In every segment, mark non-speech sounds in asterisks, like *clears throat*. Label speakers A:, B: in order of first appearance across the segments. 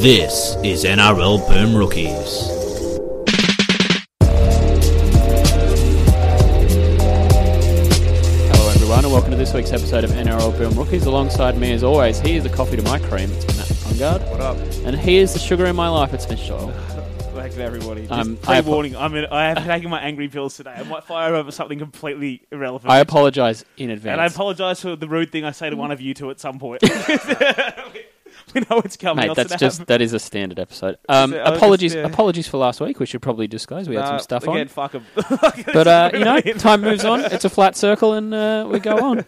A: This is NRL Boom Rookies.
B: Hello, everyone, and welcome to this week's episode of NRL Boom Rookies. Alongside me, as always, he is the coffee to my cream. It's Matt Fungard. What
C: up?
B: And he is the sugar in my life. It's Mitch
C: *laughs*
B: Doyle.
C: Thanks everybody. Just
B: Um, I
C: pre
B: apo-
C: warning, I'm in, I have taken my angry pills today. I might fire over something completely irrelevant.
B: I apologise in advance.
C: and I apologise for the rude thing I say to one of you two at some point. *laughs* we know it's coming.
B: Mate,
C: else
B: that's
C: it
B: just
C: happened.
B: that is a standard episode. Um,
C: it- I was
B: apologies,
C: just, uh,
B: apologies for last week. We should probably disclose. We had some
C: Nah,
B: stuff
C: again,
B: on,
C: Fuck *laughs* 'em.
B: *laughs* but uh, you know, time moves on. It's a flat circle, and uh, we go
C: *laughs*
B: on.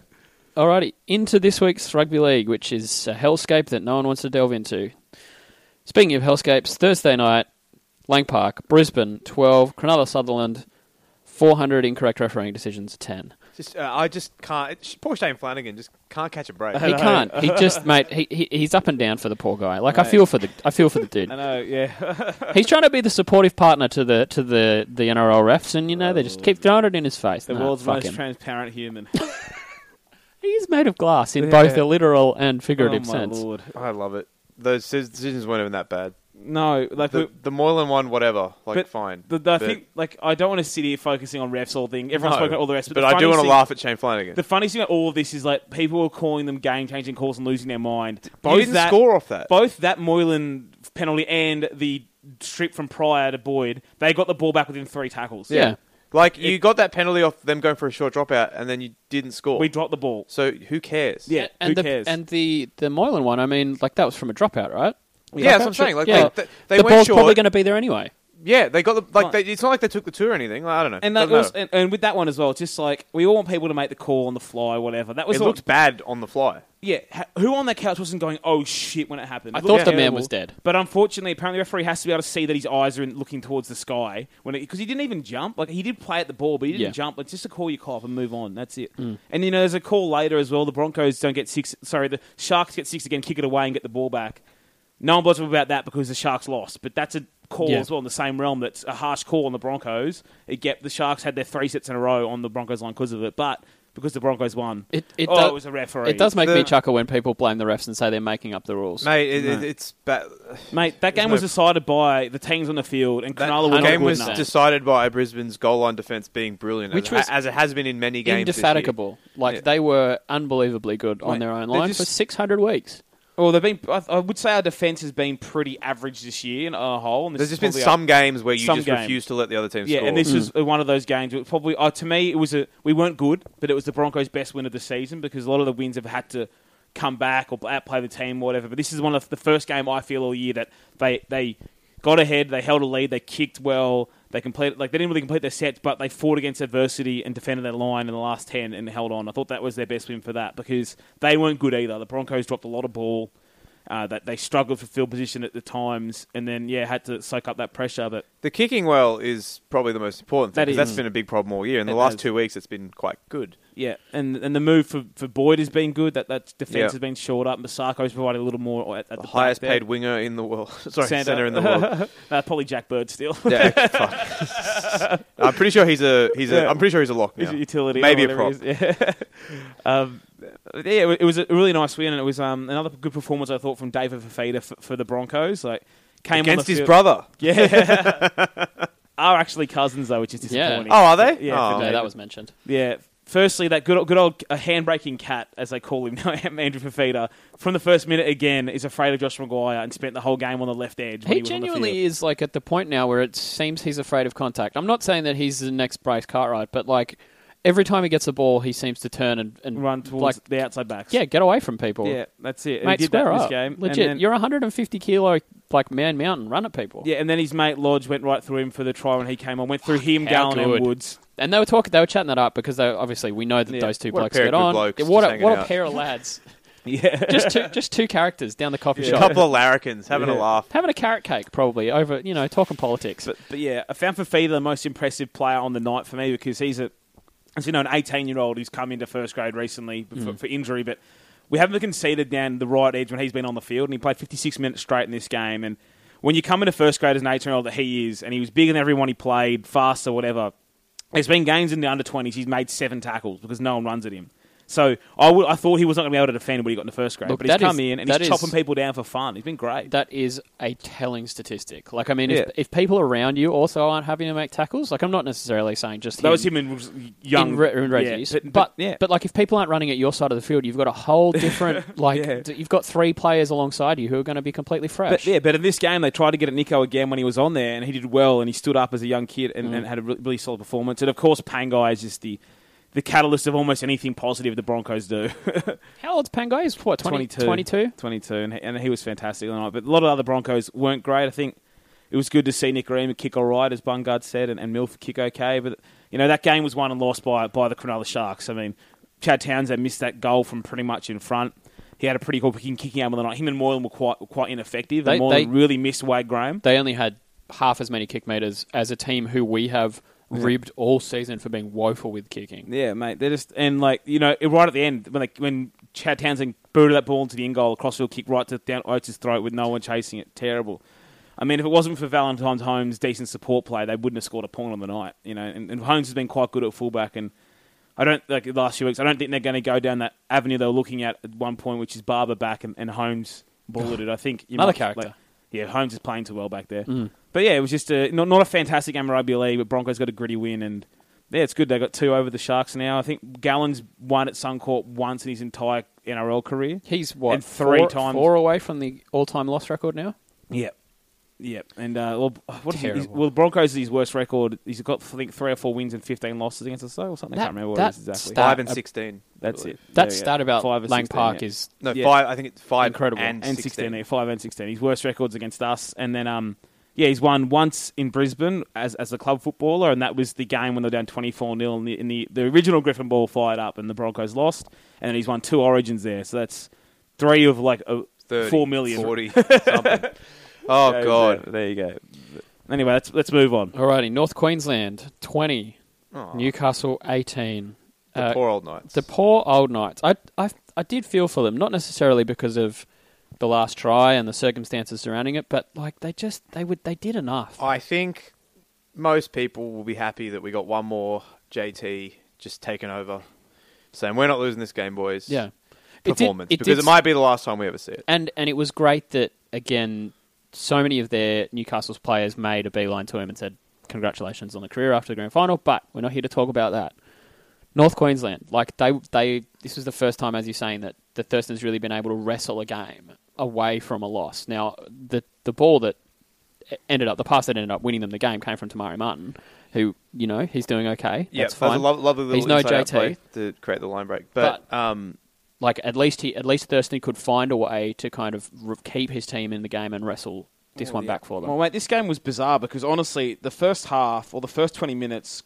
B: Alrighty, into this week's rugby league, which is a hellscape that no one wants to delve into. Speaking of hellscapes, Thursday night, Lang Park, Brisbane, twelve, Cronulla, Sutherland, four hundred incorrect refereeing decisions, ten.
D: Just, uh, I just can't. It's, poor Shane Flanagan just can't catch a break.
B: He can't. He
C: *laughs*
B: just, mate. He, he he's up and down for the poor guy. Like I feel for the I feel for the dude.
C: *laughs* I know. Yeah.
B: He's trying to be the supportive partner to the to the, the NRL refs, and you know they just keep throwing it in his face.
C: The
B: Nah,
C: world's
B: fuck
C: most
B: him.
C: transparent human.
B: He's made of glass in
C: Yeah.
B: both the literal and
C: oh
B: figurative
C: my
B: sense.
C: lord.
D: *laughs* I love it. Those cis- decisions weren't even that bad.
C: No, like
D: The,
C: we-
D: the Moylan one, whatever. Like,
C: But
D: fine.
C: the, the, I
D: But-
C: think like I don't want to sit here focusing on refs all thing. Everyone's
D: no.
C: spoken all the rest, but,
D: But
C: the
D: I do
C: funniest
D: want to
C: thing-
D: laugh at Shane Flanagan.
C: The funniest thing about all of this is like people were calling them game changing calls and losing their mind. Both
D: didn't score off that.
C: Both that Moylan penalty and the strip from Pryor to Boyd, they got the ball back within three tackles.
B: Yeah.
D: like you got that penalty off them going for a short dropout, and then you didn't score.
C: we dropped the ball.
D: so who cares?
C: Yeah,
B: and
C: who
B: the,
C: cares?
B: And the the Moylan one, I mean, like that was from a dropout, right?
D: Yeah, that's what I'm saying. Like,
B: Yeah.
D: they, they, they
B: the
D: went
B: ball's
D: short.
B: probably going to be there anyway.
D: yeah, they got the
C: Right.
D: like. They, it's not like they took the two or anything. Like, I don't know.
C: and that
D: Doesn't
C: was,
D: matter.
C: and, and with that one as well, it's just like we all want people to make the call on the fly, whatever. That was
D: it
C: all-
D: looked bad on the fly.
C: yeah. ha- Who on that couch wasn't going, "Oh shit," when it happened?
B: I
C: It
B: thought
C: looked
B: the man
C: terrible.
B: was dead.
C: but unfortunately, apparently, the referee has to be able to see that his eyes are in, looking towards the sky when because he didn't even jump. Like he did play at the ball, but he didn't
B: Yeah. Mm.
C: jump. It's just a call you call up and move on. That's it. And you know, there's a call later as well. The Broncos don't get six. Sorry, the Sharks get six again, kick it away and get the ball back. No one bothers about that because the Sharks lost, but that's a call
B: Yeah.
C: as well in the same realm. That's a harsh call on the Broncos. It get the Sharks had their three sets in a row on the Broncos line because of it, but because the Broncos won,
B: It it,
C: oh,
B: does,
C: it was a referee.
B: It does make me
D: The-
B: chuckle when people blame the refs and say they're making up the rules.
D: Mate, it, it, it's bad.
C: Mate, that game
D: no-
C: was decided by the teams on the field, and
D: That
C: Cronulla were not
D: game
C: good
D: was
C: enough.
D: decided by Brisbane's goal line defense being brilliant,
B: Which
D: Which
B: was
D: as, as it has been in many games. this year.
B: Indefatigable. Like
D: Yeah.
B: they were unbelievably good on
C: Mate,
B: their own
C: they're
B: line
C: just-
B: for six hundred weeks.
C: Well, they've been. I, I would say our defense has been pretty average this year in a whole. And this
D: There's
C: is
D: just been
C: probably
D: some games where you
C: Some
D: just
C: game.
D: refuse to let the other team
C: Our, yeah,
D: score. Mm.
C: and this is one of those games. It probably uh, to me, it was a we weren't good, but it was the Broncos' best win of the season because a lot of the wins have had to come back or outplay the team, or whatever. But this is one of the first game I feel all year that they they got ahead, they held a lead, they kicked well, they completed like they didn't really complete their sets, but they fought against adversity and defended their line in the last ten and held on. I thought that was their best win for that because they weren't good either. The Broncos dropped a lot of ball. Uh, that they struggled for field position at the times, and then yeah, had to soak up that pressure. But
D: the kicking well is probably the most important thing
C: That
D: because
C: is.
D: that's been a big problem all year. In the
C: It
D: last
C: has.
D: two weeks, it's been quite good.
C: Yeah, and and the move for, for Boyd has been good. That that defense
D: Yeah.
C: has been shored up. Masako's provided a little more at, at the,
D: The
C: back
D: highest
C: there.
D: paid winger in the world. *laughs* Sorry,
C: Sander.
D: center in the world.
C: *laughs* Uh, probably Jack Bird still. *laughs*
D: yeah, fuck. I'm pretty sure he's a he's a.
C: Yeah.
D: I'm pretty sure he's a lock
C: Is
D: now.
C: it utility, or
D: maybe a prop.
C: whatever it is. Yeah. *laughs* um, yeah, it was a really nice win, and it was um, another good performance I thought from David Fafita for, for the Broncos. Like came on
D: against
C: the
D: his
C: field-
D: brother.
C: *laughs* Yeah,
D: *laughs*
C: are actually cousins though, which is
B: Yeah.
C: disappointing.
D: Oh, are they?
C: Yeah,
D: Oh.
C: for
B: No,
C: David.
B: that was mentioned.
C: Yeah. Firstly, that good, good old uh, handbraking cat, as they call him *laughs* now, Andrew Fafita, from the first minute again, is afraid of Josh Maguire and spent the whole game on the left edge. when
B: He
C: was on the
B: genuinely
C: field.
B: is like at the point now where it seems he's afraid of contact. I'm not saying that he's the next Bryce Cartwright, but like every time he gets the ball, he seems to turn and, and
C: run towards
B: like
C: the outside backs.
B: yeah, get away from people.
C: yeah, that's it. And
B: mate,
C: he did that
B: square
C: in this
B: up.
C: game.
B: Legit,
C: And then,
B: you're 150 kilo like man mountain. Run at people.
C: yeah, and then his mate Lodge went right through him for the try when he came on. Went through him,
B: how
C: Gallon, and
B: good.
C: Woods.
B: And they were talking, they were chatting that up because they obviously we know that
C: Yeah.
B: those two
D: What a
B: blokes
D: pair of
B: get
D: good
B: on.
D: blokes
B: Yeah, what
D: just
B: a
D: hanging
B: what a
D: out. *laughs*
B: pair of lads.
C: *laughs* Yeah,
B: just two just two characters down the coffee
D: A
B: shop
D: couple of larrikins having
C: Yeah.
D: a laugh.
B: having a carrot cake probably over you know talking politics.
C: But, but yeah, I found Fafita the most impressive player on the night for me because he's a, as you know, an 18 year old who's come into first grade recently for,
B: Mm.
C: for injury, but we haven't conceded down the right edge when he's been on the field, and he played 56 minutes straight in this game. And when you come into first grade as an 18 year old that he is, and he was bigger than everyone he played, faster, whatever. There's been games in the under 20s he's made seven tackles because no one runs at him. So I, would, I thought he was not going to be able to defend what he got in the first grade,
B: Look,
C: but he's
B: that
C: come
B: is-
C: in and
B: that
C: he's
B: is-
C: chopping people down for fun. He's been great.
B: That is a telling statistic. Like, I mean,
D: Yeah.
B: if, if people around you also aren't having to make tackles, like, I'm not necessarily saying just
C: That
B: him
C: was him in young
B: in, re- in Reggie's,
C: yeah,
B: but,
C: yeah,
B: but like, if people aren't running at your side of the field, you've got a whole
C: *laughs*
B: different like.
C: Yeah.
B: d- You've got three players alongside you who are going to be completely fresh.
C: But yeah, but in this game they tried to get at Nico again when he was on there, and he did well, and he stood up as a young kid and, and had a really, really solid performance. And of course, Pangai is just the the catalyst of almost anything positive the Broncos do. *laughs*
B: How old's Pangai? He's what 20,
C: 22.
B: 22?
C: 22, and he, and he was fantastic tonight. But a lot of other Broncos weren't great. I think it was good to see Nick Ream kick all right, as Bungard said, and, and Milford kick okay. But you know that game was won and lost by by the Cronulla Sharks. I mean, Chad Townsend missed that goal from pretty much in front. He had a pretty cool kicking kicking game on the night. Him and Moylan were quite were quite ineffective.
B: They-
C: and Moylan
B: they-
C: really missed Wade Graham.
B: They only had half as many kick meters as a team who we have ribbed all season for being woeful with kicking.
C: Yeah, mate. They're just and like you know, it- right at the end when they, when Chad Townsend booted that ball into the end goal, a crossfield kick right to down Oates' throat with no one chasing it. Terrible. I mean, if it wasn't for Valentine's Holmes' decent support play, they wouldn't have scored a point on the night. You know, and, and Holmes has been quite good at fullback, and I don't like the last few weeks. I don't think they're going to go down that avenue they were looking at at one point, which is Barber back and, and Holmes bulleted. I think you
B: Another
C: might-
B: character. Mm.
C: like- yeah, Holmes is playing too well back there. But yeah, it was just a, not not a fantastic game of rugby league, but Broncos got a gritty win, and yeah, it's good they got two over the Sharks now. I think Gallon's won at Suncorp once in his entire NRL career.
B: He's what
C: And three
B: four,
C: times-
B: four away from the all-time loss record now.
C: Yep. Yep. And uh, well, what is he-
B: Terrible.
C: well, Broncos is his worst record. He's got I think three or four wins and fifteen losses against us, though, or something. I
B: That-
C: can't remember what it
B: that
C: is exactly.
B: stat-
D: Five and
B: Uh,
D: sixteen.
C: That's it. There
B: That
C: we go.
B: stat about
C: Five or
B: Lang
C: 16,
B: Park
C: yeah.
B: is
D: No,
C: Yeah.
D: five. I think it's five.
B: Incredible.
D: And,
C: and
D: 16.
C: 16. yeah, 5 and 16. His worst records against us. And then, um, yeah, he's won once in Brisbane as, as a club footballer, and that was the game when they were down 24 0 and the, in the, the original Griffin ball fired up and the Broncos lost. And then he's won two origins there. So that's three of like a,
D: 30,
C: 4 million. Mm. *laughs*
D: 40, something. Oh,
C: So
D: God.
C: There, there you go. Anyway, let's, let's move on.
B: Alrighty, North Queensland twenty,
D: Aw.
B: Newcastle eighteen.
D: Oh. The poor old Knights.
B: Uh, The poor old Knights. I, I, I did feel for them, not necessarily because of the last try and the circumstances surrounding it, but like they just they would they did enough.
D: I think most people will be happy that we got one more JT just taken over, saying we're not losing this game, boys.
B: yeah, It did-
D: performance
B: it
D: because
B: did-
D: it might be the last time we ever see it.
B: and and it was great that again, so many of their Newcastle's players made a beeline to him and said congratulations on the career after the grand final. But we're not here to talk about that. North Queensland, like they they this was the first time, as you're saying, that the Thurston's really been able to wrestle a game away from a loss. Now the the ball that ended up the pass that ended up winning them the game came from Tamari Martin, who you know he's doing okay.
D: Yeah,
B: that's
D: that was
B: fine.
D: a lo- lovely little
B: He's no
D: inside-out
B: JT.
D: play to create the line break, but, um,
B: like at least he at least Thurston could find a way to kind of r keep his team in the game and wrestle this one back for them.
C: Oh, Well, mate, this game was bizarre because honestly, the first half or the first 20 minutes,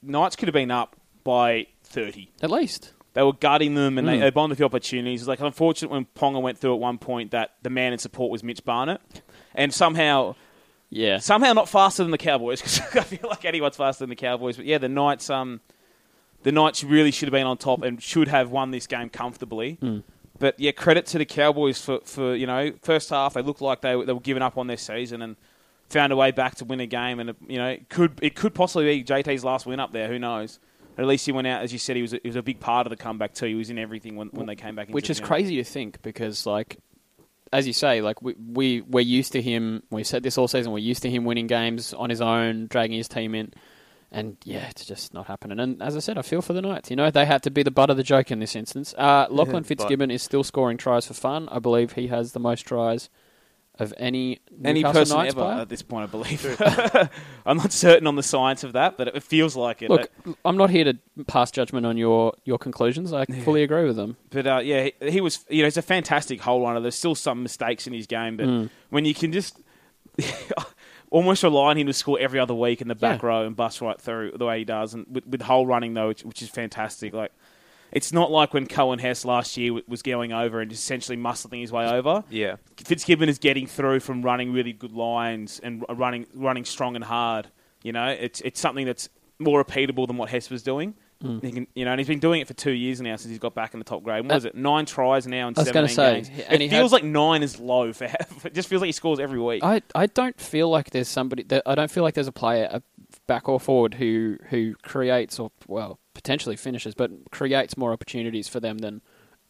C: Knights could have been up by 30.
B: at least.
C: They were guarding them and they,
B: Mm.
C: they bonded the opportunities. It was like unfortunate when Ponga went through at one point that the man in support was Mitch Barnett, and somehow
B: Yeah.
C: somehow not faster than the Cowboys because *laughs* I feel like anyone's faster than the Cowboys. But yeah, the Knights um the Knights really should have been on top and should have won this game comfortably.
B: Hmm.
C: But yeah, credit to the Cowboys for, for you know first half they looked like they were- they were giving up on their season and found a way back to win a game and you know it could it could possibly be JT's last win up there. Who knows? At least he went out as you said he was a, he was a big part of the comeback too. He was in everything when, when they came back, into
B: which
C: the
B: is
C: game.
B: crazy to think because like as you say like we, we we're used to him we said this all season we're used to him winning games on his own dragging his team in and yeah it's just not happening and as i said i feel for the knights you know they had to be the butt of the joke in this instance uh, lachlan fitzgibbon is still scoring tries for fun i believe he has the most tries of any
C: Any
B: Newcastle
C: person
B: Knights
C: ever
B: player.
C: at this point, I believe. *laughs* I'm not certain on the science of that, but it, it feels like it.
B: Look, I'm not here to pass judgment on your, your conclusions. I fully agree with them.
C: But uh, yeah, he, he was. You know, he's a fantastic hole runner. There's still some mistakes in his game, but
B: Mm.
C: when you can just *laughs* almost rely on him to score every other week in the back
B: Yeah.
C: row and bust right through the way he does, and with, with hole running though, which, which is fantastic. Like. It's not like when Cohen Hess last year w- was going over and just essentially muscling his way over.
D: yeah,
C: Fitzgibbon is getting through from running really good lines and r- running running strong and hard. You know, it's it's something that's more repeatable than what Hess was doing. He can, you know, and he's been doing it for two years now since he's got back in the top grade. What
B: Mm. Uh,
C: is it? Nine tries now in
B: I was
C: seventeen
B: gonna say,
C: games.
B: and
C: it
B: he
C: feels
B: had-
C: like nine is low *laughs* for. it just feels like he scores every week.
B: I, I don't feel like there's somebody that I don't feel like there's a player a back or forward who who creates or well potentially finishes, but creates more opportunities for them than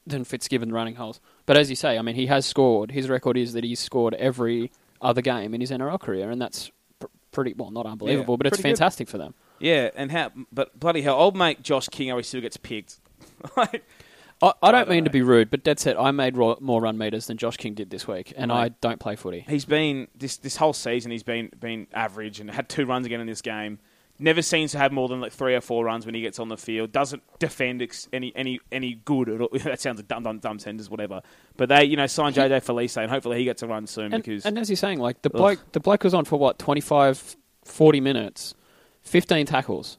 B: than Fitzgibbon running holes. But as you say, I mean, he has scored. His record is that he's scored every other game in his NRL career, and that's pr- pretty well not unbelievable, but it's
C: pretty good.
B: fantastic for them.
C: Yeah, and how? But bloody hell, old mate Josh King always still gets picked. *laughs* like,
B: I, I don't
C: don't
B: mean to
C: know.
B: be rude, but dead set, I made ro- more run meters than Josh King did this week, and I
C: Right.
B: don't play footy.
C: he's been this this whole season. He's been been average and had two runs again in this game. Never seems to have more than like three or four runs when he gets on the field. Doesn't defend ex- any any any good. At all. *laughs* that sounds a dumb dumb dumb sentence, whatever. But they you know signed JJ Felice and hopefully he gets a run soon
B: And,
C: because
B: and as you're saying, like the bloke, the bloke was on for what 25, 40 minutes, fifteen tackles.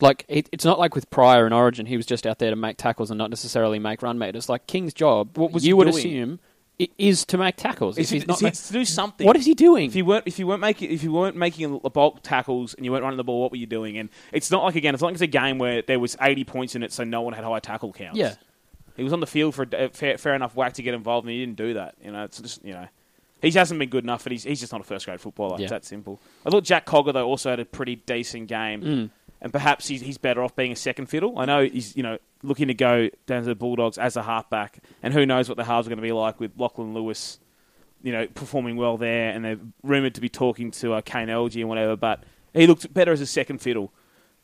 B: Like it, it's not like with Pryor and Origin, he was just out there to make tackles and not necessarily make run meters. Like King's job,
C: What was
B: you
C: he
B: would
C: doing?
B: assume, i- is to make tackles.
C: Is
B: if
C: he-
B: he's not,
C: is he
B: ma-
C: to do something.
B: what is he doing?
C: If you weren't, if you weren't making, if you weren't making the bulk tackles and you weren't running the ball, what were you doing? And it's not like again, it's not like it's a game where there was eighty points in it, so no one had high tackle counts.
B: Yeah.
C: he was on the field for a d- a fair, fair enough whack to get involved, and he didn't do that. You know, it's just you know, he hasn't been good enough, and he's he's just not a first grade footballer.
B: Yeah.
C: It's that simple. I thought Jack Cogger though also had a pretty decent game, and perhaps he's he's better off being a second fiddle. I know he's you know looking to go down to the Bulldogs as a halfback, and who knows what the halves are going to be like with Lachlan Lewis you know, performing well there, and they're rumored to be talking to uh, Kane Elgie and whatever. But he looked better as a second fiddle,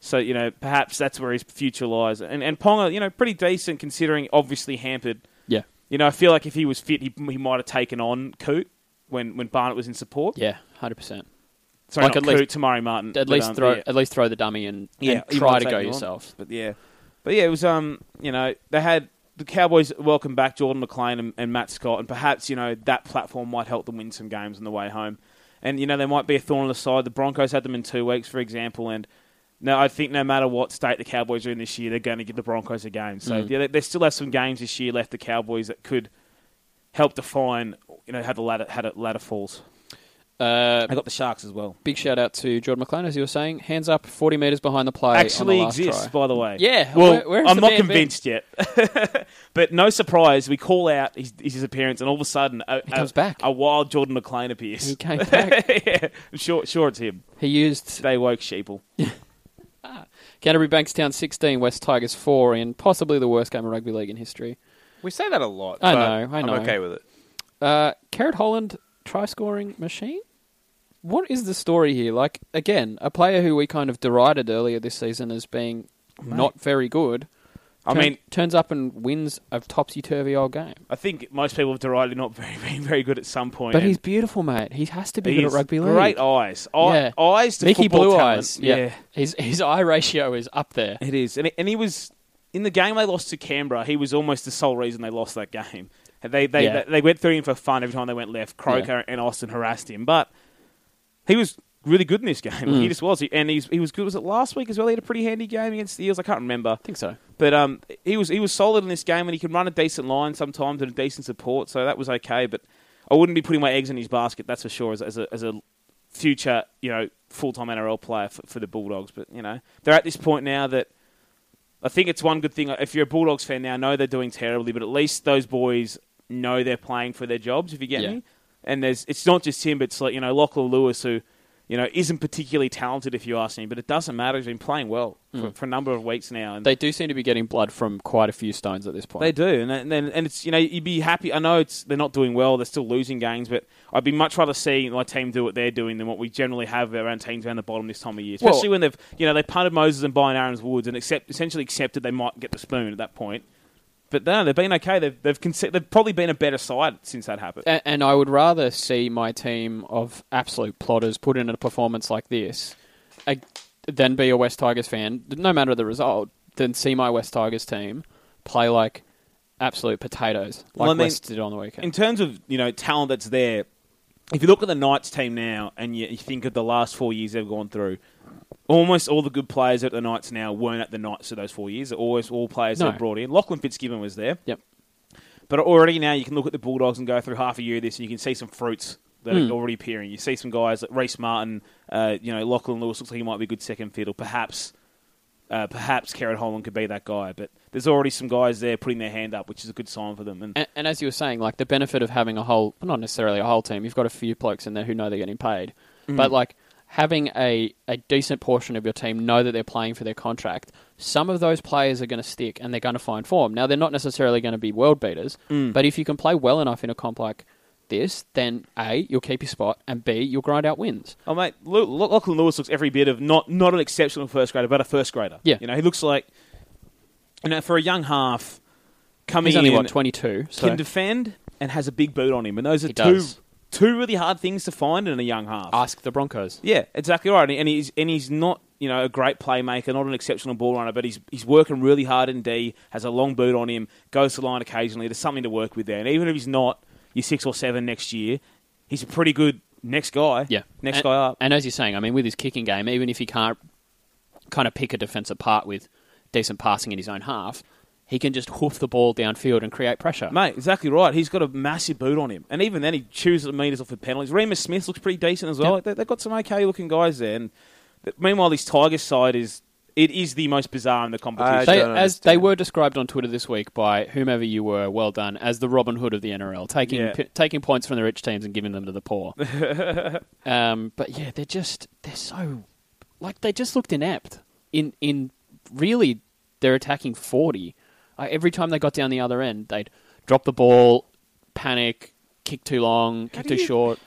C: so you know perhaps that's where his future lies. And and Ponga, you know, pretty decent considering obviously hampered.
B: yeah,
C: You know, I feel like if he was fit, he, he might have taken on Coot when when Barnett was in support.
B: yeah, hundred percent.
C: Sorry,
B: Like
C: not
B: at least-
C: Coote, Tamari Martin.
B: At
C: but,
B: least
C: um,
B: throw,
C: yeah.
B: at least throw the dummy and, and
C: you
B: try
C: might
B: to
C: take
B: go
C: it on.
B: yourself.
C: But yeah, but yeah, it was um, you know, they had the Cowboys welcome back Jordan McLean and, and Matt Scott, and perhaps you know that platform might help them win some games on the way home. And you know, they might be a thorn in the side. The Broncos had them in two weeks, for example, and. No, I think no matter what state the Cowboys are in this year, they're going to give the Broncos a game. So yeah, they, they still have some games this year left. The Cowboys that could help define, you know, how the ladder how the ladder falls.
B: Uh,
C: I got the Sharks as well.
B: big shout out to Jordan McLean, as you were saying, hands up, forty meters behind the play. on the
C: actually
B: last
C: exists,
B: try.
C: by the way.
B: Yeah,
C: Well,
B: where- where's
C: I'm
B: the
C: not
B: man been?
C: convinced yet. *laughs* but no surprise, we call out his, his appearance, and all of a sudden, a,
B: comes
C: a,
B: back.
C: A wild Jordan McLean appears.
B: He came back.
C: *laughs* yeah, I'm sure, sure it's him.
B: he used
C: They woke sheeple.
B: Canterbury Bankstown 16, West Tigers 4 in possibly the worst game of rugby league in history.
D: We say that a lot.
B: I
D: but
B: know, I know.
D: I'm okay with it.
B: Uh, Carrot Holland, try scoring machine? What is the story here? Like, again, a player who we kind of derided earlier this season as being not very good.
C: I
B: turn-
C: mean-
B: turns up and wins a topsy turvy old game.
C: I think most people have derided not very, *laughs* being very good at some point.
B: But
C: and
B: he's beautiful, mate. He has to be
C: he
B: good at
C: is
B: rugby league.
C: Great eyes.
B: Yeah.
C: Eye, Eyes to
B: Mickey
C: football
B: Blue
C: talent.
B: Eyes. yeah. His, his eye ratio is up there.
C: It is, and and he was in the game they lost to Canberra. He was almost the sole reason they lost that game. They they
B: Yeah.
C: they, went through him for fun every time they went left. Croker and Austin harassed him, but he was really good in this game. *laughs* He just was, and he's, he was good. Was it last week as well? He had a pretty handy game against the Eels. I can't remember,
B: I think so.
C: but um, he was he was solid in this game, and he can run a decent line sometimes and a decent support, so that was okay. But I wouldn't be putting my eggs in his basket, that's for sure, as, as a as a future you know full time NRL player for, for the Bulldogs. But you know they're at this point now that I think it's one good thing. If you're a Bulldogs fan now, know they're doing terribly, but at least those boys know they're playing for their jobs. If you get
B: Yeah.
C: me, and there's it's not just him, but it's like you know Lachlan Lewis who. You know, isn't particularly talented if you ask me, but it doesn't matter. He's been playing well for, for a number of weeks now, and
B: They do seem to be getting blood from quite a few stones at this point.
C: they do, and then- and then and it's you know you'd be happy. I know it's they're not doing well; they're still losing games, but I'd be much rather see my team do what they're doing than what we generally have around teams around the bottom this time of year. Especially when they've you know they punted Moses and Byron Aaron's Woods and accept, essentially accepted they might get the spoon at that point. But no, they've been okay. They've they've, conce- they've probably been a better side since that happened.
B: and, and I would rather see my team of absolute plotters put in a performance like this uh, than be a West Tigers fan, no matter the result, than see my West Tigers team play like absolute potatoes, like
C: Well, I mean,
B: West did on the weekend.
C: In terms of you know talent that's there, if you look at the Knights team now and you, you think of the last four years they've gone through, almost all the good players at the Knights now weren't at the Knights for those four years. They're Always all players
B: No.
C: they've brought in. Lachlan Fitzgibbon was there,
B: yep.
C: but already now you can look at the Bulldogs and go through half a year of this and you can see some fruits that are already appearing. You see some guys like Reese Martin, uh, you know Lachlan Lewis looks like he might be a good second fiddle, perhaps. Uh, perhaps Kerrod Holland could be that guy, but there's already some guys there putting their hand up, which is a good sign for them. And
B: And, and as you were saying, like the benefit of having a whole, well, not necessarily a whole team, you've got a few blokes in there who know they're getting paid, but like having a, a decent portion of your team know that they're playing for their contract, some of those players are going to stick and they're going to find form. Now, they're not necessarily going to be world beaters, but if you can play well enough in a comp like this, then A, you'll keep your spot, and B, you'll grind out wins.
C: Oh mate, Lu- Lu- Lachlan Lewis looks every bit of not not an exceptional first grader, but a first grader.
B: Yeah.
C: you know he looks like, you know, for a young half coming
B: He's only,
C: in,
B: what, 22? So
C: can defend and has a big boot on him, and those are
B: He
C: two
B: does. Ah.
C: two really hard things to find in a young half.
B: ask the Broncos.
C: Yeah, exactly right. And he's and he's not you know a great playmaker, not an exceptional ball runner, but he's he's working really hard in D. Has a long boot on him, goes to the line occasionally. There's something to work with there. And even if he's not your six or seven next year, he's a pretty good next guy.
B: Yeah.
C: next
B: and,
C: guy up.
B: And as you're saying, I mean, with his kicking game, even if he can't kind of pick a defence apart with decent passing in his own half, he can just hoof the ball downfield and create pressure.
C: Mate, exactly right. He's got a massive boot on him, and even then he chews the meters off with penalties. Remus Smith looks pretty decent as well.
B: Yep.
C: They, they've got some okay looking guys there. And th- meanwhile, this Tigers side is it is the most bizarre in the competition.
B: they,
D: don't
B: as they
D: understand.
B: were described on Twitter this week by whomever you were, well done, as the Robin Hood of the NRL, taking
C: Yeah.
B: p- taking points from the rich teams and giving them to the
D: *laughs*
B: poor. um, but yeah, they're just they're so like they just looked inept in in really they're attacking forty. Uh, every time they got down the other end, they'd drop the ball, panic, kick too long, kick
D: do
B: too
D: you-
B: short.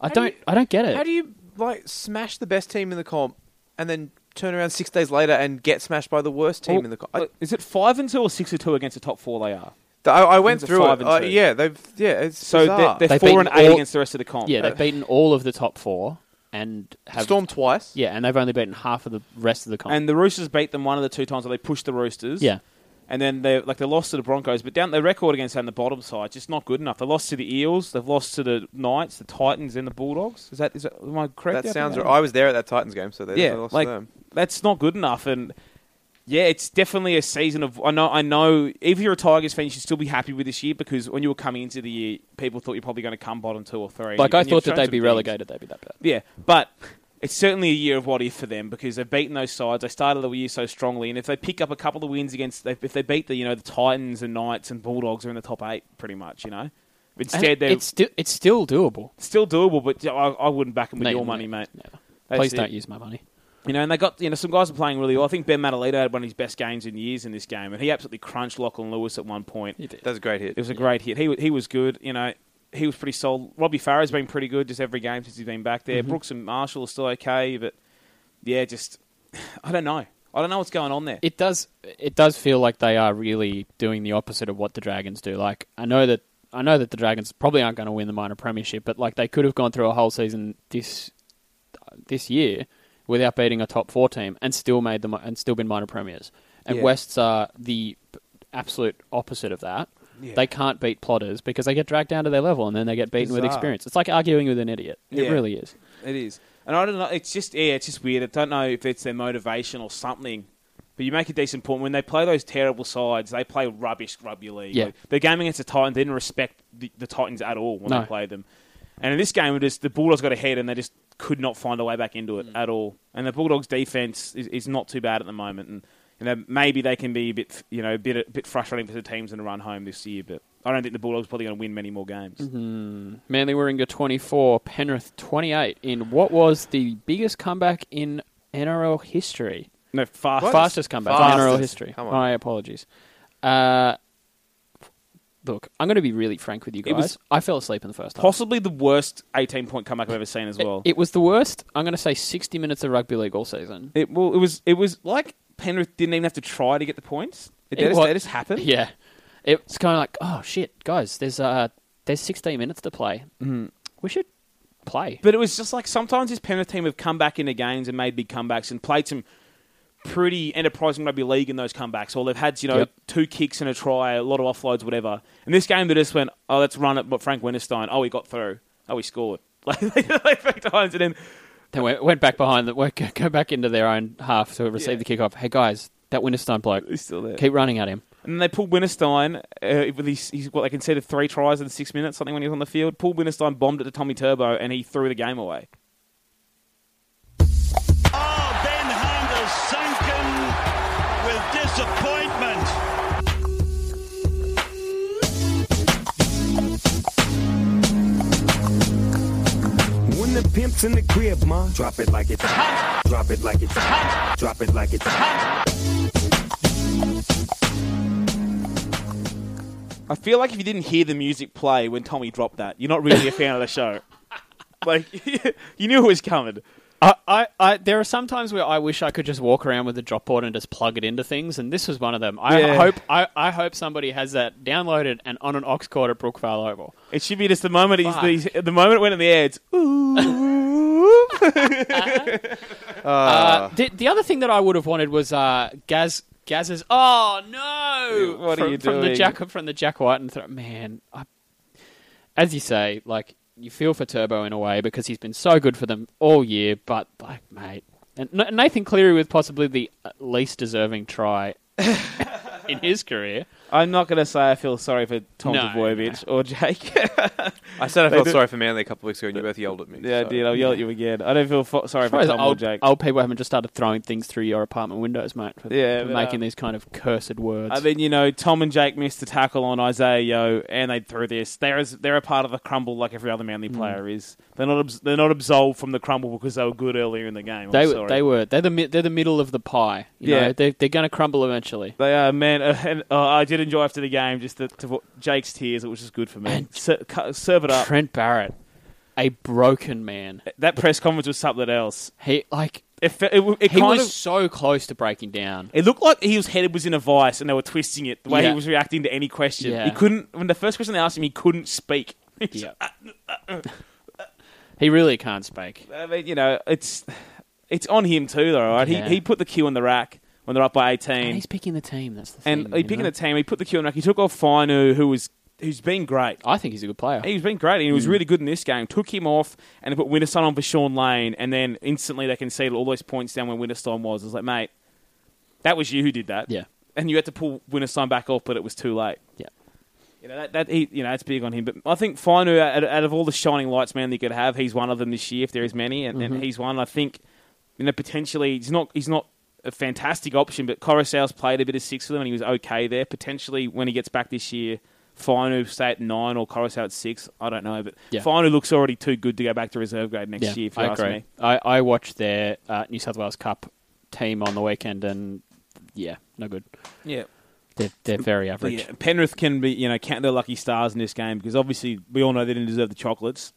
B: I
D: how do
B: don't
D: you-
B: I don't get it.
D: How do you like smash the best team in the comp and then turn around six days later and get smashed by the worst team
C: Well,
D: in the comp? I,
C: look, is it five and two or six and two against the top four? They are.
D: I- I went
C: Teams are
D: through
C: five
D: it.
C: and
D: Uh,
C: two.
D: yeah, they've yeah. It's
C: So they're,
D: bizarre.
C: they're
B: They've
C: four and
B: beaten
C: eight
B: all-
C: against the rest of the comp.
B: yeah,
D: *laughs*
B: they've beaten all of the top four and have
D: Storm twice.
B: Yeah, and they've only beaten half of the rest of the comp.
C: *laughs* and the Roosters beat them one of the two times that they pushed the Roosters.
B: yeah,
C: and then they like they lost to the Broncos, but down their record against down the bottom side just not good enough. They lost to the Eels, they've lost to the Knights, the Titans, and the Bulldogs. Is that is that am I correct?
D: That
C: out
D: sounds.
C: there?
D: right. I was there at that Titans game, so they
C: Yeah,
D: they lost to
C: like
D: them.
C: that's not good enough, and yeah, it's definitely a season of I know I know. If you're a Tigers fan, you should still be happy with this year because when you were coming into the year, people thought you're probably going to come bottom two or three.
B: like I
C: and you've
B: thought that
C: shown
B: they'd
C: some
B: be
C: things.
B: relegated, they'd be that bad.
C: Yeah, but it's certainly a year of what if for them because they've beaten those sides. They started the year so strongly, and if they pick up a couple of wins against, if they beat the you know the Titans and Knights and Bulldogs, are in the top eight pretty much. You know, instead
B: And
C: they're
B: it's still it's still doable.
C: still doable, but I, I wouldn't back them with
B: No,
C: your
B: no,
C: money, mate.
B: no.
C: That's
B: Please
C: it.
B: don't use my money.
C: You know, and they got you know some guys are playing really well. I think Ben Matalito had one of his best games in years in this game, and he absolutely crunched Lachlan Lewis at one point.
D: That was a great hit.
C: It was a great hit. He wa- he was good. You know, he was pretty solid. Robbie Farah's been pretty good just every game since he's been back there. Brooks and Marshall are still okay, but yeah, just *sighs* I don't know. I don't know what's going on there.
B: It does it does feel like they are really doing the opposite of what the Dragons do. Like I know that I know that the Dragons probably aren't going to win the minor premiership, but like they could have gone through a whole season this this year without beating a top four team and still made the mi- and still been minor premiers. And
C: Yeah.
B: Wests are the p- absolute opposite of that.
C: Yeah.
B: They can't beat plotters because they get dragged down to their level and then they get beaten with
C: Bizarre.
B: experience. It's like arguing with an idiot. It
C: Yeah.
B: really is.
C: It is, and I don't know. It's just yeah, it's just weird. I don't know if it's their motivation or something. But you make a decent point when they play those terrible sides. They play rubbish rugby league.
B: Yeah.
C: Like, their game against the Titans they didn't respect the, the Titans at all when
B: No.
C: they played them. And in this game, it just the Bulldogs got ahead and they just could not find a way back into it at all. And the Bulldogs' defense is, is not too bad at the moment. And you know maybe they can be a bit you know a bit a bit frustrating for the teams in the run home this year. But I don't think the Bulldogs are probably going to win many more games.
B: Mm-hmm. Manly Warringah 24, Penrith 28 in what was the biggest comeback in NRL history.
C: No, fast,
B: Fastest comeback
D: Fastest.
B: in NRL history.
D: Come on.
B: My apologies. Uh, look, I'm going to be really frank with you guys.
C: It was-
B: I fell asleep in the first half.
C: possibly the worst 18 point comeback I've ever seen as
B: It-
C: well.
B: It, was the worst, I'm going to say, 60 minutes of rugby league all season.
C: It- well, it was it was like Penrith didn't even have to try to get the points. It,
B: It
C: they just,
B: wa-
C: they just happened.
B: Yeah. It's kind of like, oh, shit, guys, there's, uh, there's 16 minutes to play. Mm, We should play.
C: But it was just like sometimes this Penrith team have come back into games and made big comebacks and played some pretty enterprising rugby league in those comebacks. Or they've had you know
B: Yep.
C: two kicks and a try, a lot of offloads, whatever. In this game, they just went, oh, let's run at Frank Winterstein. Oh, he got through. Oh, he scored. *laughs* Like, like three times and then
B: They went, went back behind the went, go back into their own half to receive the kickoff. Hey guys, that Winterstone bloke,
C: he's still there.
B: keep running at him.
C: And then they pulled Winterstein uh, with his, he's what they considered three tries in six minutes, something when he was on the field. Paul Winterstein bombed it to Tommy Turbo, and he threw the game away.
E: Oh, Ben Hunt is sunken with disappointment.
F: When the pimps in the crib, ma. Drop it like it's hot. Drop it like it's hot. Drop it like it's hot.
C: I feel like if you didn't hear the music play when Tommy dropped that, you're not really a fan of the show. *laughs* Like *laughs* you knew it was coming.
B: I, I, I, there are some times where I wish I could just walk around with the drop board and just plug it into things, and this was one of them. I
C: Yeah.
B: hope I, I hope somebody has that downloaded and on an aux cord at Brookvale Oval.
C: It should be just the moment he's,
B: Fuck.
C: he's the moment it went in the air. It's
B: Uh, the, the other thing that I would have wanted was uh, Gaz Gaz's. Oh no!
C: What are
B: from,
C: you
B: from the
C: doing?
B: Jack from the Jack White and throw man? I, as you say, like you feel for Turbo in a way because he's been so good for them all year, but like mate, and Na- Nathan Cleary with possibly the uh, least deserving try
C: *laughs*
B: in his career.
C: *laughs* I'm not gonna say I feel sorry for Tom
B: No,
C: Dvojevic or Jake.
D: I said I felt
C: do-
D: sorry for Manly a couple weeks ago, and you both yelled at me.
C: *laughs* yeah,
D: so.
C: dude, I'll yell at you again. I don't feel fo- sorry
B: As far
C: for
B: as
C: Tom or
B: old,
C: Jake.
B: old people haven't just started throwing things through your apartment windows, mate, for,
C: Yeah,
B: for
C: but,
B: making
C: um,
B: these kind of cursed words.
C: I mean, you know, Tom and Jake missed a tackle on Isaiah Yo, and they threw this. They're as, they're a part of the crumble like every other
B: Mm.
C: Manly player is. They're not abs- they're not absolved from the crumble because they were good earlier in the game. I'm
B: they,
C: sorry.
B: were- they were they're the mi- they're the middle of the pie. You
C: Yeah.
B: know, they're they're going to crumble eventually.
C: They are man, uh, and uh, I did enjoy after the game just the, to, Jake's tears, which is good for me.
B: And-
C: Ser- cu- serve it up.
B: Trent Barrett, a broken man.
C: That press conference was something else.
B: He like
C: It, fe- it, w- it
B: he
C: kind
B: was
C: of
B: so close to breaking down.
C: It looked like he was headed was in a vice, and they were twisting it the way
B: Yeah.
C: he was reacting to any question.
B: Yeah.
C: He couldn't. When the first question they asked him, he couldn't speak. *laughs*
B: Yeah.
C: uh,
B: he really can't speak.
C: I mean, you know, it's it's on him too, though. Right?
B: Yeah.
C: He he put the cue on the rack when they're up by
B: And
C: eighteen,
B: he's picking the team. That's the thing.
C: and, he
B: you
C: picking
B: know?
C: the team. He put the cue on the rack. He took off Finu, who was who's been great.
B: I think he's a good player.
C: He's been great, and he
B: Mm.
C: was really good in this game. Took him off, and they put Winterstone on for Sean Lane, and then instantly they conceded all those points down where Winterstone was. I was like, mate, that was you who did that.
B: Yeah.
C: and you had to pull Winterstone back off, but it was too late.
B: Yeah.
C: You know that, that he, you know it's big on him, but I think Finu, out, out of all the shining lights, man, they could have, he's one of them this year if there is many, and,
B: Mm-hmm.
C: and he's one. I think you know potentially he's not he's not a fantastic option, but Coruscant's played a bit of six for them and he was okay there. Potentially when he gets back this year, Finu stay at nine or Coruscant at six. I don't know, but
B: Yeah.
C: Finu looks already too good to go back to reserve grade next
B: yeah,
C: year. If you
B: I
C: ask
B: agree.
C: me,
B: I I watched their uh, New South Wales Cup team on the weekend, and yeah, no good.
C: yeah.
B: They're they're very average.
C: Yeah, Penrith can be, you know, count their lucky stars in this game because obviously we all know they didn't deserve the chocolates,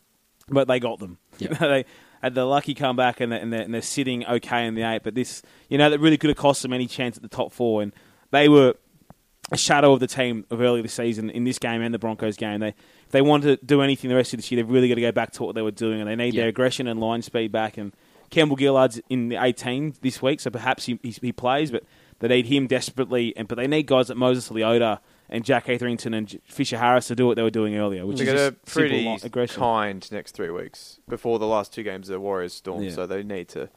C: but they got them.
B: Yeah.
C: *laughs* they had the lucky comeback and they're, and, they're, and they're sitting okay in the eight. But this, you know, that really could have cost them any chance at the top four. And they were a shadow of the team of earlier this season in this game and the Broncos game. They if they want to do anything the rest of this year, they've really got to go back to what they were doing, and they need
B: Yeah.
C: their aggression and line speed back. And Campbell Gillard's in the 18 this week, so perhaps he, he, he plays, but they need him desperately. And but they need guys like Moses Leota and Jack Etherington and J- Fisher Harris to do what they were doing earlier, which
D: They
C: is
D: got a
C: just simple
D: pretty
C: li- aggression.
D: kind next three weeks before the last two games of the Warriors Storm,
C: Yeah.
D: so they need to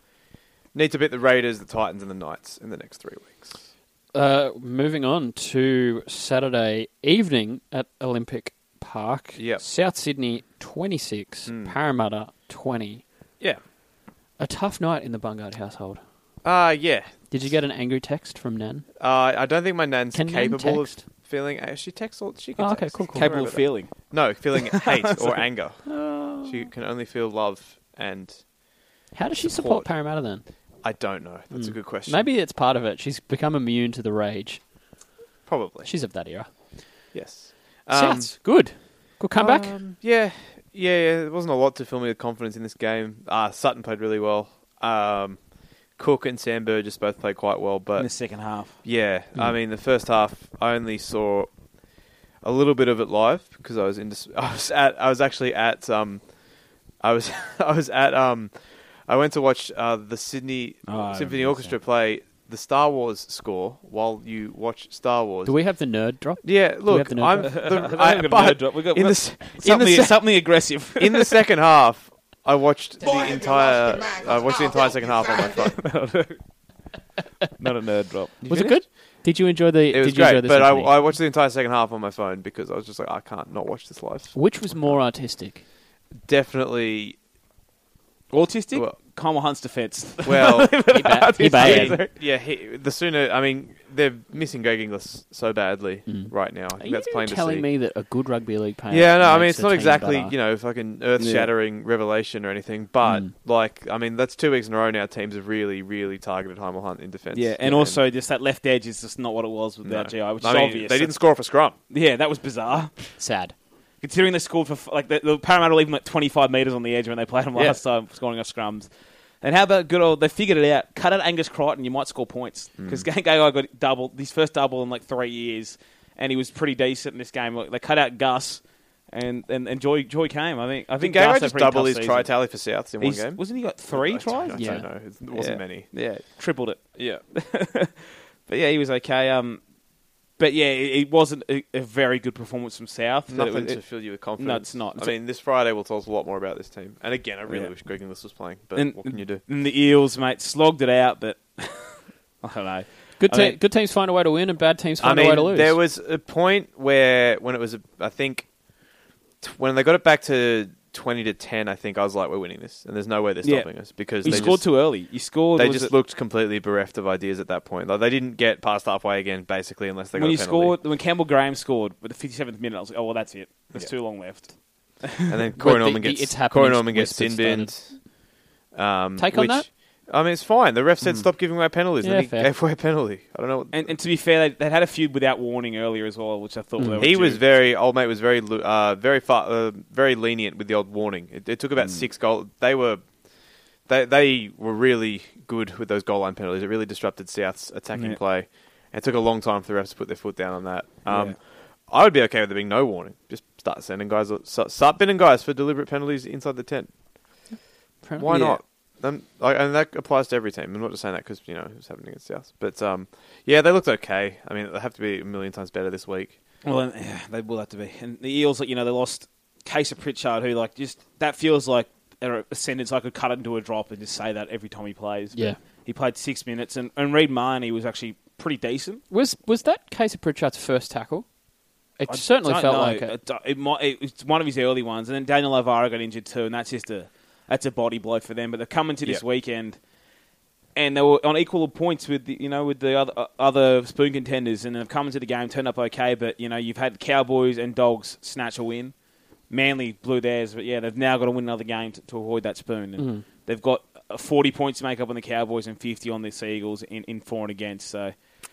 D: need to beat the Raiders, the Titans, and the Knights in the next three weeks.
B: Uh, moving on to Saturday evening at Olympic Park.
D: Yep. Hmm.
B: South Sydney 26, Parramatta 20.
D: Yeah.
B: A tough night in the Bungard household.
D: Uh yeah.
B: Did you get an angry text from Nan?
D: Uh, I don't think my nan's
B: Can Nan
D: capable of
B: text?
D: feeling. uh, She texts all. She can.
B: Oh, okay,
D: text.
B: cool, cool.
D: Don't worry
C: Capable of
D: about that.
C: feeling.
D: No,
C: *laughs*
D: feeling hate or anger. She can only feel love, and
B: How does she support
D: Support.
B: Parramatta then?
D: I don't know. That's
C: Hmm.
D: a good question.
B: Maybe it's part of it. She's become immune to the rage.
D: probably.
B: She's of that era.
D: yes.
B: Souths, good. Good comeback.
D: Um, yeah, yeah, yeah. There wasn't a lot to fill me with confidence in this game. Uh, Sutton played really well. Um, Cook and Sandberg just both played quite well,
C: In the
D: but
C: second half,
D: yeah,
C: Hmm.
D: I mean the first half I only saw a little bit of it live because I was in. dis- *laughs* I was at. I was actually at. Um, I was. *laughs* I was at. Um, I went to watch uh, the Sydney
C: Oh, I
D: Symphony
C: remember
D: Orchestra play the Star Wars score while you watch Star Wars.
B: Do we have the nerd drop?
D: yeah,
B: we
D: look,
B: have the nerd
D: I'm
B: drop? *laughs*
D: the.
C: I haven't
D: I,
C: got a
D: but
C: nerd drop. We got-
D: in
C: we got
D: the, s- in the
C: something, *laughs*
D: se-
C: something aggressive.
D: *laughs* in the second half, I watched the entire. I watched the entire second half on my
B: *laughs*
D: phone.
C: not a nerd drop.
B: Was it good? Did you enjoy the?
D: It was
B: did you enjoy
D: great,
B: the
D: but I,
B: symphony?
D: I watched the entire second half on my phone because I was just like, I can't not watch this live. *laughs*
B: Which was more artistic?
D: Definitely,
B: *laughs*
C: Autistic,
D: well,
C: Kyle Hunt's defense.
D: Well,
B: He, ba- he
D: yeah,
B: batted.
D: he- yeah he, the sooner. I mean, they're missing Greg Inglis so badly right now.
B: Mm.
D: I
B: Are
D: think
B: you
D: that's plain
B: telling
D: to see.
B: me that a good rugby league player?
D: yeah, no, I mean
B: makes
D: it's
B: the
D: not
B: team
D: exactly
B: better?
D: you know fucking earth-shattering revelation or anything, but
C: Mm.
D: like I mean that's two weeks in a row now. Teams have really, really targeted Heimel Hunt in defence.
C: yeah, and also just that left edge is just not what it was without GI, which
D: I
C: is
D: mean,
C: obvious.
D: They didn't score off a scrum.
C: Yeah, that was
D: *laughs*
C: bizarre.
B: sad.
C: Considering they scored for f- like the, the Parramatta were even like 25 meters on the edge when they played them
D: Yeah.
C: last time, scoring off scrums. And how about good old? They figured it out. Cut out Angus Crichton, you might score points *laughs*
D: Hmm.
C: because mm. got double his first double in like three years, and he was pretty decent in this game. Like, They cut out Gus, and and, and Joy Joy came. I think I
D: Did
C: think Gus
D: Gago
C: had a
D: just
C: pretty
D: double
C: tough
D: his
C: season.
D: try tally for Souths in one
C: He's-
D: game?
C: Wasn't he got three
D: I
C: tries?
D: don't
B: Yeah.
D: know. It wasn't many.
C: Yeah, tripled it.
D: Yeah.
C: But yeah, he was okay. Um, but yeah, it, it wasn't a, a very good performance from South. but it
D: *laughs* Nothing
C: was-
D: to
C: it-
D: fill you with confidence.
C: No, it's not.
D: I mean, this Friday will tell us a lot more about this team. And again, I really
C: Yeah.
D: wish Greg Inglis was playing, but
C: and-
D: what can you do?
C: And the Eels, mate, slogged it out, but *laughs* I don't know.
B: Good,
C: I
B: te-
C: mean-
B: good teams find a way to win, and bad teams
D: I
B: find a way to
D: mean,
B: lose.
D: there was a point where when it was, I think, t- when they got it back to twenty to ten, I think I was like, we're winning this, and there's no way they're
C: Yeah.
D: stopping us because
C: You
D: they
C: scored
D: just,
C: too early. You scored.
D: They
C: was
D: just
C: it-
D: looked completely bereft of ideas at that point. Like they didn't get past halfway again, basically, unless they got
C: when
D: a
C: you
D: penalty.
C: scored when Campbell Graham scored with the fifty seventh minute. I was like, oh well, that's it. There's
D: Yeah.
C: too long left.
D: and
B: *laughs*
D: then Corey
B: the-
D: Norman
B: the
D: gets
B: it's happening
D: Corey Norman gets
B: whispers
D: sin binned. Um,
B: Take on
D: which-
B: that? Hmm.
D: I mean, it's fine. The ref said stop giving away penalties,
B: Yeah,
D: and he
B: fair.
D: gave away a penalty. I don't know. What,
C: And, and to be fair, they, they had a feud without warning earlier as well, which I thought they were
D: Mm. he
C: due.
D: was very old mate was very lu- uh, very far, uh, very lenient with the old warning. It, it took about
C: Hmm.
D: six goal. They were they they were really good with those goal line penalties. It really disrupted South's attacking
C: Yeah.
D: play. It took a long time for the refs to put their foot down on that. Um, I would be okay with there being no warning. Just start sending guys, uh, start, start binning guys for deliberate penalties inside the tent.
B: Apparently-
D: Why
C: Yeah.
D: not? Um, like, and that applies to every team. I'm not just saying that because you know it's happening against South, but um, yeah, they looked okay. I mean, they have to be a million times better this week.
C: Well, and, yeah, they will have to be. And the Eels, like you know, they lost Case of Pritchard, who like just that feels like a a sentence I could cut into a drop and just say that every time he plays. But
B: Yeah.
C: he played six minutes, and and Reid Marnie was actually pretty decent.
B: was was that Casey Pritchard's first tackle? It
C: I
B: certainly
C: don't
B: felt
C: know.
B: like it.
C: It, it might, it, it's one of his early ones, and then Daniel Alvaro got injured too, and that's just a that's a body blow for them. But they're coming to this
D: Yeah.
C: weekend, and they were on equal points with the, you know with the other uh, other spoon contenders, and they've come into the game, turned up okay. But you know you've had Cowboys and Dogs snatch a win. Manly blew theirs, but yeah, they've now got to win another game to, to avoid that spoon. And
B: Mm-hmm.
C: They've got uh, 40 points to make up on the Cowboys and 50 on the Seagulls in, in for and against. So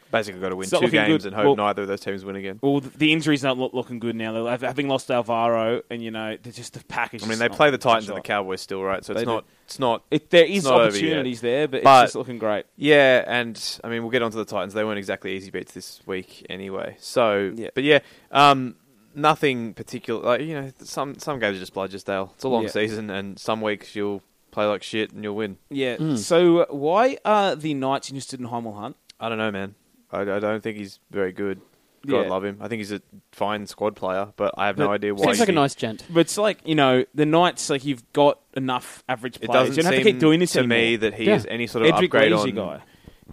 D: basically got to win
C: It's not
D: two
C: looking
D: games
C: good.
D: and hope
C: Well-
D: neither of those teams win again.
C: Well, th- the injuries aren't look, looking good now. They're- Having lost Alvaro, and you know, they're just the package.
D: I mean,
C: is
D: they
C: not
D: play the Titans
C: shot.
D: and the Cowboys still, right? So
C: They
D: it's
C: do.
D: not, it's not,
C: It, there
D: It's
C: is
D: not over yet.
C: opportunities there, but,
D: But-
C: it's just looking great.
D: yeah. And I mean, we'll get onto the Titans. They weren't exactly easy beats this week, anyway. So,
C: Yeah.
D: but yeah, um, nothing particular. Like you know, some some games are just bludgeondale. It's a long
C: Yeah.
D: season, and some weeks you'll play like shit and you'll win.
C: Yeah. So uh, why are the Knights interested in Heimel Hunt?
D: I don't know, man. I, I don't think he's very good. God
C: Yeah.
D: love him. I think he's a fine squad player, but I have no
C: But
D: idea why.
B: Seems like a
D: he-
B: nice gent.
C: But it's like you know, the Knights like you've got enough average
D: It
C: players.
D: doesn't
C: You don't
D: seem
C: have to keep doing this
D: to
C: anymore.
D: me that he
B: Yeah.
D: is any sort of
C: Edric
D: upgrade
C: Lee's your
D: on.
C: guy.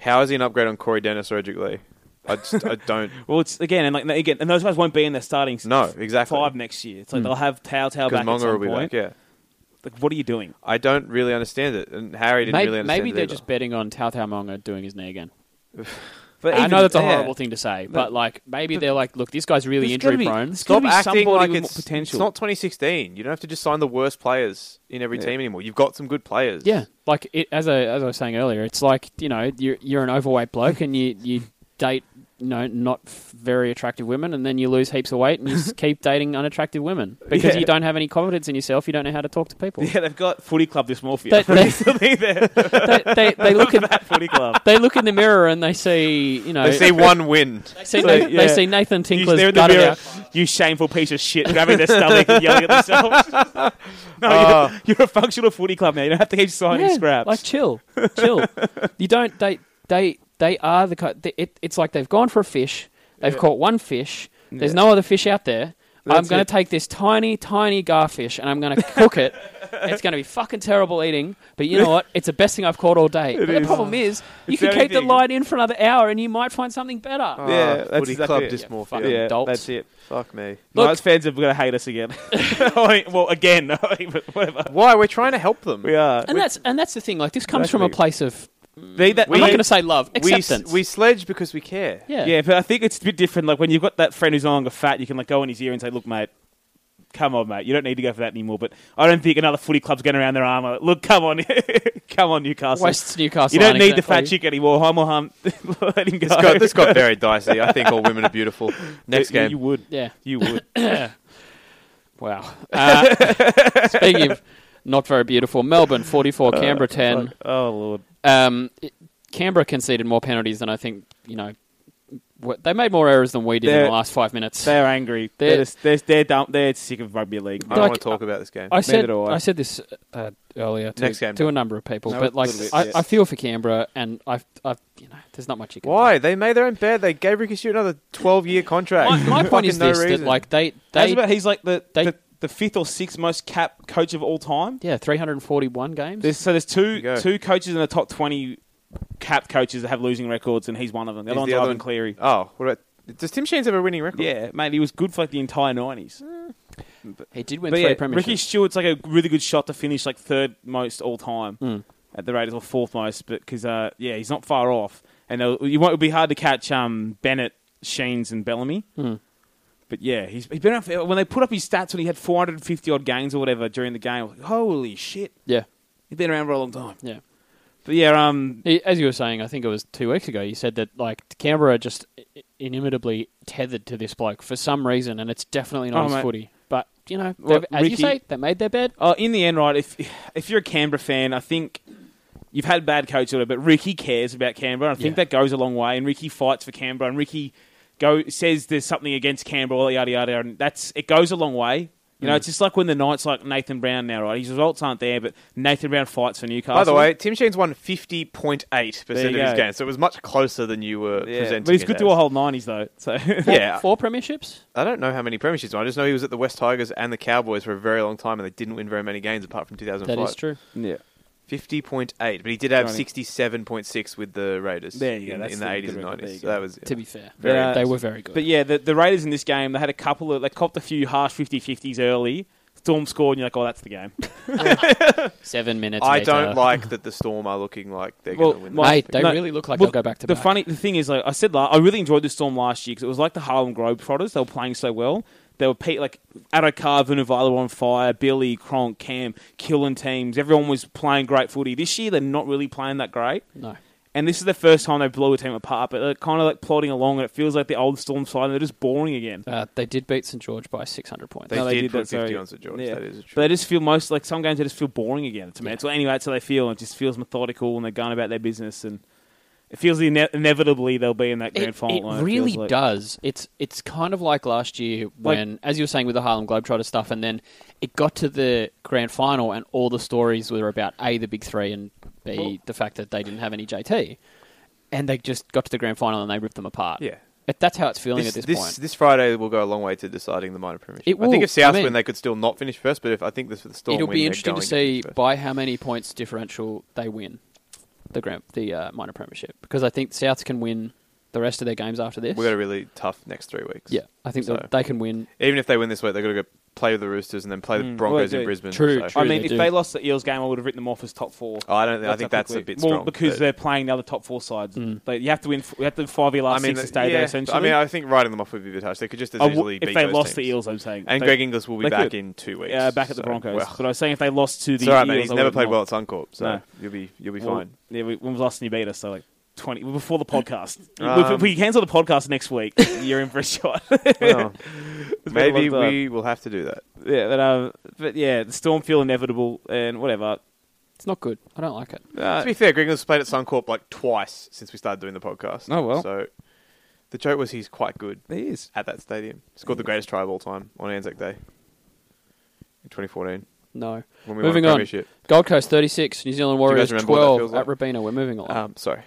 D: How is he an upgrade on Corey Dennis or Edric Lee? I, just, I
C: *laughs*
D: don't.
C: Well, it's again and like again, and those guys won't be in their starting s-
D: No, exactly.
C: five next year. It's like they'll have Tautau
D: Because
C: back at
D: Monga will
C: some
D: be
C: point.
D: back. Yeah,
C: Like, what are you doing?
D: I don't really understand it, and Harry didn't
B: Maybe,
D: really understand
B: maybe
D: it
B: they're
D: either.
B: just betting on Tao Tao Monga doing his knee again.
C: But
B: I know that's a
C: yeah.
B: horrible thing to say, but like maybe they're like, look, this guy's really
C: There's
B: injury
C: gotta be-
B: prone.
C: there's gotta
D: Stop
C: be
D: acting
C: somebody
D: like
C: with
D: it's,
C: more potential.
D: it's not 2016. You don't have to just sign the worst players in every team anymore. You've got some good players.
B: Yeah, like it, as I as I was saying earlier, it's like you know you're you're an overweight bloke and you you date you know not f- very attractive women and then you lose heaps of weight and you s-
C: *laughs*
B: keep dating unattractive women because
C: Yeah.
B: you don't have any confidence in yourself. You don't know how to talk to people.
C: *laughs* Yeah, they've got Footy Club Dysmorphia. *laughs*
B: They- they-
C: They,
D: *laughs*
C: there.
B: They,
C: *laughs*
B: they, they look at
C: that Footy Club.
B: they look in the mirror and they see you know
D: They see one
C: *laughs*
D: win.
B: they see,
C: so,
B: Nathan,
C: yeah.
B: they see Nathan
C: You- they're
B: Tinkler's
C: in the
B: gutted
C: mirror,
B: out.
C: You shameful piece of shit, grabbing their stomach and yelling
B: *laughs*
C: at themselves. no, you're, you're a functional footy club now. You don't have to keep signing
B: Uh, Yeah,
C: scraps.
B: Like chill,
D: *laughs*
B: chill. you don't. They they they are the. ki- They, it, it's like they've gone for a fish. They've caught one fish. There's no other fish out there. I'm
D: That's
B: going
D: it.
B: to take this tiny, tiny garfish and I'm going to cook
D: *laughs*
B: it. it's going to be fucking terrible eating, but you know what? It's the best thing I've caught all
D: *laughs*
B: day. But the
D: is.
B: problem is, you
C: It's
B: can keep the
C: everything.
B: line in for another hour and you might find something better.
D: *laughs* Oh. Yeah, that's
C: footy
D: exactly
C: club
D: it.
C: dysmorphia.
D: Yeah,
B: Fucking
D: yeah,
B: adults.
D: that's it. Fuck me.
B: Look-
C: Knights fans are going to hate
B: *laughs*
C: us again. *laughs* well, again, *laughs* but whatever.
D: Why? We're trying to help them.
C: We are.
B: And that's and that's the thing. Like this comes from a
D: Exactly.
B: place of
C: They, that,
B: I'm not
C: they-
B: going to say love,
D: we, s-
B: acceptance.
D: we sledge because we care.
B: yeah.
C: Yeah, but I think it's a bit different. Like when you've got that friend who's no longer fat, you can like go in his ear and say, "Look, mate, come on, mate, you don't need to go for that anymore." But I don't think another footy club's going around their arm. Like, Look, come on, *laughs* come on, Newcastle.
B: West's Newcastle.
C: you
B: aren't
C: don't need the
B: exactly-
C: fat chick anymore. Harm or *laughs* harm, let him go.
D: This got, this
C: *laughs*
D: got very dicey. I think all women are beautiful. Next
C: You-
D: game.
C: you would,
B: Yeah. *coughs*
C: you would.
B: Wow. Uh, speaking of not very beautiful, Melbourne 44, Canberra 10.
C: oh lord,
B: Um, it- Canberra conceded more penalties than I think, you know, wh- they made more errors than we did in
C: They're-
B: the last five minutes.
C: they're angry. They're
B: They're-
C: they're, just, they're, they're dumb. They're sick of rugby league.
D: I don't
B: like-
D: want to talk about this game.
B: I said
C: Neither do I.
B: I said this uh, earlier to,
D: Next game,
B: to
D: though.
B: a number of people,
C: No,
B: but
C: a
B: like
C: little bit,
B: I,
C: yes.
B: I feel for Canberra, and I, I, you know, there's not much you can.
D: Why? They made their own bed. They gave Ricky Stewart another 12 year contract.
B: My, my
D: *laughs* For
B: point is
D: fucking no
B: this: that
D: reason.
B: like they,
C: How's
B: they,
C: about he's like the,
B: they-
C: the the fifth or sixth most capped coach of all time.
B: yeah, 341 games.
C: There's, so there's
D: you
C: two
D: go.
C: two coaches in the top twenty capped coaches that have losing records, and he's one of them. The
D: Is
C: other one's
D: the other
C: Ivan
D: one-
C: Cleary.
D: Oh, what about. Does Tim Sheens have a winning record?
C: Yeah, mate, he was good for like the entire nineties.
B: he did win
C: But
B: three
C: yeah,
B: premierships.
C: Ricky Stewart's like a really good shot to finish like third most all time at the Raiders or fourth most, but because uh, yeah, he's not far off, and they'll- you won't it'll be hard to catch um, Bennett, Sheens, and Bellamy. But yeah, he's, he's been around for- when they put up his stats when he had 450 odd games or whatever during the game. I was like, Holy shit,
B: yeah,
C: he's been around for a long time.
B: yeah.
C: But yeah, um,
B: He- As you were saying, I think it was two weeks ago, you said that like Canberra are just i- inimitably tethered to this bloke for some reason, and it's definitely not
C: Oh,
B: his
C: mate.
B: footy. But you know,
C: Well,
B: they've- as you
C: Ricky-
B: say, they made their bed.
C: Uh, in the end, right, if if you're a Canberra fan, I think you've had bad coach order, but Ricky cares about Canberra. I think
B: Yeah.
C: that goes a long way, and Ricky fights for Canberra, and Ricky go says there's something against Canberra, all that yada yada, and that's it goes a long way. You
D: Mm.
C: know, it's just like when the Knights like Nathan Brown now, right? His results aren't there, but Nathan Brown fights for Newcastle.
D: By the way, Tim Sheens won 50.8% of
C: There
D: his
C: you go.
D: game, so it was much closer than you were presenting.
C: but he's
D: it
C: good to a
D: as.
C: whole nineties though. So
D: *laughs* Yeah,
B: Four premierships.
D: I don't know how many premierships. he won. I just know he was at the West Tigers and the Cowboys for a very long time, and they didn't win very many games apart from 2005.
B: That is true.
C: yeah,
D: Fifty point eight, but he did have
C: Johnny.
D: sixty-seven point six with the Raiders.
C: There you go,
D: In,
C: that's
D: in the
C: the
D: eighties
C: good
D: and
C: record, there you
D: nineties. So
C: go.
D: that was
B: To be fair,
D: Very
C: Yeah.
B: they were very good.
C: But yeah, the, the Raiders in this game, they had a couple of, they copped a few harsh 50-50s early. Storm scored, and you're like, oh, that's the game.
B: Seven minutes.
D: I
B: later.
D: don't like that the Storm are looking like they're
C: Well,
D: going to win.
C: my-
D: that.
B: Mate, they
C: No,
B: really look like
C: Well,
B: they'll go back to
C: the
B: back.
C: funny the thing is like I said la I really enjoyed the storm last year because it was like the Harlem Grove Trotters they were playing so well they were pe- like Adokar Vunivala were on fire Billy Cronk Cam killing teams everyone was playing great footy this year they're not really playing that great
B: no.
C: and this is the first time they blew a team apart but they're kind of like plodding along and it feels like the old storm side and they're just boring again
B: Uh, they did beat St George by 600 points.
D: They-
C: no,
D: did
C: that,
D: put 50
C: sorry.
D: on St. George, that is
C: But they just feel most like some games they just feel boring again to me. It's anyway, that's how they feel. It just feels methodical and they're going about their business and it feels ine- inevitably they'll be in that grand
B: it,
C: final.
B: it
C: line, feels
B: really
C: like.
B: does. It's it's kind of like last year when, as you were saying with the Harlem Globetrotter stuff, and then it got to the grand final, and all the stories were about a the big three and b the fact that they didn't have any JT, and they just got to the grand final and they ripped them apart.
D: Yeah.
B: It- that's how it's feeling
D: this,
B: at this,
D: this,
B: point.
D: this Friday will go a long way to deciding the minor premiership.
B: It
D: I think
B: will.
D: if South
B: I mean-
D: win, they could still not finish first. But if I think this for the Storm,
B: It'll
D: win,
B: be
D: they're
B: interesting to
D: going
B: see
D: finish first.
B: by how many points differential they win the grand the uh, minor premiership because I think Souths can win the rest of their games after this.
D: We've got a really tough next three weeks.
B: yeah, I think
D: So-
B: that they can win
D: Even if they win this week, they've got to go play with the Roosters and then play the
C: Mm.
D: Broncos
C: Well,
D: in
C: they-
D: Brisbane.
B: True,
D: so-
B: true.
C: I mean,
B: they
C: if
B: do.
C: they lost the Eels game, I would have written them off as top four.
D: Oh, I don't. Think, I think
C: how
D: that's a
C: quickly-
D: bit
C: well,
D: strong.
C: because
D: but-
C: they're playing the other top four sides.
B: Mm.
C: They, you have to win. f- You have to five v last six to stay
D: yeah,
C: there. Essentially,
D: I mean, I think writing them off would be a bit harsh. They could just as
C: I
D: easily
C: w-
D: beat
C: if they
D: those
C: lost
D: teams.
C: the Eels, I'm saying.
D: And
C: They-
D: Greg Inglis will be
C: they
D: back
C: could.
D: in two weeks.
C: Yeah, back at the
D: so,
C: Broncos.
D: well,
C: But I was saying if they lost to the
D: it's all right, man.
C: Eels,
D: He's
C: I
D: never
C: would've
D: played
C: not.
D: well at Suncorp, so
C: No.
D: you'll be you'll be
C: Well, *laughs*
D: fine.
C: Yeah, we, when was the last time you beat us? So like twenty before *laughs* the podcast.
D: Um,
C: if we cancel the podcast next week, *laughs* you're in for a shot.
D: Well,
C: been a
D: maybe
C: long time.
D: we will have to do that.
C: *laughs* yeah, but um, but yeah, the storm feel inevitable and whatever.
B: It's not good. I don't like it.
C: Uh,
D: to be fair, Greg Inglis played at Suncorp like twice since we started doing the podcast.
C: Oh, well.
D: So the joke was he's quite good
C: He is.
D: at that stadium. Scored the greatest try of all time on Anzac Day in 2014
B: No.
D: when we won
B: moving
D: the
B: on.
D: premiership.
B: Gold Coast 36, New Zealand Warriors
D: remember what that
B: 12
D: feels
B: at
D: like?
B: Rabina. We're moving on.
D: Um, sorry.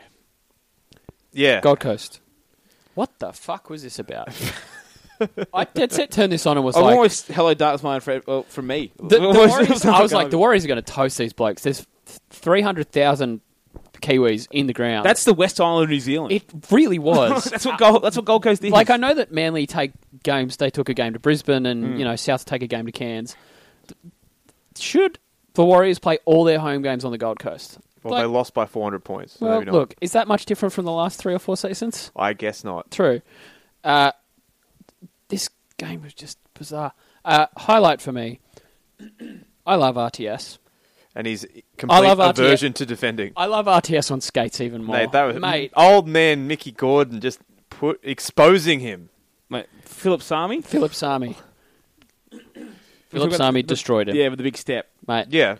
D: Yeah. *laughs*
B: Gold Coast. What the fuck was this about? I dead set turned this on and was
C: I'm
B: like,
C: almost hello darkness mine fre- well, from me.
D: *laughs*
C: *laughs*
B: the, the
C: Almost-
B: Warriors, I was like, the
C: That's
B: Warriors are going to toast these blokes. There's three hundred thousand Kiwis in the ground.
C: that's the West Island of New Zealand.
B: it. Really
D: *laughs*
B: was.
C: *laughs* that's what Gold, that's what Gold Coast is.
B: like I know that Manly take games. They took a game to Brisbane, and
D: Mm.
B: you know South take a game to Cairns. Th- Should the Warriors play all their home games on the Gold Coast?
D: Well,
B: Like-
D: they lost by 400 points. So
B: Well,
D: maybe not.
B: look, is that much different from the last three or four seasons?
D: I guess not.
B: True. Uh, this game was just bizarre. Uh, highlight for me. I love RTS.
D: And he's complete
B: love RTS.
D: aversion to defending.
B: I love RTS on skates even
C: Oh,
B: more.
D: Mate, that was
B: Mate,
D: old man Mickey Gordon just put exposing him.
C: Mate, Philip Sami.
B: Philip
D: *laughs*
B: Sami. Philip
C: Forgot
B: Sami
C: the-
B: destroyed him.
C: Yeah, with the big step.
B: Mate,
D: Yeah,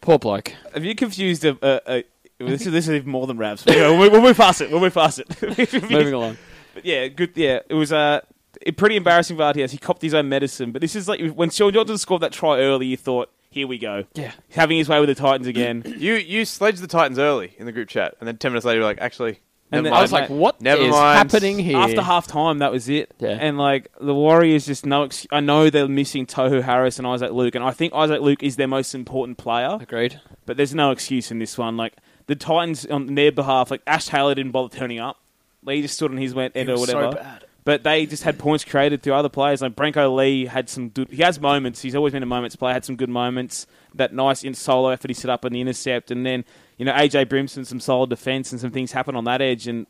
B: poor
D: *laughs*
B: bloke.
C: Have you confused a? a, a this is this is even more than *laughs* Ravs. Anyway, we'll, we'll move past it. We'll move past it. *laughs*
B: Moving along.
C: But yeah, good. Yeah, it was uh, it- pretty embarrassing for RTS. He copped his own medicine. But this is like when Sean Johnson scored that try early, you thought, here we go.
B: Yeah.
C: He's having his way with the
B: *clears throat*
C: Titans again.
D: you you sledged the Titans early in the group chat, and then ten minutes later, you're like, actually,
C: And
D: never
C: then-
D: mind.
B: I was like, "What is
D: Never mind.
B: happening here?
C: After half time, that was it.
B: Yeah.
C: And like the Warriors, just no. Ex- I know they're missing Tohu Harris and Isaac Luke, and I think Isaac Luke is their most important player.
B: Agreed.
C: But there's no excuse in this one. Like the Titans on their behalf, like Ash Taylor didn't bother turning up. Like, he just stood on his went end or
D: was so
C: whatever.
D: bad.
C: But they just had points created through other players. Like Branko Lee had some good. He has moments. He's always been a moments player. Had some good moments. That nice in solo effort he set up on the intercept, and then you know AJ Brimson some solid defense and some things happened on that edge, and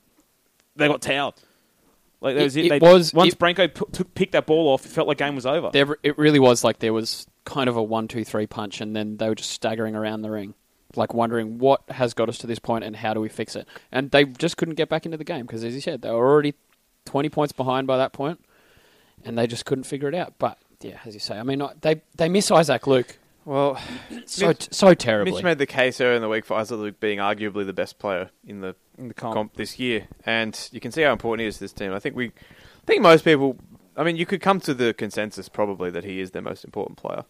C: they got towed. Like that
B: It-
C: was it.
B: it
C: They-
B: was-
C: once
B: it-
C: Branko p- took, picked that ball off, it felt like game was over.
B: There, it really was like there was kind of a one, two, three punch, and then they were just staggering around the ring, like wondering what has got us to this point and how do we fix it. And they just couldn't get back into the game because, as you said, they were already twenty points behind by that point, and they just couldn't figure it out. But yeah, as you say, I mean, I- they they miss Isaac Luke
D: well,
B: so so terribly.
D: Mitch made the case earlier in the week for Isaac Luke being arguably the best player in the
C: in the
D: comp. this year, and you can see how important he is to this team. I think we, I think most people, I mean, you could come to the consensus probably that he is their most important player.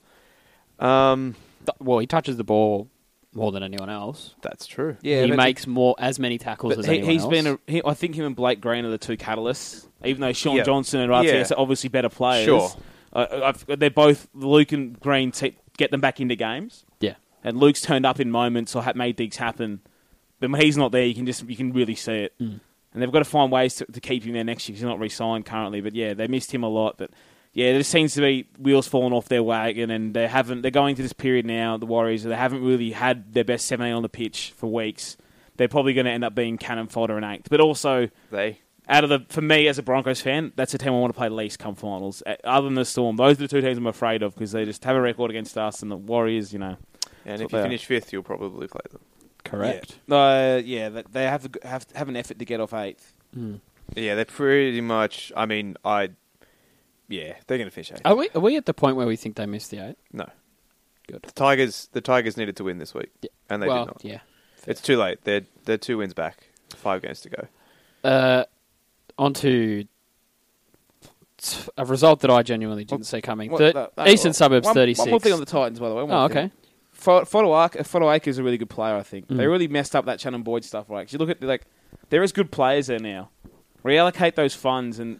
D: Um,
B: Th- well, he touches the ball more than anyone else.
D: that's true.
B: he makes more as many tackles as
C: he,
B: anyone
C: has
B: else.
C: been. A, he, I think him and Blake Green are the two catalysts. Even though Sean
D: Yeah.
C: Johnson and RTS
D: Yeah.
C: are obviously better players,
D: Sure.
C: Uh, I've, they're both Luke and Green te- get them back into games.
B: yeah.
C: And Luke's turned up in moments or ha- made digs happen, but when he's not there, you can just you can really see it. And they've got to find ways to, to keep him there next year because he's not re-signed currently. But yeah, they missed him a lot. But yeah, there seems to be wheels falling off their wagon, and they haven't. They're going to this period now, the Warriors, where they haven't really had their best seventeen on the pitch for weeks. They're probably going to end up being cannon fodder and eighth. But also,
D: They
C: out of the for me as a Broncos fan, that's the team I want to play least come finals. Uh, Other than the Storm, those are the two teams I'm afraid of because they just have a record against us and the Warriors. You know, That's what
D: and if you
C: they are.
D: finish fifth, you'll probably play them.
B: Correct.
C: Uh, yeah, that- they have to have, have an effort to get off eighth.
D: Yeah, they're pretty much. I mean, I. Yeah, they're going to finish eighth.
B: Are we are we at the point where we think they missed the eight?
D: No,
B: Good.
D: the Tigers. The Tigers needed to win this week,
B: Yeah.
D: and they
B: well,
D: did not.
B: yeah.
D: It's too late. They're they're two wins back, five games to go.
B: Uh, on to a result that I genuinely didn't see coming.
C: What-
B: Thir-
C: that- that-
B: Eastern Suburbs,
C: one,
B: 36.
C: One more thing on the Titans, by the way. one more
B: oh,
C: thing.
B: okay.
C: Fo- Fodoak- Fodoak is a really good player, I think.
B: Mm.
C: They really messed up that Shannon Boyd stuff. Right, 'Cause you look at the, like there is good players there now. Reallocate those funds, and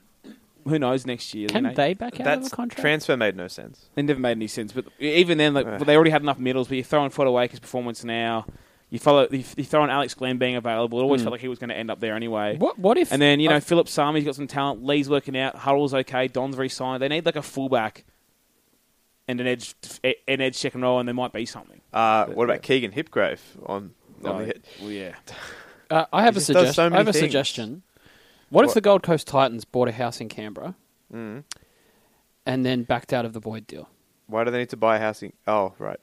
C: who knows next year?
B: Can
C: you know?
B: they back out of
D: That's
B: a contract?
D: transfer made no sense.
C: It never made any sense. But even then, like
D: Ugh.
C: they already had enough medals. But you throw in Fodowaker's performance now. You follow. You, you throw in Alex Glenn being available. It always
B: Mm.
C: felt like he was going to end up there anyway.
B: what, what if...
C: And then you know
B: I-
C: Philip Sami's got some talent. Lee's working out. Hurrell's okay. Don's re-signed. They need like a fullback and an edge, an edge second row, and there might be something.
D: Uh, what about Keegan Hipgrave on on the
C: Like,
D: hit?
C: well, yeah.
B: uh, I have, a,
D: just does
B: suggestion.
D: so
B: I
D: many
B: have a
D: things.
B: suggestion. What, if
D: What?
B: the Gold Coast Titans bought a house in Canberra
C: Mm.
B: and then backed out of the Boyd deal?
D: Why do they need to buy a house? In- oh,
B: *laughs*
D: right.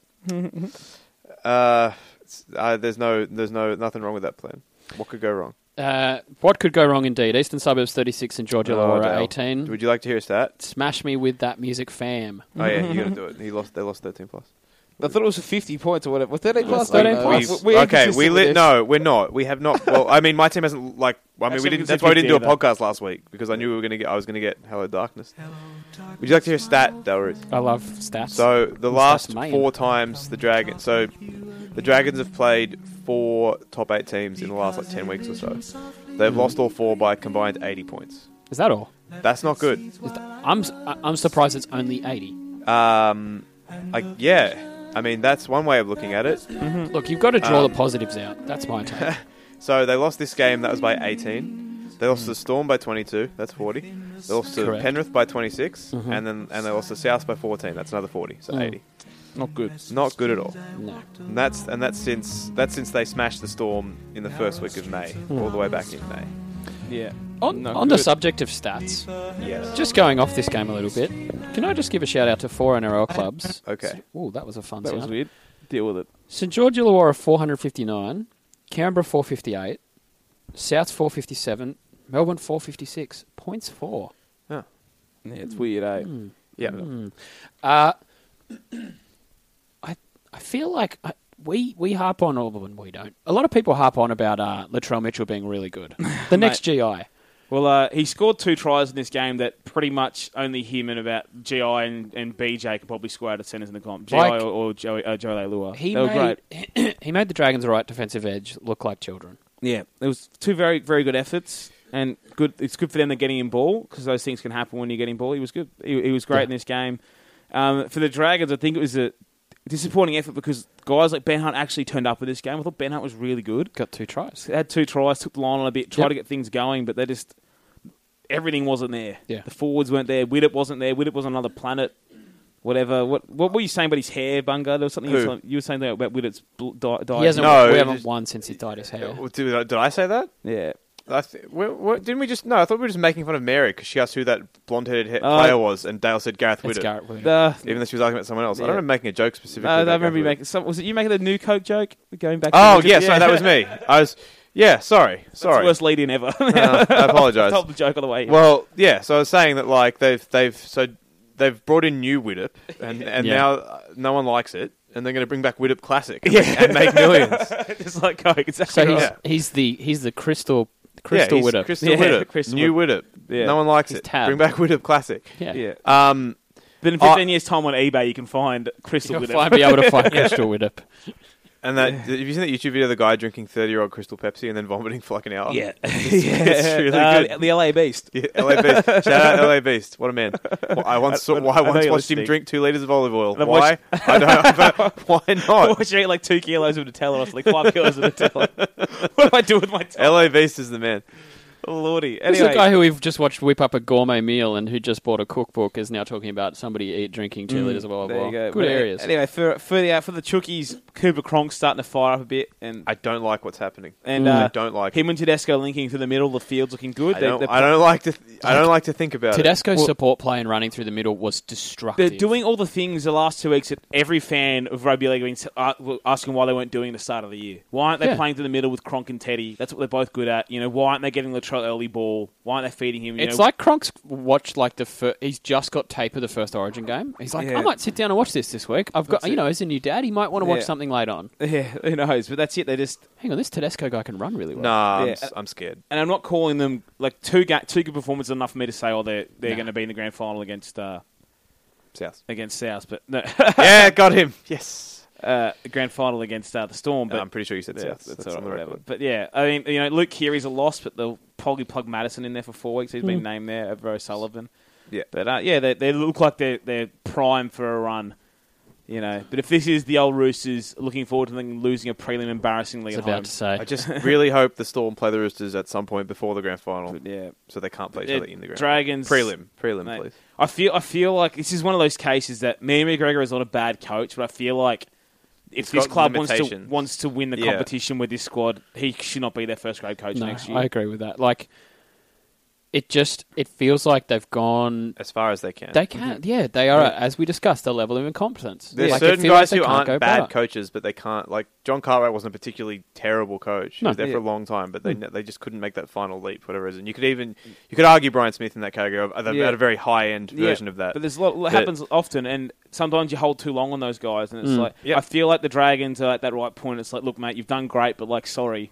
D: uh, it's- uh, there's no there's no nothing wrong with that plan. What could go wrong?
B: Uh, what could go wrong indeed? Eastern Suburbs 36 and Georgia
D: Oh,
B: Laura
D: Dale.
B: 18.
D: Would you like to hear a stat?
B: Smash me with that music fam.
D: Oh yeah, you're gonna do it. He lost. They lost 13 plus.
C: I thought it was for fifty points or whatever. Was thirteen
B: plus? I don't 13 know. plus.
D: We've- okay, we lit. No, we're not. We have not. Well, I mean, my team hasn't like. I mean,
C: That's
D: we didn't.
C: something
D: That's why we didn't do a
C: different either.
D: podcast last week because I knew we were gonna get. I was gonna get Hello Darkness. Would you like to hear a stat, Delruth?
B: I love stats.
D: So the
B: What's
D: last
B: that, mate?
D: four times the dragon. So the Dragons have played four top eight teams in the last like ten weeks or so. They've lost all four by a combined eighty points.
B: Is that all?
D: That's not good.
B: I'm s- I- I'm surprised it's only 80.
D: Um, like yeah, I mean that's one way of looking at it.
B: Look, you've got to draw
C: Um,
B: the positives out. That's my
C: *laughs*
B: take.
D: So they lost this game. That was by 18. They lost to Storm by 22. That's 40. They lost to
B: Correct.
D: Penrith by 26,
C: Mm-hmm.
D: and then and they lost to South by 14. That's another 40. So
B: Mm.
D: 80.
C: Not good.
D: Not good at all.
B: no.
D: And that's and that's since that's since they smashed the Storm in the first week of May,
C: Mm.
D: all the way back in May.
C: Yeah.
B: On,
C: Not
B: on the
C: good.
B: subject of stats,
D: Yes.
B: just going off this game a little bit, can I just give a shout out to four NRL clubs?
D: Okay.
B: Oh, that was a fun
C: That was
B: sound.
C: weird. Deal with it.
B: St George Illawarra 459, Canberra 458, South 457, Melbourne 456, points four.
C: Yeah, it's weird, eh?
D: Yeah.
B: Uh, I I feel like I, we we harp on all when we don't. A lot of people harp on about uh, Latrell Mitchell being really
C: *laughs*
B: good. The next GI.
C: Well, uh, he scored two tries in this game that pretty much only him and about GI and, and BJ could probably score out of centres in the comp. GI
B: Like-
C: or, or Joey, uh, Joe Leilua.
B: He
C: they were great.
B: made *clears throat* he made the Dragons' right defensive edge look like children.
C: Yeah, it was two very very good efforts, and good. It's good for them they're getting in ball because those things can happen when you're getting ball. He was good. He, he was great in this game. Um, for the Dragons, I think it was a disappointing effort because guys like Ben Hunt actually turned up for this game. I thought Ben Hunt was really good.
B: Got two tries.
C: Had two tries, took the line on a bit, tried
B: Yep.
C: to get things going, but they just everything wasn't there.
B: Yeah.
C: The forwards weren't there. Widdop wasn't there. Widdop was on another planet. Whatever. What What were you saying about his hair, Bunga? There was something you
D: Who?
C: were, saying- you were saying about Widdop's bl- di-
B: He hasn't.
D: No,
B: we
D: it
B: haven't
D: just-
B: won since he dyed his hair.
D: Well, Did, I- did I say that?
C: Yeah.
D: I th- wh- wh- didn't we just? No, I thought we were just making fun of Mary because she asked who that blonde-headed he-
C: Uh,
D: player was, and Dale said Gareth
B: It's
D: Widdop.
B: Garrett Widdop.
C: The,
D: Even though she was arguing about someone else, I
C: Yeah.
D: don't remember making a joke specifically.
C: No, I
D: about
C: Uh, remember you
D: Gareth Widdop.
C: making. Some, was it you making the new Coke joke? Going back.
D: *laughs* Oh
C: to
D: yeah, sorry, that
C: *laughs*
D: was me. I was yeah, sorry,
C: That's the
D: sorry.
C: worst
D: *laughs*
C: lead-in ever. *laughs*
D: Uh, I apologize.
C: Told the joke on the way. in. *laughs*
D: Well, yeah, so I was saying that like they've they've so they've brought in new Widdup, and and
B: Yeah.
D: now uh, no one likes it, and they're going to bring back Widdup Classic and make millions.
C: just like Coke. Exactly.
B: So he's
D: Yeah.
B: he's the he's the crystal
D: yeah,
B: crystal
D: he's
B: Widdop.
D: Crystal
C: Yeah,
D: Widdup,
C: Crystal
D: new Widdup.
C: Yeah.
D: No one likes
B: He's
D: it.
B: tabbed.
D: Bring back Widdup Classic.
B: *laughs* yeah.
C: yeah.
D: Um,
C: But in
D: Uh,
C: 15 years' time on eBay, you can find crystal
B: You'll
C: with *laughs*
B: find- be able to find crystal Widdop.
D: and that have you seen that YouTube video of the guy drinking thirty year old Crystal Pepsi and then vomiting for like an hour?
C: *laughs* Yeah,
D: it's really
C: Uh,
D: good.
C: The LA
D: *laughs*
C: Beast.
D: Yeah,
C: *laughs*
D: LA Beast. Shout out LA Beast. What a man. Well, I once saw, well,
C: I
D: I
C: know
D: once
C: you're
D: watched him
C: listening.
D: drink two liters of olive oil.
C: I've
D: Why?
C: watched-
D: *laughs* I don't know.
C: *laughs*
D: but Why
C: I
D: not?
C: should eat like two kilos of Nutella, or like five kilos of
D: *laughs*
C: Nutella. what do I do with my time?
D: LA Beast is the man.
C: Oh, lordy.
B: This
C: Anyway,
B: is the guy who we've just watched whip up a gourmet meal and who just bought a cookbook is now talking about somebody eat drinking two liters of olive
C: Mm, there
B: oil.
C: you go.
B: Good
C: But uh,
B: areas.
C: Anyway, for for the uh, for the Chookies, Cooper Cronk's starting to fire up a bit, and
D: I don't like what's happening.
C: and
D: I
C: uh,
D: don't like
C: him and Tedesco linking through the middle. The field's looking good.
D: I
C: They-
D: don't,
C: they're
D: I don't
C: *laughs*
D: like to. Th- I don't like to think about it.
B: Tedesco's
C: Well-
B: support play and running through the middle was destructive.
C: They're doing all the things the last two weeks that every fan of rugby league has been uh, were asking why they weren't doing at the start of the year. Why aren't they
B: Yeah.
C: playing to the middle with Cronk and Teddy? That's what they're both good at. You know, why aren't they getting Latrell early ball? Why aren't they feeding him? You
B: It's
C: know?
B: like Cronk's watched like the fir- he's just got tape of the first Origin game. He's like,
C: Yeah.
B: I might sit down and watch this this week. I've got you know, as a new dad, he might want to watch
C: Yeah.
B: something late on.
C: *laughs* yeah, who knows? But that's it. They just
B: Hang on, this Tedesco guy can run really well.
D: Nah, I'm,
C: Yeah.
D: s- I'm scared.
C: and I'm not calling them like two ga- two good performances enough for me to say oh they're they're
B: No.
C: going to be in the grand final against uh,
D: South.
C: against South, but no, *laughs*
D: yeah, got him. Yes.
C: uh, grand final against uh, the Storm.
D: No,
C: But
D: I'm pretty sure you said
C: Yeah,
D: South.
C: that's,
D: That's,
C: all
D: on
C: right,
D: the
C: whatever.
D: record.
C: But yeah, I mean, you know, Luke Keary's a loss, but they'll probably plug Madison in there for four weeks. He's
D: Hmm.
C: been named there over O'Sullivan.
D: Yeah.
C: but uh, yeah, they, they look like they're they're prime for a run. You know, but if this is the old Roosters looking forward to them losing a prelim embarrassingly
B: I was
C: at
B: about
C: home,
B: to say.
C: *laughs*
D: I just really hope the Storm play the Roosters at some point before the grand final,
C: But yeah,
D: so they can't play each
C: Yeah,
D: other in the grand
C: Dragons-
D: final. prelim, prelim,
C: Mate,
D: please.
C: I feel I feel like this is one of those cases that me and McGregor is not a bad coach, but I feel like if
D: He's
C: this
D: got
C: club wants to
D: limitations.
C: wants to win the
D: Yeah.
C: competition with this squad, he should not be their first grade coach
B: no,
C: next year.
B: I agree with that. Like, it just it feels like they've gone.
D: As far as they can.
B: They can, not yeah. They are, as we discussed, a level of incompetence.
D: There's
B: Like, it
D: certain
B: feels like
D: guys
B: they
D: who
B: can't
D: aren't
B: go
D: bad
B: better.
D: coaches, but they can't. Like John Cartwright wasn't a particularly terrible coach. He
B: No.
D: was there for a long time, but
C: Hmm.
D: they they just couldn't make that final leap, for whatever reason. You could even you could argue Brian Smith in that category of, at
C: Yeah.
D: a very high end
C: Yeah,
D: version of that.
C: But there's a lot, it
D: But-
C: happens often, and sometimes you hold too long on those guys, and
B: Mm.
C: it's like
D: Yeah.
C: I feel like the Dragons are at that right point. It's like, look, mate, you've done great, but like, sorry,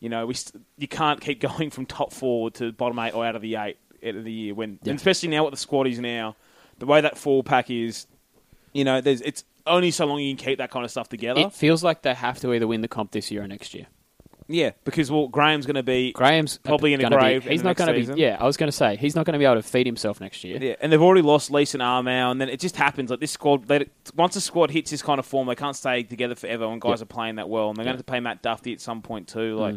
C: you know, we st- you can't keep *laughs* going from top four to bottom eight or out of the eight out of the year when, and especially now what the squad is now, the way that four pack is, you know, there's it's only so long you can keep that kind of stuff together.
B: It feels like they have to either win the comp this year or next year.
C: Yeah, because well, Graham's going to be
B: Graham's
C: Probably in a
B: gonna
C: grave
B: Be,
C: in
B: he's
C: the
B: not
C: next
B: going to
C: season.
B: be. Yeah, I was going to say he's not going to be able to feed himself next year.
C: Yeah, and they've already lost Leeson Armour, and then it just happens. Like this squad, they, once a squad hits this kind of form, they can't stay together forever. When guys
B: Yeah.
C: are playing that well, and they're going to have to play Matt Duffy at some point too. Like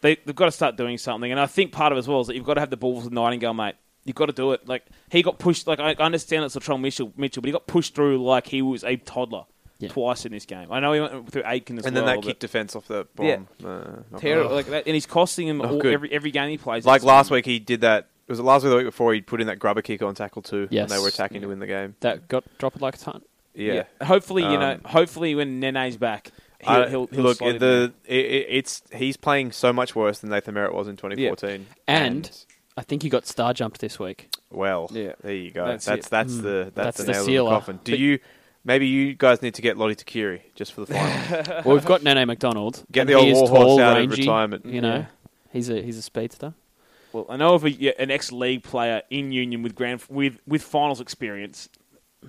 C: they, they've got to start doing something. And I think part of it as well is that you've got to have the balls with Nightingale, mate. You've got to do it. Like he got pushed. Like I understand it's Latrell Mitchell, Mitchell, but he got pushed through like he was a toddler
B: Yeah.
C: twice in this game. I know he went through Aiken as
D: and
C: well.
D: then that
C: but
D: kick defense off the bomb.
C: Yeah.
D: Uh, not
C: terrible.
D: good.
C: Like that, and he's costing him
D: Not
C: all,
D: good.
C: every every game he plays.
D: Like
C: It's-
D: last week, he did that. Was it last week or the week before he put in that grubber kick on tackle two?
B: Yes.
D: And they were attacking to win the game.
B: That got dropped like a ton.
D: Yeah.
C: Hopefully, you know.
D: Um,
C: Hopefully, when Nene's back, he'll,
D: I-
C: he'll, he'll
D: look,
C: slide in there.
D: the it, it, it's he's playing so much worse than Nathan Merritt was in 2014.
B: And- I think he got star jumped this *laughs* week.
D: well,
C: Yeah.
D: there you go.
C: That's
D: That's
C: it.
D: that's, the that's,
B: That's the
D: the nail in
B: sealer.
D: the coffin. Do
B: But-
D: you maybe you guys need to get Lottie Takiri just for the
C: *laughs*
D: final?
B: Well, we've got Nene McDonald.
D: Get
B: and
D: the old
B: he is
D: war horse
B: tall,
D: out of
B: rangy,
D: retirement.
B: You know,
C: Yeah.
B: he's a he's a *laughs* speedster.
C: Well, I know of a, yeah, an ex-league player in Union with grand with with finals experience.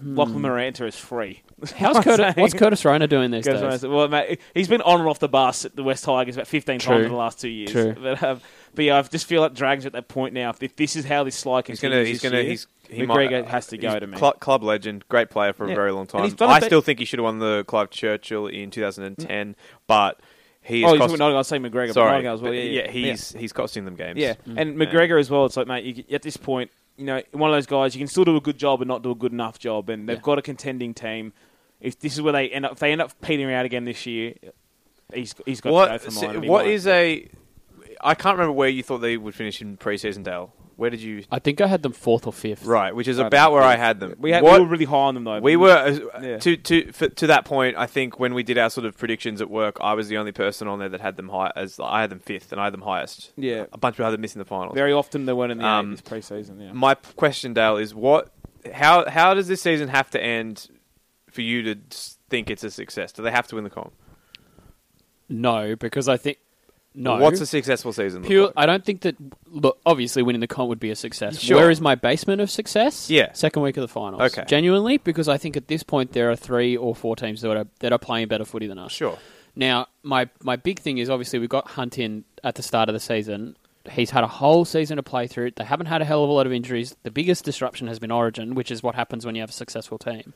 C: Lachlan Moranta is free.
B: Hmm. *laughs* How's
C: *laughs*
B: Curtis, what's Curtis Rona doing these
C: Goes
B: days?
C: around- well, mate, he's been on and off the bus at the West Tigers about fifteen
B: True.
C: times in the last two years.
B: True.
C: But, um, but yeah, I just feel like Dragons at that point now. If, if this is how this slide
D: He's
C: continues,
D: gonna, he's
C: this
D: gonna,
C: year,
D: he's he
C: McGregor
D: might, uh,
C: has to go
D: he's
C: to me.
D: cl- club legend, great player for
C: Yeah.
D: a very long
C: And he's
D: time.
C: done a
D: I
C: bet-
D: still think he should have won the Clive Churchill in 2010, but he is
C: oh, he's
D: cost-
C: talking Nottingham. I was saying McGregor, but
D: sorry,
C: Nottingham as well.
D: but
C: Yeah, yeah,
D: he's he's costing them games.
C: Yeah, and McGregor as well. It's like, mate, you, at this point, you know, one of those guys. You can still do a good job and not do a good enough job, and they've
B: Yeah.
C: got a contending team. If this is where they end up, if they end up petering out again this yeyear, he's he's got
D: What
C: to go for mine.
D: so
C: and he
D: what
C: won't.
D: is a? I can't remember where you thought they would finish in preseason, Dale. Where did you?
B: I think I had them fourth or fifth.
D: Right, which is about where I had them.
C: we, had, we
D: What-
C: were really high on them though.
D: We were uh,
C: Yeah.
D: to to for, to that point. I think when we did our sort of predictions at work, I was the only person on there that had them high. As I had them fifth, and I had them highest.
C: Yeah.
D: a bunch of people had them missing the finals.
C: very often they weren't in the
D: uh, Um,
C: eight this preseason. Yeah,
D: My p- question, Dale, is what? How how does this season have to end for you to s- think it's a success? Do they have to win the comp?
B: No, because I think no.
D: What's a successful season? look
B: pure?
D: like?
B: I don't think that. Look, obviously, winning the comp would be a success.
D: Sure.
B: Where is my basement of success?
D: Yeah.
B: second week of the finals.
D: Okay.
B: genuinely, because I think at this point there are three or four teams that are that are playing better footy than us.
D: Sure.
B: Now, my my big thing is obviously we got Hunt in at the start of the season. He's had a whole season to play through. They haven't had a hell of a lot of injuries. The biggest disruption has been Origin, which is what happens when you have a successful team.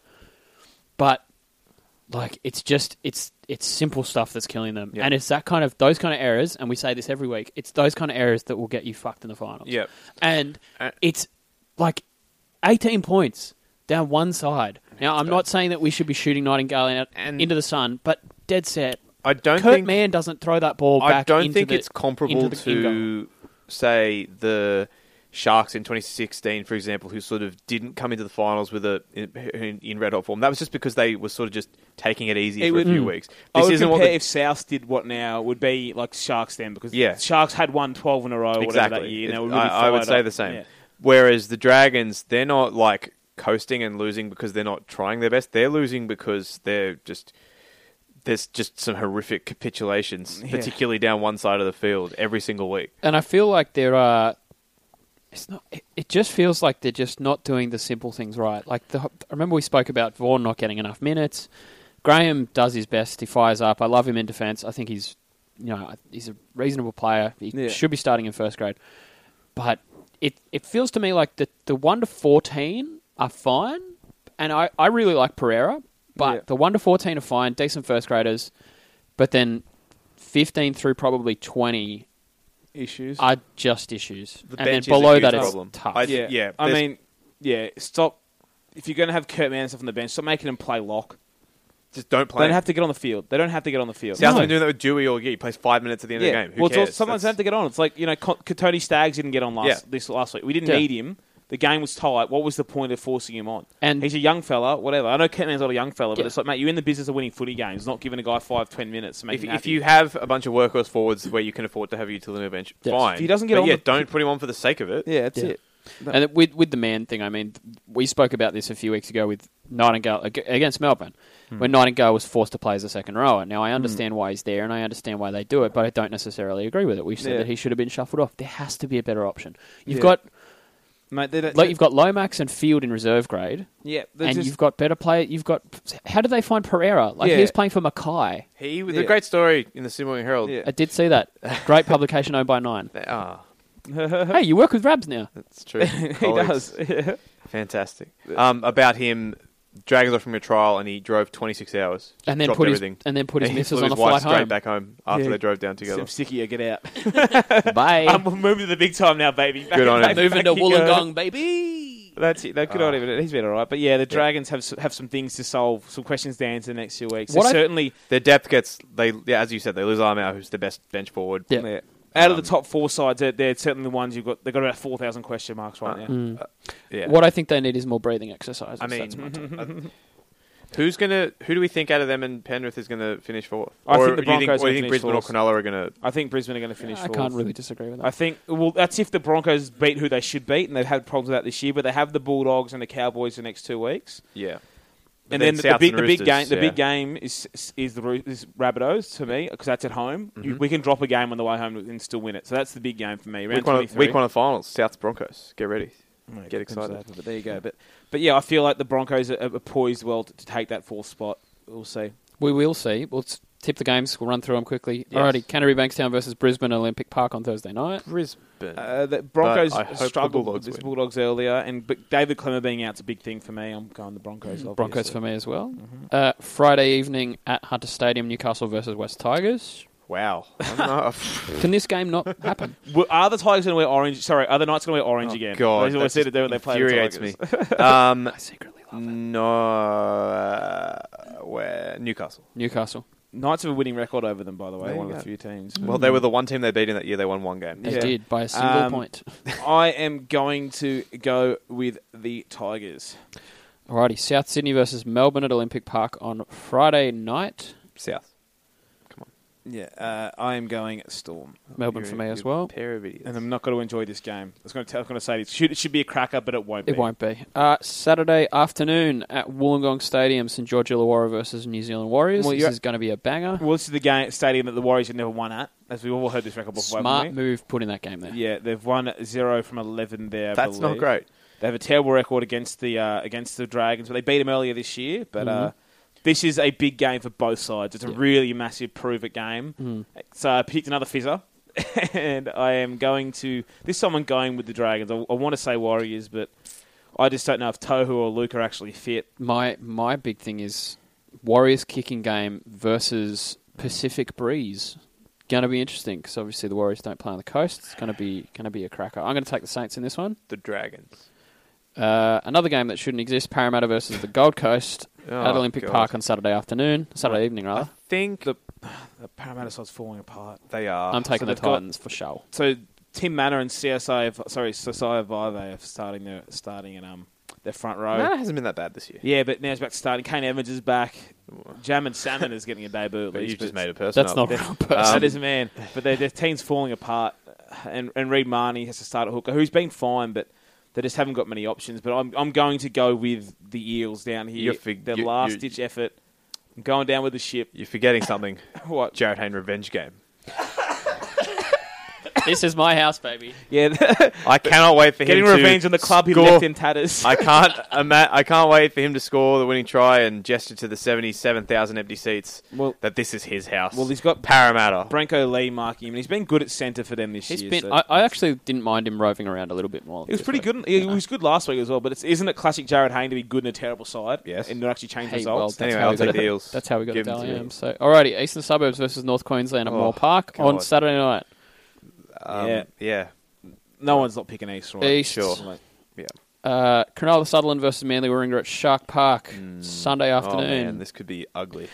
B: But like, it's just it's it's simple stuff that's killing them,
D: Yeah.
B: and it's that kind of those kind of errors. And we say this every week. It's those kind of errors that will get you fucked in the finals.
D: Yep.
B: and
D: Uh,
B: it's like eighteen points down one side. Now, I'm not saying that we should be shooting Nightingale out
D: And-
B: into the sun, but dead set.
D: I don't
B: Kurt
D: think
B: Mann doesn't throw that ball back.
D: I don't
B: into
D: think
B: the-
D: it's comparable
B: into the in goal.
D: to say the Sharks in 2016, for example, who sort of didn't come into the finals with a in, in, in red hot form. That was just because they were sort of just taking it easy
C: It
D: for
C: would- Hmm.
D: a few weeks.
C: I
D: This
C: would
D: isn't
C: compare
D: what the,
C: if South did what now it would be like Sharks then because
D: Yeah.
C: Sharks had won twelve in a row or whatever that
D: exactly.
C: year. And they
D: It-
C: were really
D: I, I would
C: fired
D: say
C: up.
D: the same.
C: Yeah.
D: Whereas the Dragons, they're not like coasting and losing because they're not trying their best. They're losing because they're just. There's just some horrific capitulations,
C: Yeah.
D: particularly down one side of the field every single week.
B: And I feel like there are. It's not. It, it just feels like they're just not doing the simple things right. Like the, I remember we spoke about Vaughan not getting enough minutes. Graham does his best. He fires up. I love him in defence. I think he's, you know, he's a reasonable player. He
C: Yeah.
B: should be starting in first grade, but it it feels to me like the the one to fourteen are fine, and I I really like Pereira, but
C: Yeah.
B: the one to fourteen are fine, decent first graders, but then fifteen through probably twenty
C: issues.
B: are just issues.
D: The
B: and then
D: bench is a
B: below
D: huge
B: that, it's
D: problem.
B: tough.
D: I
C: yeah,
D: th- yeah,
C: I
D: there's-
C: mean, yeah. Stop. If you're going to have Kurt Mann and stuff on the bench, stop making him play lock.
D: Just don't
C: They
D: play.
C: don't have to get on the field. They don't have to get on the field.
D: South's been doing that with Dewey all year. He plays five minutes at the end
C: yeah.
D: of the game. Who
C: well, it's
D: cares?
C: also- sometimes they have
D: That's-
C: to get on. It's like you know, Co- Tony Staggs didn't get on last
D: Yeah.
C: this last week. We didn't
B: Yeah.
C: need him. The game was tight. What was the point of forcing him on?
B: And-
C: he's a young fella. Whatever. I know Kurt Mann's not a young fella, but
B: Yeah.
C: it's like, mate, you're in the business of winning footy games, not giving a guy five, ten minutes. To make
D: if,
C: him
D: if
C: happy.
D: you have a bunch of workhorse forwards where you can afford to have a utility bench,
B: Yes.
D: fine.
C: If he doesn't get
D: but
C: on
D: yeah,
C: the-
D: don't put him on for the sake of it.
C: yeah, that's
B: Yeah.
C: it.
B: And it- with with the man thing, I mean, th- we spoke about this a few weeks ago with Nightingale ag- against Melbourne,
D: Hmm.
B: when Nightingale was forced to play as a second rower. Now I understand why he's there, and I understand why they do it, but I don't necessarily agree with it. We've said
C: Yeah.
B: that he should have been shuffled off. There has to be a better option. You've
C: Yeah.
B: got
C: Mate, they don't-
B: Like you've got Lomax and Field in reserve grade,
D: Yeah,
B: and
C: *laughs*
B: you've got better player. You've got how did they find Pereira? Like
D: Yeah.
B: he was playing for Mackay.
D: he was
C: Yeah.
D: a great story in the Sydney Morning Herald.
C: Yeah.
B: I did see
D: *laughs*
B: that great publication owned by Nine.
D: Ah,
B: Hey, you work with Rabs
D: *laughs*
B: now.
D: that's true.
C: he does.
D: Colleagues.
C: *laughs* Yeah.
D: Fantastic. Um, about him, Dragons off from a trial, and he drove 26 hours,
B: And then
D: dropped
B: put
D: everything.
B: his and then put his
D: *laughs* He
B: missus
D: flew
B: on
D: his
B: a
D: wife
B: flight
D: straight
B: home.
D: back home after
C: Yeah.
D: they drove down together.
C: I'm sick of you. Get out.
B: Bye.
C: *laughs* I'm moving to the big time now, baby. Back-
D: Good on
C: back-
D: him.
B: Moving to
C: back you go.
B: Wollongong, baby.
C: That's it. That could not even. He's been all right, but yeah, the Dragons have s- have some things to solve, some questions to answer the next few weeks. So
B: What I-
C: certainly,
D: Their depth gets they yeah, as you said, they lose Armour, who's the best bench forward.
B: Yeah.
C: yeah. out of
D: Um,
C: the top four sides, they're, they're certainly the ones you've got. They've got about four thousand question marks right now.
B: Mm.
D: Yeah.
B: What I think they need is more breathing exercises.
D: I mean,
B: That's my take.
D: *laughs* uh, who's gonna? Who do we think out of them and Penrith is gonna finish fourth?
C: I
D: or
C: think the
D: do you think,
C: Broncos
D: or do
C: will
D: you think
C: finish
D: Brisbane
C: fourth.
D: or Cronulla are gonna?
C: I think Brisbane are going to finish.
B: I
C: fourth.
B: can't really disagree with that.
C: I think well, that's if the Broncos beat who they should beat, and they've had problems with that this year. But they have the Bulldogs and the Cowboys the next two weeks,
D: Yeah.
C: and then, the,
D: Souths
C: big
D: and
C: the big
D: Roosters,
C: game the
D: yeah.
C: big game is is the Roo- is Rabbitohs to me because that's at home. You, we can drop a game on the way home and still win it. So that's the big game for me. Round
D: Week one, of,
C: 23.
D: week one of finals, South Broncos. Get ready.
C: Oh,
D: Get
C: it depends what
D: excited.
C: happens, But there you go. But but yeah, I feel like the Broncos are, are poised well to, to take that fourth spot. We'll see.
B: we will see. We'll s- tip the games. We'll run through them quickly.
D: Yes.
B: Alrighty, Canterbury Bankstown versus Brisbane Olympic Park on Thursday night.
D: Brisbane.
C: Uh, the Broncos
D: I hope the
C: struggled
D: Bulldogs
C: with the
D: win.
C: Bulldogs earlier, and but David Clemmer being out's a big thing for me. I'm going the Broncos. Obviously.
B: Broncos for me as well. Uh, Friday evening at Hunter Stadium, Newcastle versus West Tigers.
C: *laughs*
D: wow. I don't know.
B: Can this game not happen?
C: Well, Are the Tigers going to wear orange? Sorry, are the Knights going to wear orange again?
D: God,
C: They always
D: that
C: said it there when they
D: just
C: play the
D: infuriates
C: Tigers. *laughs*
D: me. *laughs* um,
B: I secretly love it.
D: no, uh, where Newcastle.
B: Newcastle.
C: *laughs* Knights have a winning record over them, by the way.
D: There
C: one
D: you
C: of the few
D: go.
C: teams.
D: Well, they were the one team they beat in that year. They won one game.
B: They
C: Yeah.
B: did by a single
C: Um,
B: point.
C: *laughs* I am going to go with the Tigers.
B: Alrighty, South Sydney versus Melbourne at Olympic Park on Friday night.
D: South.
C: Yeah, uh, I am going Storm,
B: Melbourne for me as well.
D: Pair of idiots.
C: and I'm not going to enjoy this game. I was going to tell, I was going to say this. Should, it should be a cracker, but it won't.
B: It
C: be.
B: won't be. Uh, Saturday afternoon at Wollongong Stadium, St George Illawarra versus New Zealand Warriors.
C: Well,
B: this
C: you're-
B: is going to be a banger.
C: Well, this is the game stadium that the Warriors have never won at, as we've all heard this record before. haven't
B: Smart move putting that game there.
C: we? Yeah, they've won zero from eleven there. I
D: That's not
C: believe.
D: great.
C: They have a terrible record against the uh, against the Dragons, but they beat them earlier this year. But
B: Mm-hmm.
C: uh, this is a big game for both sides. It's a really massive prove it game.
B: Mm-hmm.
C: So I picked another fizzer, *laughs* and I am going to. This time I'm going with the Dragons. I, I want to say Warriors, but I just don't know if Tohu or Luke are actually fit.
B: My my big thing is Warriors kicking game versus Pacific Breeze. Going to be interesting because obviously the Warriors don't play on the coast. It's going to be going to be a cracker. I'm going to take the Saints in this one.
D: The Dragons.
B: Uh, another game that shouldn't exist: Parramatta versus the Gold Coast at
D: Oh,
B: Olympic
D: God.
B: Park on Saturday afternoon, Saturday evening rather.
C: Uh,
D: Think
C: The, the Parramatta side's falling apart.
D: they are.
B: I'm taking
C: so
B: the
C: they've got-
B: Titans for sure.
C: So Tim Manor and CSI, have, sorry, Sosai Vive are starting their starting in um their front row.
D: Nah, it hasn't been that bad this year.
C: Yeah, but now he's back to starting. Kane Evans is back. Jam and Salmon is getting a debut. At
D: But
C: least,
D: you've just
C: but- *laughs*
D: made a person.
B: That's
D: up.
B: not a real
D: Um,
B: person.
C: that is a man. But their, their team's falling apart. And and Reed Marnie has to start at hooker, who's been fine, but they just haven't got many options. But I'm I'm going to go with the Eels down here.
D: You're fig-
C: their
D: you-
C: last
D: you-
C: ditch effort. I'm going down with the ship.
D: You're forgetting something.
C: What?
D: Jared Hayne revenge game.
B: this is my house, baby.
C: Yeah, *laughs*
D: I cannot wait for
C: getting
D: him to
C: revenge on the club he
D: score.
C: left in tatters. *laughs*
D: I can't. ima- I can't wait for him to score the winning try and gesture to the seventy-seven thousand empty seats
C: Well-
D: that this is his house.
C: Well, he's got-
D: Parramatta.
C: Branko Lee marking him, and he's been good at centre for them this
B: He's
C: year.
B: been.
C: so-
B: I, I actually didn't mind him roving around a little bit more.
C: He was pretty good. He was good last week as well. But it's, isn't it classic Jared Hayne to be good in a terrible side?
D: Yes.
C: and not actually change
B: Hey, well,
C: results.
B: that's
D: Anyway,
B: how
D: I'll
B: we got
D: take
B: it.
D: the Eels.
B: That's how we got
D: Give
B: it.
D: them to
B: Dally
D: me.
B: So, alrighty, Eastern Suburbs versus North Queensland at
D: Oh,
B: Moore Park on
D: God.
B: Saturday night.
D: Um,
C: Yeah.
D: yeah. Yeah.
C: no one's not picking East, right?
B: East.
D: Sure.
C: Like,
B: Uh, Cronulla Sutherland versus Manly Warringah at Shark Park Sunday
D: Oh man,
B: afternoon.
D: this could be ugly.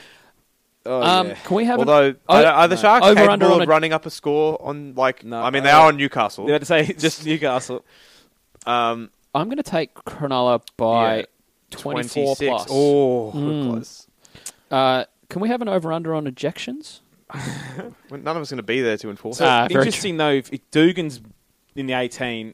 C: oh,
B: um,
C: yeah.
B: Can we have?
D: Although,
B: an,
D: are, are the
B: no.
D: Sharks
B: Over,
D: capable
B: under on
D: of
B: a-
D: running up a score on like?
C: No,
D: I mean, they
C: uh,
D: are on Newcastle.
C: You had to say *laughs* just Newcastle.
D: Um,
B: I'm going to take Cronulla by
D: Yeah.
B: 24
D: 26.
B: plus.
D: Oh,
C: Mm.
D: close.
B: Uh, can we have an over under on ejections?
D: Well, none of us going to be there to enforce
C: So
D: it.
B: Ah, very
C: interesting though, if if Dugan's in the eighteen.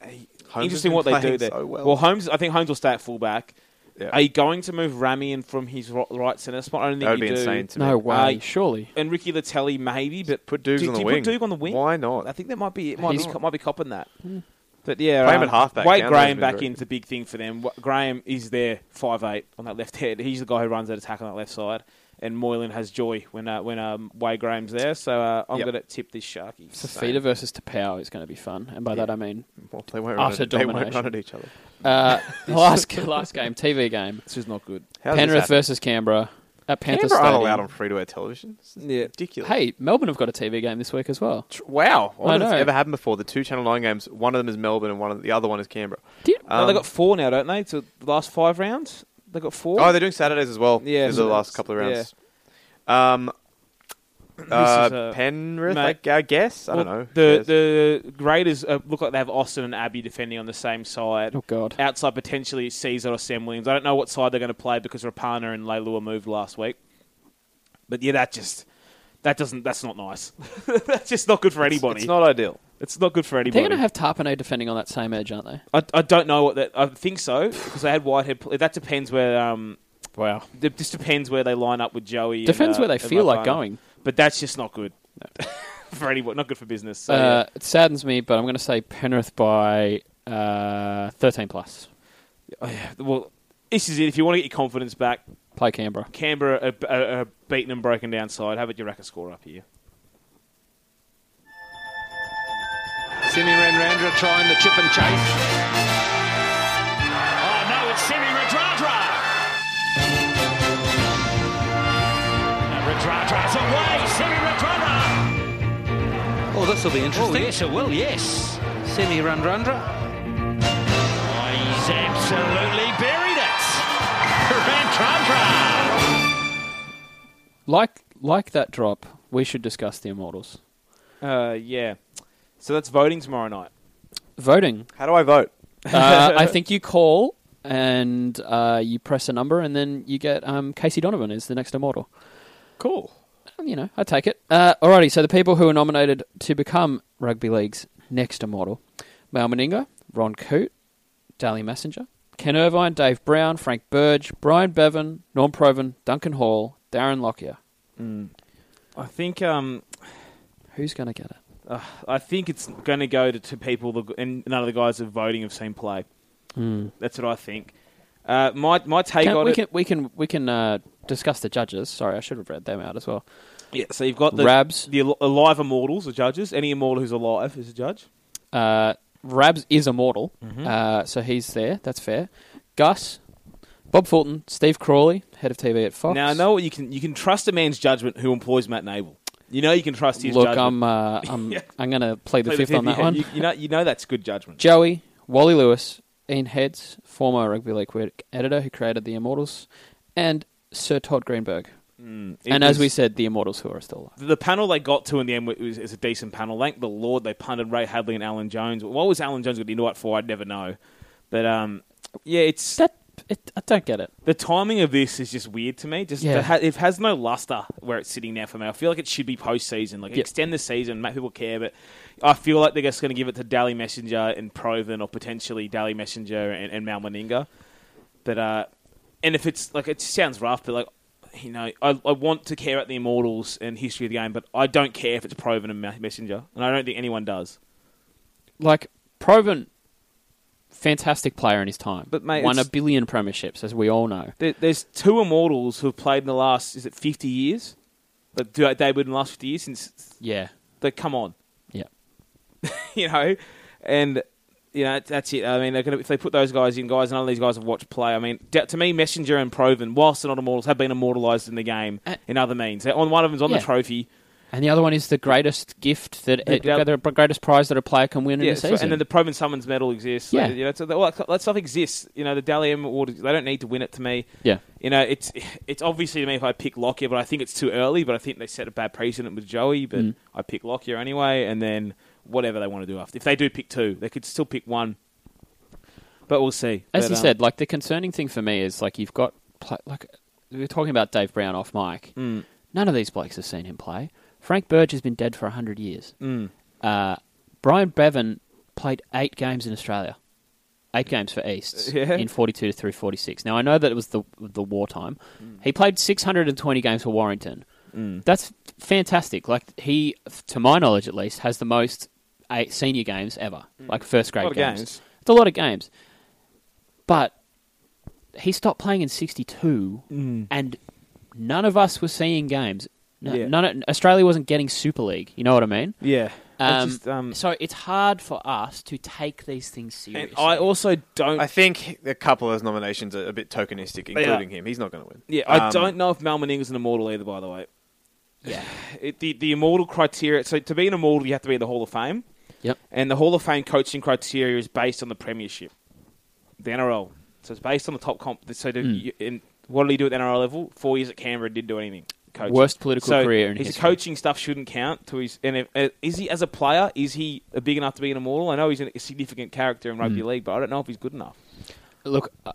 D: Holmes has
C: interesting
D: been
C: what they do
D: playing
C: there.
D: so well.
C: Holmes, I think Holmes will stay at fullback.
D: Yeah.
C: Are you going to move Rami in from his ro- right centre spot? I don't think
D: That would
C: you
D: be
C: do.
D: insane to me.
B: No way,
C: Uh,
B: surely.
C: And Ricky Latelli maybe, but
D: Put Dukes
C: do,
D: on the
C: do you
D: wing.
C: Put Duke on the wing.
D: Why not?
C: I think that might be it. Might, be,
B: He's-
C: might be copping that. But yeah, um,
D: Play him at halfback,
C: Wade
D: Download's
C: Graham
D: been
C: back
D: very
C: in's a big thing for them. Wa- Graham is their five eight on that left head. He's the guy who runs that attack on that left side. And Moylan has joy when uh, when um, Wade Graham's there. So uh, I'm
D: Yep.
C: going to tip this Sharky.
B: Fafita versus Tapau is going to be fun, and by that I mean
D: Well, they won't,
B: Utter
D: run at, they won't
B: domination.
D: run at each other.
B: uh, *laughs* last ga- last game, TV game,
C: This is not good.
D: How does this
B: Penrith
D: happen?
B: versus Canberra at Panther
D: Canberra aren't
B: Stadium.
D: allowed on free-to-air television. It's
C: Yeah.
D: ridiculous.
B: Hey, Melbourne have got a TV game this week as well.
D: Tr- Wow, I
B: I
D: don't know.
B: know.
D: It's ever happened before. The two Channel Nine games, one of them is Melbourne, and one of the other one is Canberra.
B: Did
C: no, they
D: Um,
C: got four now, don't they? To the last five rounds, they got four.
D: Oh, they're doing Saturdays as well.
C: Yeah,
D: Yeah, the last
C: Saturdays.
D: couple of rounds. Um,
C: is
D: uh,
C: a-
D: Penrith, I,
C: mate.
D: gu- I guess. I don't
C: Well,
D: know. Who cares?
C: The the Raiders uh, look like they have Austin and Abbey defending on the same side.
B: Oh God,
C: Outside potentially Caesar or Sam Williams. I don't know what side they're going to play because Rapana and Leilua moved last week. But yeah, that just that doesn't that's not nice. *laughs* that's just not good for anybody.
D: it's not ideal.
C: good for
B: they're
C: anybody.
B: going to have Tarpanay defending on that same edge, aren't they?
C: I, I don't know what that. I think so because they had Whitehead. pl- That depends where. Um,
B: Wow,
C: it just depends where they line up with Joey.
B: depends
C: and, uh,
B: where they
C: and
B: feel like
C: Rapana.
B: going.
C: But that's just not good *laughs* for anybody. Not good for business. So, yeah.
B: Uh, it saddens me, but I'm going to say Penrith by uh, 13 plus.
C: Oh, yeah. Well, this is it. If you want to get your confidence back,
B: Play Canberra.
C: Canberra a, a, a beaten and broken down side. How about your racket score up here?
G: Simi Ranrandra trying the chip and chase.
E: Oh, no, it's Simi Radradra. Now Radradra's away. Simi Radradra.
G: Oh, this will be
E: Oh,
G: interesting.
E: yes, it will, yes.
G: Simi Ranrandra.
E: Oh, he's absolutely buried it. *laughs* Radradra.
B: Like like that drop, we should discuss the Immortals.
C: Uh, yeah. So that's voting tomorrow night.
B: Voting.
D: How do I vote?
B: Uh, I think you call and uh, you press a number, and then you get um, Casey Donovan is the next Immortal.
D: Cool.
B: You know, I take it. Uh, alrighty, so the people who are nominated to become Rugby League's next Immortal Mal Meninga, Ron Coote, Daly Messenger, Ken Irvine, Dave Brown, Frank Burge, Brian Bevan, Norm Proven, Duncan Hall, Darren Lockyer.
C: I think um,
B: Who's going to get it?
C: I think it's going to go to, to people that, and none of the guys that are voting have seen play. That's what I think. Uh, my my take
B: Hmm. Can-
C: on
B: we,
C: it.
B: can, we can we can uh, discuss the judges. Sorry, I should have read them out as well.
C: yeah, so you've got the
B: Rabs.
C: the al- alive immortals, the judges. Any immortal who's alive is a judge.
B: Uh, Rabs is immortal,
C: Mm-hmm.
B: uh, so he's there. That's fair. Gus, Bob Fulton, Steve Crawley, head of TV at Fox.
C: Now I know what you can you can trust a man's judgment who employs Matt Nable. You know you can trust his
B: Look,
C: judgment.
B: I'm
C: *laughs*
B: uh, I'm I'm going to play the
C: Play the
B: fifth on that
C: yeah,
B: one.
C: You, you know, you know that's good judgment.
B: Joey, Wally Lewis, Ian Heads, former rugby league critic editor who created the Immortals, and Sir Todd Greenberg. and as we said, the Immortals who are still alive.
C: the panel they got to in the end was, is a decent panel. Thank the Lord they punted Ray Hadley and Alan Jones. What was Alan Jones going to do it for? I'd never know. But um, yeah, it's
B: That it, I don't get it.
C: the timing of this is just weird to me. Just
B: Yeah.
C: it, ha- it has no luster where it's sitting now for me. I feel like it should be postseason. Like
B: Yeah.
C: extend the season, make people care. But I feel like they're just going to give it to Daly Messenger and Proven, or potentially Daly Messenger and, and Mal Meninga. But uh, and if it's like it sounds rough, but like you know, I, I want to care about the Immortals and history of the game, but I don't care if it's Proven and Ma- Messenger, and I don't think anyone does.
B: Like Proven, fantastic player in his time,
C: But, mate,
B: won a
C: it's-
B: billion premierships, as we all know.
C: There, there's two Immortals who've played in the last is it 50 years, but do they would in the last 50 years since
B: Yeah,
C: like come on. *laughs*
B: yeah.
C: you know, and you know that's it. I mean, they're gonna, if they put those guys in, guys, none of these guys have watched play. I mean, d- to me, Messenger and Proven, whilst they're not immortals, have been immortalised in the game
B: Uh,
C: in other means. They're On one of them's on
B: Yeah.
C: the trophy,
B: And the other one is the greatest gift that
C: The-
B: uh, the greatest prize that a player can win in
C: yeah,
B: a
C: so-
B: season.
C: and then the Proven Summons medal exists.
B: Yeah.
C: Like, you know, so the, all that, all that stuff exists. You know, the Dalium Award, they don't need to win it to me.
B: yeah,
C: You know, it's it's obviously to me if I pick Lockyer, but I think it's too early. But I think they set a bad precedent with Joey. But
B: Mm.
C: I pick Lockyer anyway, and then whatever they want to do after. If they do pick two, they could still pick one. But we'll see.
B: as
C: But,
B: you
C: um,
B: said, like the concerning thing for me is like you've got pla like we were talking about Dave Brown off mic.
C: Mm.
B: None of these blokes have seen him play. Frank Burge has been dead for hundred years.
C: Mm.
B: Uh, Brian Bevan played eight games in Australia, eight games for East
C: Uh, Yeah.
B: in forty-two to through forty-six. Now I know that it was the the wartime.
C: Mm.
B: He played six hundred and twenty games for Warrington. That's fantastic. Like he, to my knowledge at least, has the most eight senior games ever,
C: Mm.
B: like first grade
C: A lot of
B: games.
C: games.
B: It's a lot of games, but he stopped playing in '62, and none of us were seeing games. No,
C: Mm. Yeah.
B: none of- Australia wasn't getting Super League. You know what I mean?
C: Yeah.
B: Um,
C: It's just, um,
B: so it's hard for us to take these things
C: and
B: seriously.
C: I also don't.
D: I think a couple of those nominations are a bit tokenistic,
C: are.
D: including him. He's not going to win.
C: yeah, I
D: Um,
C: don't know if Mal Meninga's an immortal either. By the way,
B: yeah,
C: *sighs* it, the the immortal criteria. So to be an immortal, you have to be in the Hall of Fame.
B: Yep.
C: And the Hall of Fame coaching criteria is based on the Premiership, the NRL. So it's based on the top comp. So the,
B: Hmm.
C: you, and what did he do at the NRL level? Four years at Canberra didn't do anything. Coaching.
B: Worst political
C: So
B: career in
C: his
B: history.
C: coaching stuff shouldn't count to his. And if, uh, is he as a player? Is he uh, big enough to be an immortal? I know he's a significant character in
B: Hmm.
C: rugby league, but I don't know if he's good enough.
B: Look, uh,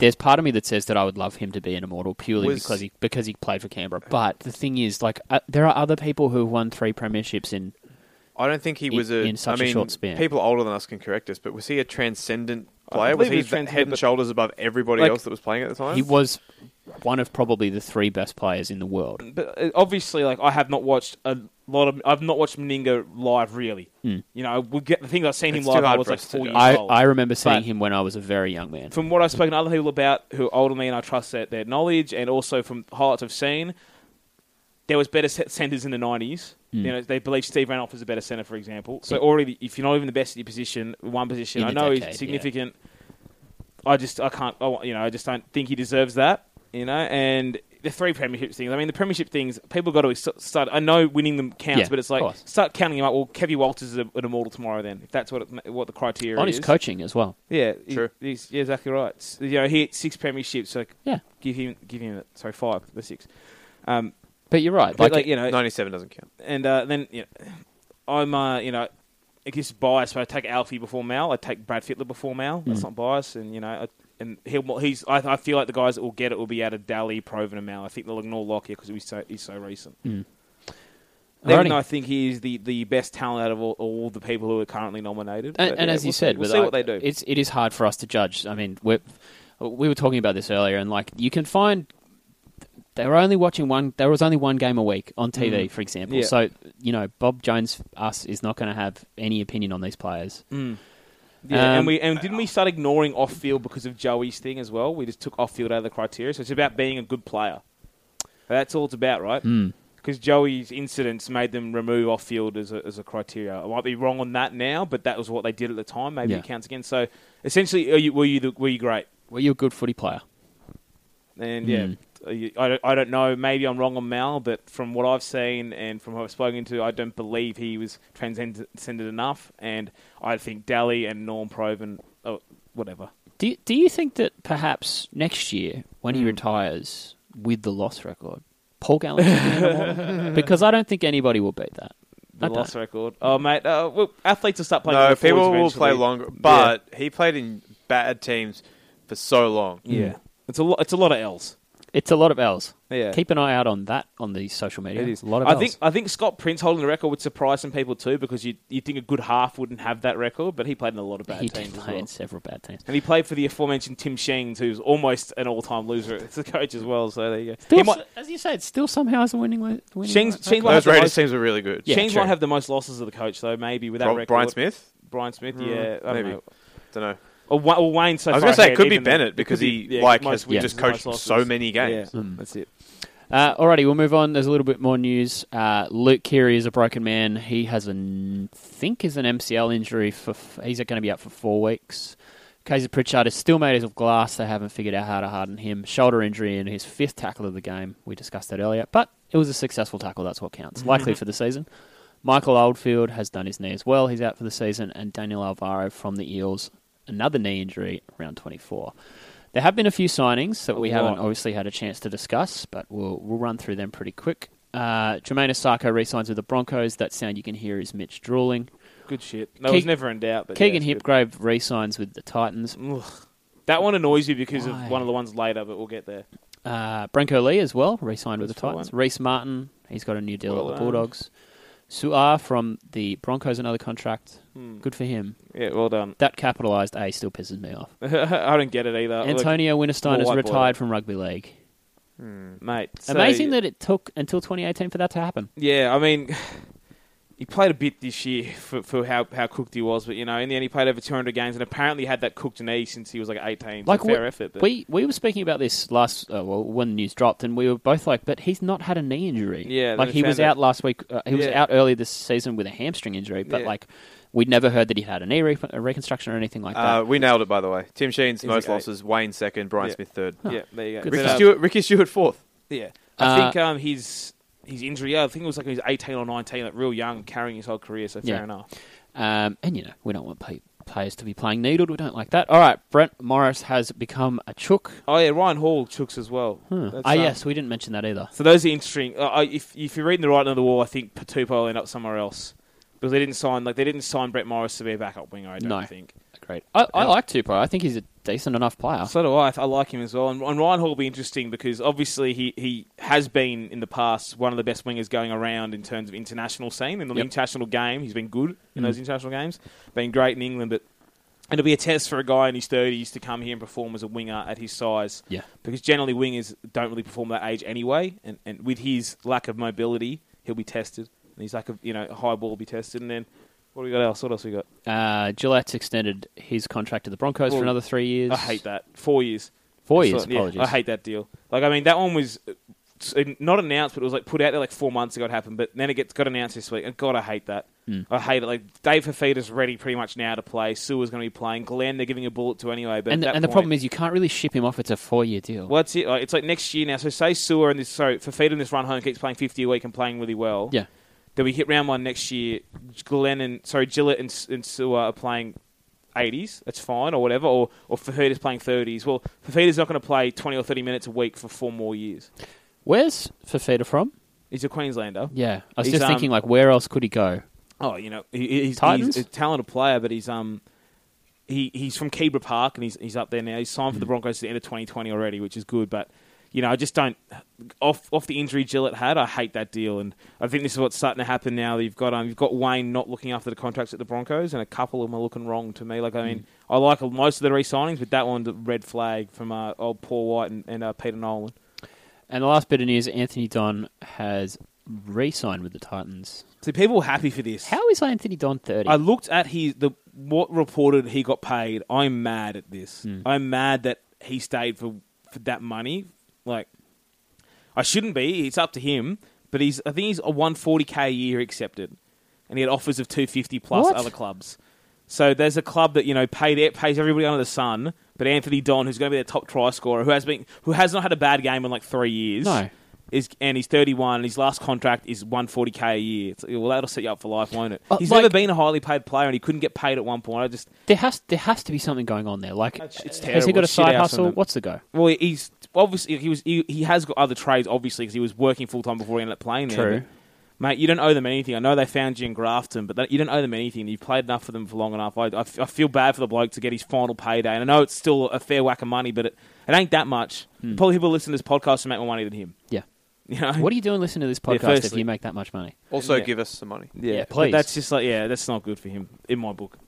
B: there's part of me that says that I would love him to be an immortal purely
D: Was-
B: because he because he played for Canberra. But the thing is, like, uh, there are other people who have won three premierships in.
D: I don't think he
B: In-
D: was a.
B: in such
D: I
B: a
D: mean,
B: short span.
D: People older than us can correct us, but was he a transcendent
C: I
D: player? Was
C: believe
D: he
C: he was
D: the
C: transcendent,
D: head and
C: but-
D: shoulders above everybody
C: Like-
D: else that was playing at the time?
B: He was one of probably the three best players in the world.
C: but uh, obviously, like I have not watched a lot of. I've not watched Meninga live really. You know, we get the things I've seen
D: Hmm. It's
C: him
D: too
C: live. I
D: hard
C: was
D: for
C: like
D: us to
C: four
D: judge.
C: years
B: I,
C: old.
B: I remember seeing
C: But-
B: him when I was a very young man.
C: From what I've spoken to other people about who are older than me, and I trust their, their knowledge, and also from highlights I've seen, there was better se- centers in the nineties. You know, they believe Steve Randolph is a better center, for example. So
B: Hmm. Yeah.
C: already, if you're not even the best at your position, one position,
B: In
C: I
B: the
C: know
B: decade, yeah.
C: he's significant. I just I can't. I, want- you know, I just don't think he deserves that. You know, and the three premiership things. I mean, the premiership things. People got to s- start. I know winning them counts,
B: Yeah,
C: but it's
B: of
C: like
B: course.
C: start counting them up. Well, Kevin Walters is a, an immortal tomorrow. Then, if that's what it, what the criteria
B: On
C: is.
B: his coaching as well.
C: Yeah, he-
D: True.
C: He's, yeah, exactly right. S- You know, he hit six premierships. So
B: Yeah.
C: give him, give him. Sorry, five, the six. Um,
B: But you're right.
C: but
B: Like,
C: like, you know,
D: Ninety-seven doesn't count.
C: and uh, then you know, I'm, uh, you know, it gets biased. But I take Alfie before Mal. I take Brad Fittler before Mal.
B: Mm.
C: That's not biased. And you know, I, and he'll, he's. I, I feel like the guys that will get it will be out of Daly, Proven, and Mal. I think they'll ignore Lockyer because he's so he's so recent. Even
B: Mm. Alrighty.
C: though I think he is the, the best talent out of all, all the people who are currently nominated.
B: and,
C: But,
B: and
C: yeah,
B: as you
C: we'll see-
B: said,
C: we'll
B: with
C: see
B: I-
C: what they do.
B: It's it is hard for us to judge. I mean, we we were talking about this earlier, and like you can find they were only watching one. There was only one game a week on TV, for example.
C: Mm. Yeah.
B: So you know, Bob Jones, us is not going to have any opinion on these players.
C: Mm. Yeah,
B: Um,
C: and we and didn't we start ignoring off field because of Joey's thing as well? We just took off field out of the criteria, so it's about being a good player. That's all it's about, right?
B: Hmm.
C: Because Joey's incidents made them remove off field as a, as a criteria. I might be wrong on that now, but that was what they did at the time. Maybe
B: Yeah.
C: it counts again. So essentially, are you, were you the, were you great?
B: Were you a good footy player?
C: And yeah,
B: Hmm.
C: are you- I, don't, I don't know. Maybe I'm wrong on Mal, but from what I've seen and from who I've spoken to, I don't believe he was transcended enough. And I think Daly and Norm Proven, oh, whatever.
B: Do you, do you think that perhaps next year, when
C: Hmm.
B: he retires with the loss record, Paul Gallen should be an
C: *laughs*
B: award? because I don't think anybody will beat that. I
C: The
B: don't.
C: loss record. Oh, mate. Uh, well, athletes will start playing.
D: No,
C: under 40s
D: people will
C: eventually.
D: play longer, but he played in bad teams for so long.
C: Yeah. Yeah. It's a lot. It's a lot of L's.
B: It's a lot of L's.
C: Yeah.
B: Keep an eye out on that on the social media.
C: It is
B: a lot of
C: I
B: L's.
C: think I think Scott Prince holding the record would surprise some people too, because you you think a good half wouldn't have that record, but he played in a lot of bad
B: he
C: teams
B: did
C: as
B: play in
C: well.
B: several bad teams.
C: And he played for the aforementioned Tim Sheens, who's almost an all-time loser as a coach as well. So there you go. He
B: Still,
C: might,
B: as you say, it's still somehow is a winning. li- winning
C: Shane's-
B: record.
C: Shane-
D: Those
C: Well,
D: Raiders
C: I-
D: teams were really good.
B: Yeah,
C: Sheens
B: sure.
C: might have the most losses of the coach though, maybe with that
D: Bro-
C: record.
D: Brian Smith.
C: Brian Smith, yeah, I don't know.
D: Don't know.
C: Or, Wa- or Wayne. So
D: I was
C: going
D: gonna
C: to
D: say it could be Bennett because he like has we
B: wins
D: just coached so many games.
B: Mm.
C: Yeah, that's it.
B: Uh, alrighty, we'll move on. There's a little bit more news. Uh, Luke Keary is a broken man. He has an think is an MCL injury. For f- he's going to be out for four weeks. Kaiser Pritchard is still made of glass. They haven't figured out how to harden him. Shoulder injury and his fifth tackle of the game. We discussed that earlier, but it was a successful tackle. That's what counts. Likely for the season. Michael Oldfield has done his knee as well. He's out for the season, and Daniel Alvaro from the Eels another knee injury round 24. There have been a few signings that we
C: lot.
B: haven't obviously had a chance to discuss, but we'll we'll run through them pretty quick. Uh, Jermaine Osako re-signs with the Broncos. That sound you can hear is Mitch drooling.
C: Good shit. That was
B: Keeg-
C: never in doubt. But
B: Keegan
C: yeah, it's good.
B: Hipgrave re-signs with the Titans.
C: Ugh. That one annoys you because
B: Why?
C: of one of the ones later, but we'll get there.
B: Uh, Branko Lee as well re-signed with the
C: That's fine.
B: Titans. Reese Martin, he's got a new deal
C: Well
B: at the
C: done.
B: Bulldogs. Suar from the Broncos, another contract.
C: Hmm.
B: Good for him.
C: Yeah, well done. *laughs*
B: That capitalised A still pisses me off.
C: I don't get it either. Look,
B: Antonio Winterstein
C: more
B: is
C: white boy.
B: retired from rugby league.
C: mate. so-
B: Amazing that it took until 2018 for that to happen.
C: Yeah, I mean, *sighs* he played a bit this year for, for how, how cooked he was, but you know, in the end, he played over 200 games and apparently had that cooked knee since he was like 18.
B: Like
C: Like fair
B: we,
C: effort. But
B: we we were speaking about this last uh, well when the news dropped, and we were both like, "But he's not had a knee injury.
C: Yeah,
B: like
C: they
B: he was
C: found
B: out last week. Uh, he was
C: Yeah.
B: out early this season with a hamstring injury, but
C: Yeah.
B: like we'd never heard that he had a knee re- a reconstruction or anything like that.
D: Uh, we nailed it, by the way. Tim Sheen's
C: He's
D: most
C: okay.
D: losses, Wayne second, Brian
C: Yeah.
D: Smith third.
C: yeah, there you go.
B: Good
C: But,
D: Ricky,
B: stuff.
C: um,
D: Stewart, Ricky Stewart fourth.
C: Yeah, I
B: Uh,
C: think um, his his injury. I think it was like he was 18 or 19, like real young, carrying his whole career. So fair
B: Yeah.
C: enough.
B: Um, and you know, we don't want play- players to be playing needled. We don't like that. All right, Brent Morris has become a chook.
C: Oh yeah, Ryan Hall chooks as well.
B: Huh.
C: That's,
B: Ah,
C: um,
B: yes, we didn't mention that either.
C: So those are interesting. Uh, I- if if you're reading the right end of the wall, I think Patupo will end up somewhere else because they didn't sign like they didn't sign Brett Morris to be a backup winger. I don't
B: No.
C: think.
B: Great. I, I like Tupou. I think he's a decent enough player.
C: So do I. I like him as well. And, and Ryan Hall will be interesting because obviously he, he has been in the past one of the best wingers going around in terms of international scene. In the
B: Yep. Mm.
C: international game, he's been good in those international games. Been great in England, but it'll be a test for a guy in his 30s to come here and perform as a winger at his size.
B: Yeah.
C: Because generally wingers don't really perform at that age anyway. And, and with his lack of mobility, he'll be tested. And his lack of, you know, high ball will be tested. And then what do we got else? What else we got?
B: Uh, Gillette's extended his contract to the Broncos for
C: Well,
B: another three years.
C: I hate that. Four years.
B: Four
C: It's
B: years,
C: like- yeah,
B: apologies.
C: I hate that deal. Like, I mean, that one was uh, s- not announced, but it was like put out there like four months ago. It happened, but then it gets got announced this week. And God, I hate that.
B: Hmm.
C: I hate it. Like Dave Fafita's ready pretty much now to play. Sua's going to be playing. Glenn, they're giving a bullet to anyway. But
B: And,
C: at that
B: and the
C: point-
B: problem is you can't really ship him off. It's a four-year deal.
C: well, that's it. Like, it's like next year now. So say Sewer and this, sorry, Fafita in this run home keeps playing fifty a week and playing really well.
B: Yeah.
C: Then we hit round one next year. Glenn and sorry Gillett and, S- and Sewer are playing eighties. That's fine or whatever. Or or Fafita's playing thirties. Well, Fafita's not going to play twenty or thirty minutes a week for four more years.
B: Where's Fafita from?
C: He's a Queenslander.
B: Yeah, I was
C: He's,
B: just
C: um,
B: thinking like, where else could he go?
C: Oh, you know, he, he's,
B: Titans?
C: he's a talented player, but he's um. He, he's from Keebra Park and he's, he's up there now. He's signed for the Broncos to the end of 2020 already, which is good. But, you know, I just don't. Off off the injury Gillett had, I hate that deal. And I think this is what's starting to happen now. You've got um, you've got Wayne not looking after the contracts at the Broncos, and a couple of them are looking wrong to me. Like, I mean, I like most of the re signings, but that one's a red flag from uh, old Paul White and, and uh, Peter Nolan.
B: And the last bit of news: Anthony Don has re-signed with the Titans.
C: See, people were happy for this.
B: How is Anthony Don thirty?
C: I looked at his the what reported he got paid. I'm mad at this.
B: Hmm.
C: I'm mad that he stayed for for that money. Like I shouldn't be. It's up to him. But he's I think he's a 140k a year accepted, and he had offers of 250 plus
B: What?
C: other clubs. So there's a club that you know paid it pays everybody under the sun, but Anthony Don, who's going to be their top try scorer, who has been who has not had a bad game in like three years.
B: No.
C: Is, and he's 31, and his last contract is 140k a year. It's, well, that'll set you up for life, won't it?
B: Uh,
C: he's
B: like-
C: never been a highly paid player, and he couldn't get paid at one point. I just,
B: there has there has to be something going on there. Like,
C: It's- it's
B: has he
C: terrible.
B: got a
C: Shit
B: side
C: house on
B: hustle?
C: them.
B: What's the go?
C: well, he's obviously he was he, he has got other trades, obviously, because he was working full time before he ended up playing there.
B: True.
C: but- Mate, you don't owe them anything. I know they found you in Grafton, but that, you don't owe them anything. You've played enough for them for long enough. I, I f- I feel bad for the bloke to get his final payday. And I know it's still a fair whack of money, but it, it ain't that much.
B: Hmm.
C: Probably people listen to this podcast and make more money than him. *laughs*
B: Yeah.
C: You know?
B: What are you doing listening to this
C: Yeah,
B: podcast if
C: firstly-
B: you make that much money?
D: Also,
C: Yeah.
D: give us some money.
C: Yeah,
B: Yeah,
C: but
B: please.
C: That's just like, yeah, that's not good for him, in my book.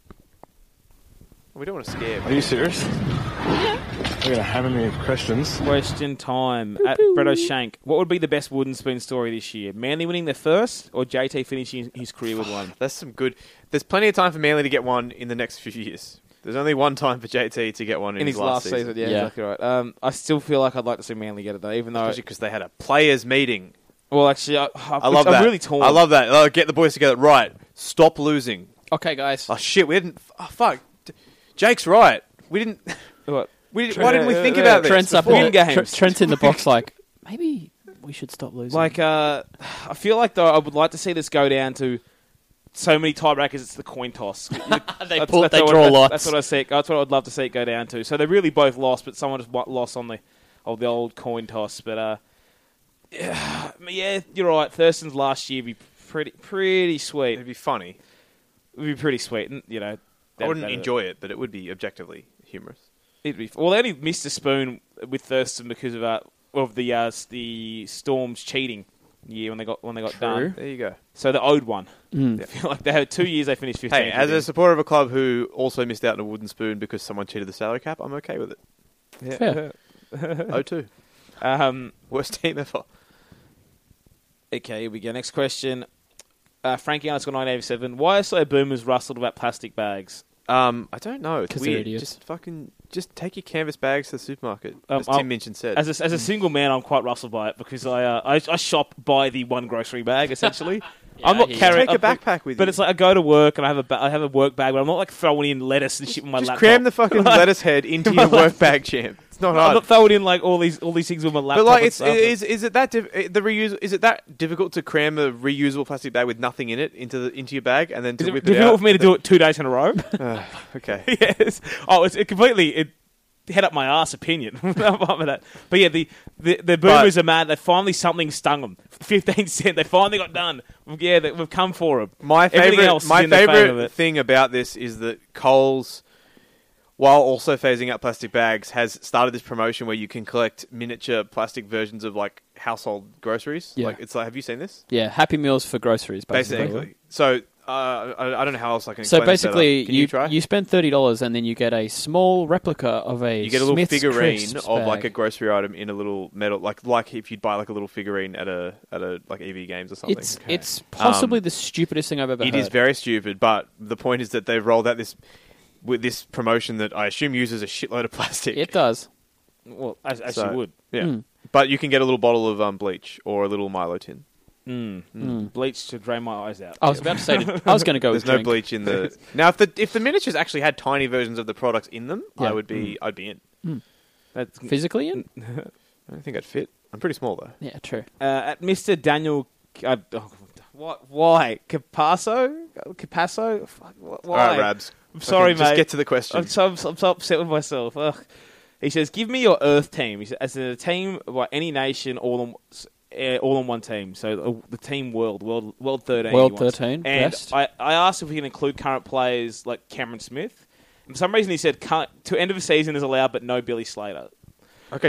D: We don't want to scare.
G: Are you serious? Yeah. We're gonna hammer me with questions.
C: Question time at Brett O'Shank. What would be the best wooden spoon story this year? Manly winning their first, or JT finishing his career with one?
D: That's some good. There's plenty of time for Manly to get one in the next *laughs* few years. There's only one time for JT to get one in,
C: In his last season, yeah,
B: Yeah.
C: exactly right. Um, I still feel like I'd like to see Manly get it though, even though.
D: because they had a players' meeting.
C: well, actually, I, I,
D: I love
C: am
D: that.
C: really torn.
D: I love that. Oh, get the boys together. Right. Stop losing.
B: Okay, guys.
D: Oh shit, we didn't. Oh fuck, D- Jake's right. We didn't. *laughs*
C: What?
D: We didn't,
C: Trent-
D: why didn't we think
C: yeah,
D: about this?
B: Trent's up
D: before?
B: in the,
C: Win
B: Tre-
C: games.
B: Trent's in the box.
C: *laughs*
B: Like, maybe we should stop losing.
C: Like, uh, I feel like though I would like to see this go down to so many tiebreakers. It's the coin toss. they that's,
B: pull- they
C: what-
B: draw
C: that's,
B: lots.
C: That's what I see. it- That's what I'd love to see it go down to. So they really both lost, but someone just wa- lost on the of the old coin toss. But uh, yeah, yeah, you're right. Thurston's last year be pretty pretty sweet.
D: It'd be funny.
C: It'd be pretty sweet, and you know.
D: I wouldn't
C: that'd-
D: enjoy it, but it would be objectively humorous.
C: It'd be, well, they only missed a spoon with Thurston because of uh, of the uh, s- the Storms cheating year when they got when they got done.
D: There you go.
C: So the owed one. I feel *laughs* like they had two years. They finished fifteen.
D: Hmm. Hey, as a supporter of a club who also missed out on a wooden spoon because someone cheated the salary cap, I'm okay with it.
B: Fair.
D: Oh two,
C: um,
D: worst team ever.
C: okay, here we go. Next question. uh, Frankie underscore 987, why are so boomers rustled about plastic bags?
D: Um, I don't know. It's
B: 'Cause they're
D: weird.
B: idiots.
D: Just fucking, just take your canvas bags to the supermarket,
C: Um,
D: as
C: I'll-
D: Tim Minchin said.
C: As a, as a single man, I'm quite rustled by it because I, uh, I, I shop by the one grocery
B: *laughs*
C: bag, essentially. I'm
B: I
C: not
B: hear you.
C: carrying
D: Take a
C: I'm-
D: backpack with
C: But
D: you.
C: it's like I go to work and I have a ba- I have a work bag, but I'm not like throwing in lettuce and shit with my
D: just
C: laptop.
D: cram
C: *laughs*
D: the fucking lettuce head into your work bag, champ. It's not
C: I'm
D: hard.
C: not throwing in like all these all these things with my laptop.
D: But like,
C: and
D: it's,
C: stuff.
D: is is it that diff- the reuse is it that difficult to cram a reusable plastic bag with nothing in it into the into your bag and then to
C: Is it
D: whip it
C: difficult
D: out?
C: for me to do it two days in a row?
D: *laughs* okay.
C: *laughs* yes. Oh, it's it completely it head up my ass opinion. *laughs* I'm up with that. But yeah, the the, the boomers are mad. They finally something stung them. *laughs* Fifteen cent. They finally got done. Yeah, they, we've come for them.
D: My
C: Everything
D: favorite,
C: else is
D: my
C: in the fame of
D: favorite
C: it.
D: thing about this is that Coles, while also phasing out plastic bags, has started this promotion where you can collect miniature plastic versions of like household groceries.
B: Yeah.
D: Like it's like, have you seen this?
B: Yeah, Happy Meals for groceries, basically.
D: Basically, so uh, I, I don't know how else I can.
B: So
D: explain this better.
B: basically,
D: uh, Can
B: you
D: you, try?
B: spend thirty dollars and then you get a small replica of a
D: You get a little
B: Smith's
D: figurine
B: Crisps
D: of like a
B: bag.
D: grocery item in a little metal, like like if you'd buy like a little figurine at a at a like EV Games or something.
B: It's it's possibly the stupidest thing I've ever
D: Um, It
B: heard.
D: is very stupid, but the point is that they've rolled out this with this promotion that I assume uses a shitload of *laughs* plastic.
B: It does.
C: Well, as, as
D: So-
C: you would. Hmm.
D: yeah. But you can get a little bottle of um, bleach or a little Milo tin.
C: Bleach to drain my eyes out.
B: I was about to
D: *laughs*
B: say. To, I was going to go.
D: There's
B: with
D: no
B: drink.
D: bleach
C: *laughs*
D: in the now. If the if the miniatures actually had tiny versions of the products in them,
B: Yeah.
D: I would be
C: Hmm.
D: I'd be in.
C: That's,
B: physically in.
D: I don't think I'd fit. I'm pretty small though.
B: Yeah, true.
C: uh, at Mr. Daniel. Uh, oh, what? Why? Capasso? Capasso? Fuck, wh- Why?
D: All right, Rabs.
C: I'm sorry,
D: Fucking
C: mate.
D: Just get to the question.
C: I'm so, I'm so- I'm so upset with myself. Ugh. He says, "Give me your Earth team." He says, "As a team by any nation, all on uh, all on one team." So uh, the team world, world, world thirteen,
B: World
C: he wants.
B: 13,
C: And
B: best.
C: I, I asked if we can include current players like Cameron Smith. And for some reason, he said, Can't, "To end of the season is allowed, but no Billy
D: *laughs*
C: Slater."
D: okay,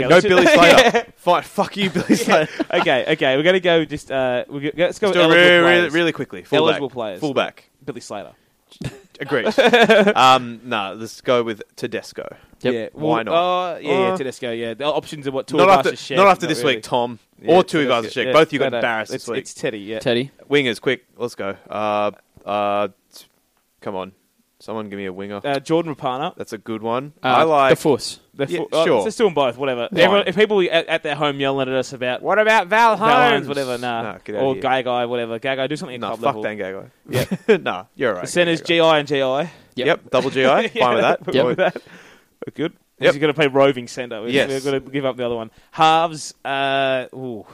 C: *laughs* Yeah,
D: no
C: let's-
D: Billy Slater. *laughs* Fine, fuck you,
C: *laughs*
D: Billy Slater.
C: okay, okay, we're gonna go. Just uh, we're, go- let's go.
D: Let's
C: with
D: do
C: eligible
D: it really, really,
C: players.
D: really quickly. Fullback.
C: Eligible players.
D: Fullback.
C: Billy Slater. *laughs*
D: Agreed. um, no, let's go with Tedesco.
B: Yep.
C: Yeah,
D: Why
C: not? yeah, yeah,
D: Uh,
C: Tedesco. Yeah, the options are what two
D: Not
C: of
D: after,
C: us are
D: not after this week, Tom. or two of us are Both you got embarrassed
C: It's,
D: this week.
C: it's Teddy. Yeah,
B: Teddy.
D: Wingers, quick. Let's go. Uh, uh, t- come on. Someone give me a winger.
C: uh, Jordan Rapana.
D: That's a good one.
B: Uh,
D: I
B: the
D: like.
B: Fuss.
C: The
D: Yeah,
C: fu- oh,
D: sure.
C: Let's do them both. Whatever.
D: Why?
C: Everyone, if people at, at their home yelling at us about what about Val
D: Holmes?
C: whatever, nah,
D: Nah, get out of
C: or
D: here.
C: Gay Guy, whatever, Gay Guy, do something. at
D: no,
C: club
D: fuck
C: level.
D: Dan Gago. Yeah. *laughs* nah, you're all right.
C: The centers
D: Gago.
C: GI and GI.
D: Yep.
C: *laughs*
D: double GI. Fine with that.
B: Yep.
D: Or-
B: with
C: We're good.
D: Yep.
C: He's going to play roving centre. We're,
D: Yes.
C: we're going to give up the other one. Halves. Uh, ooh.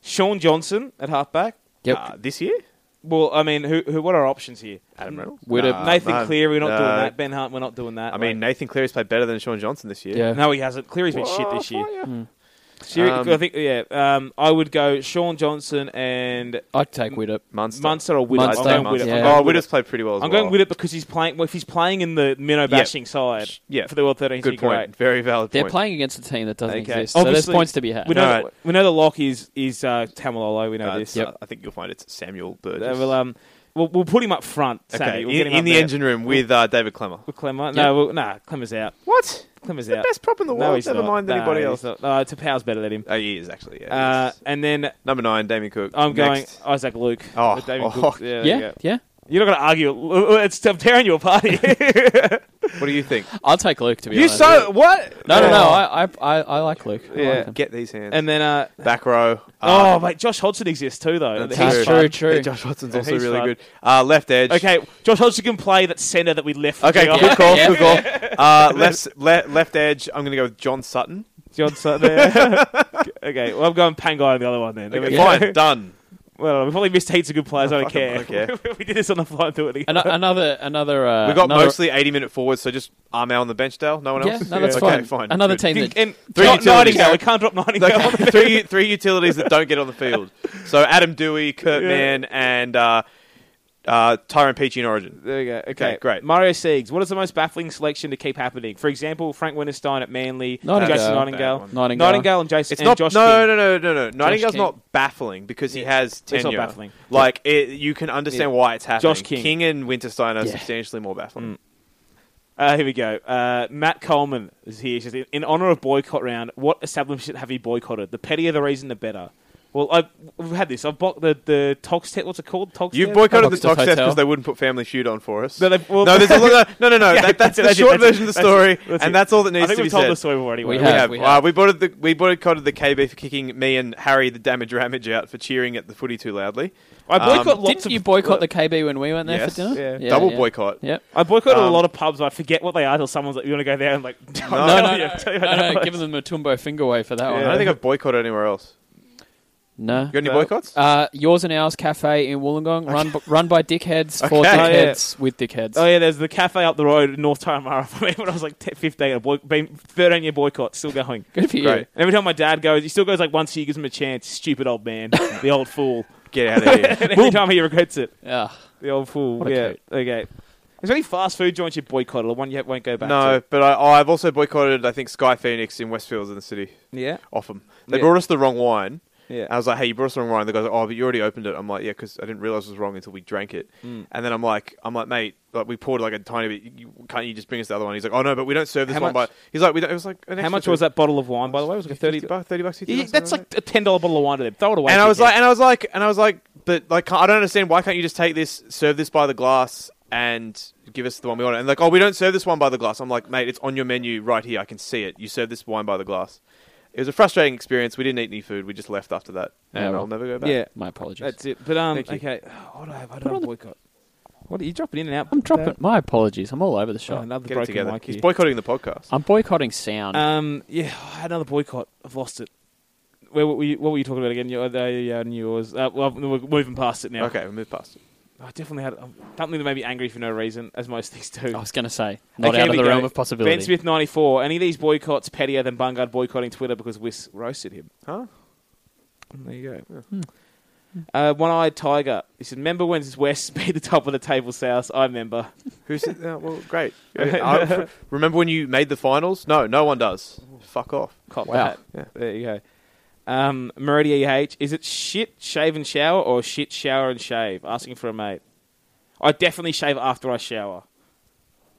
C: Sean Johnson at halfback.
B: Yep.
D: Nah, this year?
C: Well, I mean, who, who? What are our options here?
D: Adam Reynolds.
B: Would a-
D: Nah,
C: Mm. Nathan
D: no,
C: Cleary, we're not
D: no.
C: doing that. Ben Hunt, we're not doing that.
D: I mean, Nathan Cleary's played better than Sean Johnson this year.
B: yeah.
C: no, he hasn't. Cleary's been shit this year. Seri-
D: Um,
C: I think, yeah. Um, I would go Sean Johnson and
B: I'd take Widdup.
D: Munster.
C: Munster or Widdop.
B: Munster.
C: I'm going
B: Munster,
C: Widdop.
B: yeah.
C: I'm
D: Oh,
C: going
D: Widow's
C: Widdop.
D: played pretty well as
C: I'm
D: well.
C: going Widdop because he's playing. Well, if he's playing in the minnow bashing side
D: Yeah.
C: for the World 13,
D: Good point. Very valid
B: They're
D: point.
B: playing against a team that doesn't
D: Okay.
B: exist, so there's
C: Obviously,
B: points to be had.
C: We know,
D: Alright.
C: we know the lock is is uh, Tamalolo. We know
D: Uh,
C: this.
D: so I think you'll find it's Samuel Burgess.
C: Uh, we'll, um, we'll, we'll put him up front.
D: okay,
C: Sammy. We'll
D: in,
C: get him
D: in
C: up
D: the
C: there.
D: engine room with uh,
C: *laughs*
D: David Clemmer.
C: With Clemmer. No, we'll, nah, Clemmer's out.
D: What?
C: Clemmer's
D: The
C: out.
D: best prop in the
C: no,
D: world.
C: he's
D: Never
C: not.
D: mind
C: No,
D: anybody
C: he's not.
D: else.
C: No, Tapau's better than him.
D: Oh, he is actually. Yeah, he
C: Uh,
D: is.
C: and then
D: Number nine, Damien Cook.
C: I'm
D: Next.
C: going Isaac Luke.
D: Oh,
C: With Damien
D: oh.
C: Cook. Yeah, there you
B: yeah,
C: go.
B: yeah.
C: You're not going to argue. *laughs* It's I'm tearing you apart.
D: *laughs*
C: here.
D: What do
C: *laughs*
D: you think?
B: I'll take Luke to be honest.
D: what?
B: no, no, no. I, I, I, I like Luke. I
C: Yeah.
B: like him.
D: Get these hands.
C: and then, uh, *laughs*
D: back row.
C: oh,
D: Uh,
C: mate, Josh Hodgson exists too, though.
D: that's
B: He's true,
D: true.
B: true.
D: *laughs*
C: *laughs*
D: Josh Watson's also
C: he's
D: really
C: fun.
D: good. Uh, left edge.
C: Okay, Josh Hodgson can play that centre that we left. for
D: Okay.
C: Gio. *laughs*
D: Good call. Good call. Uh, left le- left edge. I'm going to go with John Sutton.
C: John Sutton uh, there. *laughs* okay, well, I'm going Pangai on the other one then. There we
D: Okay,
C: go.
D: Fine. Done.
C: *laughs* Well, we probably missed heaps of good players. I don't
D: Fuck 'em,
C: care.
D: I
C: *laughs*
D: don't
C: we did this on the fly and do it again.
B: Ano- another, another. Uh,
D: We got
B: another,
D: mostly 80 minute forwards, so just Armel on the bench, Dale. No one
B: Yeah,
D: else.
B: no, that's
D: okay,
B: fine. Another
D: Good.
B: team that
C: And
D: Three
C: not
D: utilities.
C: Nightingale. We can't drop Nightingale.
D: Okay, *laughs* three three utilities that don't get on the field. So Adam Dewey, Kurt Mann, and uh, uh, Tyron Peachy in Origin.
C: There we go. Okay,
D: Okay, great.
C: Mario Siegs, what is the most baffling selection to keep happening? For example, Frank Winterstein at Manly,
B: Nightingale.
C: Jason
D: Bad
C: Nightingale.
D: one.
B: Nightingale.
C: and Jason
D: It's
C: and
D: not
C: Josh
D: no,
C: King.
D: no no no no Nightingale's
B: King.
D: not baffling because he has
C: not
D: tenure.
C: baffling.
D: Like it, you can understand why it's happening.
C: Josh King.
D: and Winterstein are
B: Yeah.
D: substantially more baffling.
C: Uh, here we go. Uh, Matt Coleman is here. He says, in, in honor of boycott round, what establishment have you boycotted? The pettier the reason, the better. Well, I've, we've had this. I've bought the the Toxtet. What's it called? Toxtet.
D: You boycotted the
B: Box of
D: Tox test
B: Hotel.
D: because they wouldn't put Family Feud on for us.
C: No, they- well- *laughs*
D: *laughs* no, there's a lot of- no, no, no.
C: Yeah,
D: that, that's,
C: it,
D: the
C: it,
D: short version of the
C: it,
D: story,
C: that's it.
D: and that's all that needs
C: I think
D: to be
C: we've told
D: said.
C: the story already.
B: We
D: We
B: Yeah,
D: have.
B: we
D: We,
B: have.
D: Uh, we boycotted the we boycotted the KB for kicking me and Harry the damage ramage out for cheering at the footy too loudly.
C: I boycott
D: Um,
C: lots
B: Didn't
C: of
B: you boycott the KB when we went there
D: yes,
B: for dinner?
C: Yeah.
D: double
B: yeah.
D: boycott.
B: Yep.
D: *laughs*
C: I boycotted a
D: Um,
C: lot of pubs. I forget what they are till someone's like, "You want to go there?" And like, *laughs*
B: No,
D: No,
C: "Tell
B: no,
C: you,
B: no,
C: tell you how
B: no, no,
C: much."
B: giving them a Tumbo finger wave for that
D: Oh, I
B: one.
D: don't think I've boycotted anywhere else.
B: No.
D: You got any
C: No.
D: boycotts?
B: Uh, yours and ours cafe in Wollongong, run b- run by dickheads for
D: Okay.
C: Oh, yeah.
B: dickheads with dickheads.
C: Oh yeah, there's the cafe up the road in North Taramara *laughs* for me when I was like 10, 15, a boy, been 13 year boycott, still going.
B: Good for you.
D: Great.
C: And every time my dad goes, he still goes like once a year, gives him a chance. Stupid old man, the old fool. *laughs*
D: Get out of here.
C: And every time he regrets it,
B: Ah,
C: the old fool.
B: What a
C: yeah.
B: coot.
C: Okay. Is there any fast food joints you boycotted, or one you won't go back
D: no,
C: to?
D: but I, oh, I've also boycotted. I think Sky Phoenix in Westfields in the city.
C: Yeah.
D: Off 'em. They
C: Yeah.
D: brought us the wrong wine.
C: Yeah.
D: I was like, "Hey, you brought us the wrong wine." The guy's like, "Oh, but you already opened it." I'm like, "Yeah, because I didn't realize it was wrong until we drank it." And then I'm like, "I'm like, mate, like we poured like a tiny bit. You, can't you just bring us the other one?" He's like, "Oh no, but we don't serve this
C: How
D: one."
C: much-
D: By he's like, "We don't." It was like an
C: How
D: extra
C: much
D: thirty-
C: was that bottle of wine, by the way? Was it like
D: 30
C: 30
D: bucks, 30 bucks, 50
C: Yeah,
D: bucks,
C: that's
D: something
C: like a $10 bottle of wine to them. Throw it away.
D: that. And I was
C: dickhead.
D: like, and I was like, and I was like, but like, I don't understand. Why can't you just take this, serve this by the glass, and give us the one we ordered? And like, oh, we don't serve this one by the glass. I'm like, mate, it's on your menu right here. I can see it. You serve this wine by the glass. It was a frustrating experience. We didn't eat any food. We just left after that, and
B: Yeah, well.
D: I'll never go back.
C: yeah,
B: my apologies.
C: that's it. But, um,
D: Thank you.
C: okay. What do I have? I don't have boycott. What are you dropping in and out?
B: I'm dropping. My apologies. I'm all over the
C: Oh,
B: shop.
C: another
D: Get it
C: broken
D: together.
C: mic
D: He's
C: here.
D: boycotting the podcast.
B: I'm boycotting sound.
C: Um, yeah, I had another boycott. I've lost it. Where were you, what were you talking about again? Your, uh, yeah, and yours. Uh, well, we're moving past it now.
D: Okay, we move past it.
C: I definitely had um, something that made me angry for no reason, as most things do.
B: I was going to say Oh, not
C: Okay,
B: out of
C: we
B: the
C: go.
B: realm of possibility.
C: Ben Smith ninety four. Any of these boycotts pettier than Bungard boycotting Twitter because Wiss roasted him? Mm,
D: Huh?
C: There you go.
D: Hmm.
C: Uh, One eyed tiger. He said, "Remember when West *laughs* beat the top of the table south? I remember.
D: Who's it? Yeah, well, great.
C: *laughs*
D: I- remember when you made the finals? No, no one does.
C: Oh. *laughs*
D: Fuck off.
C: Cop
B: Wow.
C: that.
D: Yeah.
C: There you go. Um, Meridia EH, is it shit, shave and shower, or shit, shower and shave? Asking for a mate. I definitely shave after I shower.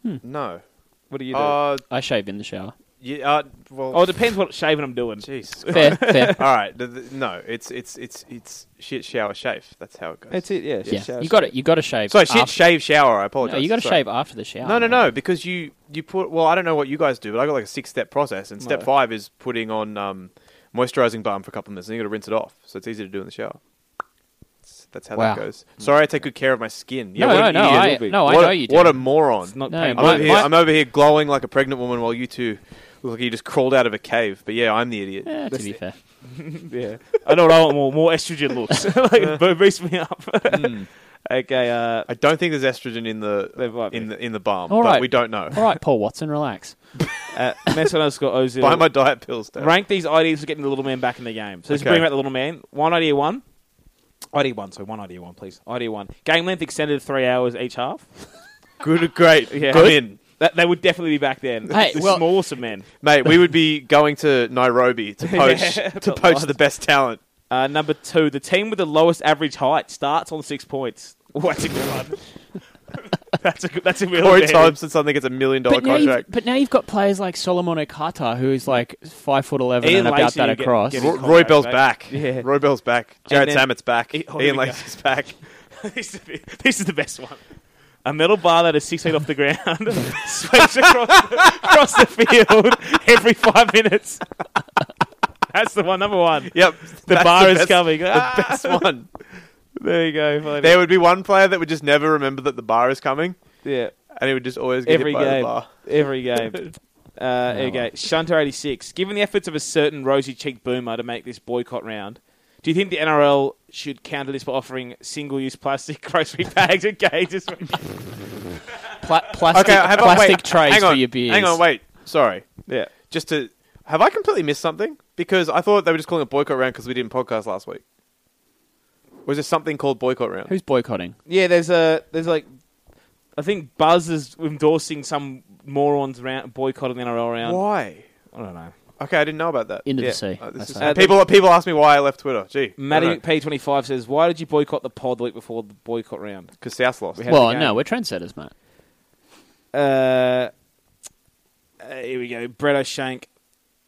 D: No.
C: What do you do?
D: Uh,
B: I shave in the shower.
D: *laughs* yeah, uh, well,
C: oh, it depends what shaving I'm doing.
D: Jesus.
B: Fair, fair.
D: All right. th- th- no, it's it's it's it's shit shower shave. That's how it goes.
C: That's it, yeah.
B: Yeah, you got it. You got to shave.
D: Sorry, shit
B: after-
D: shave shower. I apologize.
B: No, you got to
D: Sorry.
B: shave after the shower.
D: No, no,
B: mate.
D: no, because you you put. Well, I don't know what you guys do, but I got like a six step process, and step
C: No.
D: five is putting on um, moisturizing balm for a couple of minutes, and you got to rinse it off. So it's easy to do in the shower. That's- That's how that
B: Wow.
D: goes. Sorry, I take good care of my skin. Yeah,
B: No,
D: what an
B: no, no,
D: idiot.
B: I-
D: You'll be.
B: no, I
D: what
B: know
D: a,
B: you
D: What
B: do.
D: a moron!
C: It's not
B: No,
C: painful.
D: I'm,
B: my-
D: over here, I'm over here glowing like a pregnant woman while you two look like you just crawled out of a cave. But yeah, I'm the idiot.
B: Yeah, to be fair.
C: yeah. I know what I want more, more estrogen looks. *laughs* like, bo- boost me up. okay, uh,
D: I don't think there's estrogen in
C: There
D: the
C: might be.
D: in the in the balm,
B: All
D: but
B: right.
D: we don't know.
B: All right, Paul Watson, relax.
C: uh, mess underscore Ozil.
D: *laughs* Buy my diet pills, Dad.
C: Rank these ideas for getting the little man back in the game. So let's
D: Okay.
C: bring back the little man. One idea one. Idea one, so one idea one, please. Idea one. Game length extended to three hours each half.
D: Good, *laughs* great.
C: Yeah.
D: Come in.
C: That, they would definitely be back then.
B: Hey,
C: the
B: well-
C: smallest of men.
D: Mate, we would be going to Nairobi
C: *laughs*
D: to poach to
C: but
D: poach
C: what?
D: the
C: *laughs*
D: best talent.
C: Uh, number two, the team with the lowest average height starts on six points. *laughs* Oh, that's a good
B: *laughs*
C: one. that's a good, that's a real
D: Corey
C: man.
D: Thompson suddenly gets a million dollar
B: But now, you've,
C: *laughs*
D: contract.
B: but now you've got players like Solomon Okata, who's like five foot eleven
C: Ian
B: and about
C: Lacey
B: that
C: will get-
B: across.
C: get
D: Ro-
C: his
D: Roy
C: contract
D: Bell's
C: back.
D: back.
C: Yeah.
D: Roy Bell's back. Jared
C: then-
D: Sammet's back.
C: oh, here
D: Ian
C: we go. *laughs*
D: Lacey's back.
C: this, is the, this is the best one. A metal bar that is six feet off the ground *laughs* sweeps across the, across the field every five minutes. *laughs* That's the one, number one.
D: Yep.
C: The
D: that's
C: bar is
D: best-
C: coming.
D: *laughs* The
C: Ah, *laughs*
D: best one.
C: there you go. Find
D: There
C: it.
D: would be one player that would just never remember that the bar is coming,
C: Yeah,
D: and he would just always get
C: every
D: hit by the
C: game.
D: bar.
C: Every
D: *laughs*
C: game. Uh, there you go. Shunter 86. Given the efforts of a certain rosy cheeked boomer to make this boycott round, do you think the NRL should counter this by offering single use plastic *laughs* grocery bags and cages?
B: Pla- plastic
D: have I-
B: plastic
D: wait,
B: trays
D: hang on,
B: for your beers.
D: Hang on, wait. Sorry.
C: yeah.
D: Just to have I completely missed something? Because I thought they were just calling it boycott round because we didn't podcast last week. Was there something called boycott round?
B: Who's boycotting?
C: Yeah, there's a there's like, I think Buzz is endorsing some morons round boycotting the NRL round.
D: Why?
C: I don't know.
D: Okay, I didn't know about that.
B: Into
C: Yeah,
B: the sea.
D: Uh, this
B: That's
D: is-
B: right.
C: Uh,
D: people people ask me why I left Twitter. Gee,
C: Matty P twenty five says, "Why did you boycott the pod the week before the boycott round?"
D: because South lost.
C: We had-
B: well,
C: the
B: no,
C: game.
B: we're trendsetters, mate.
C: Uh, uh, here we go. Brett O'Shank.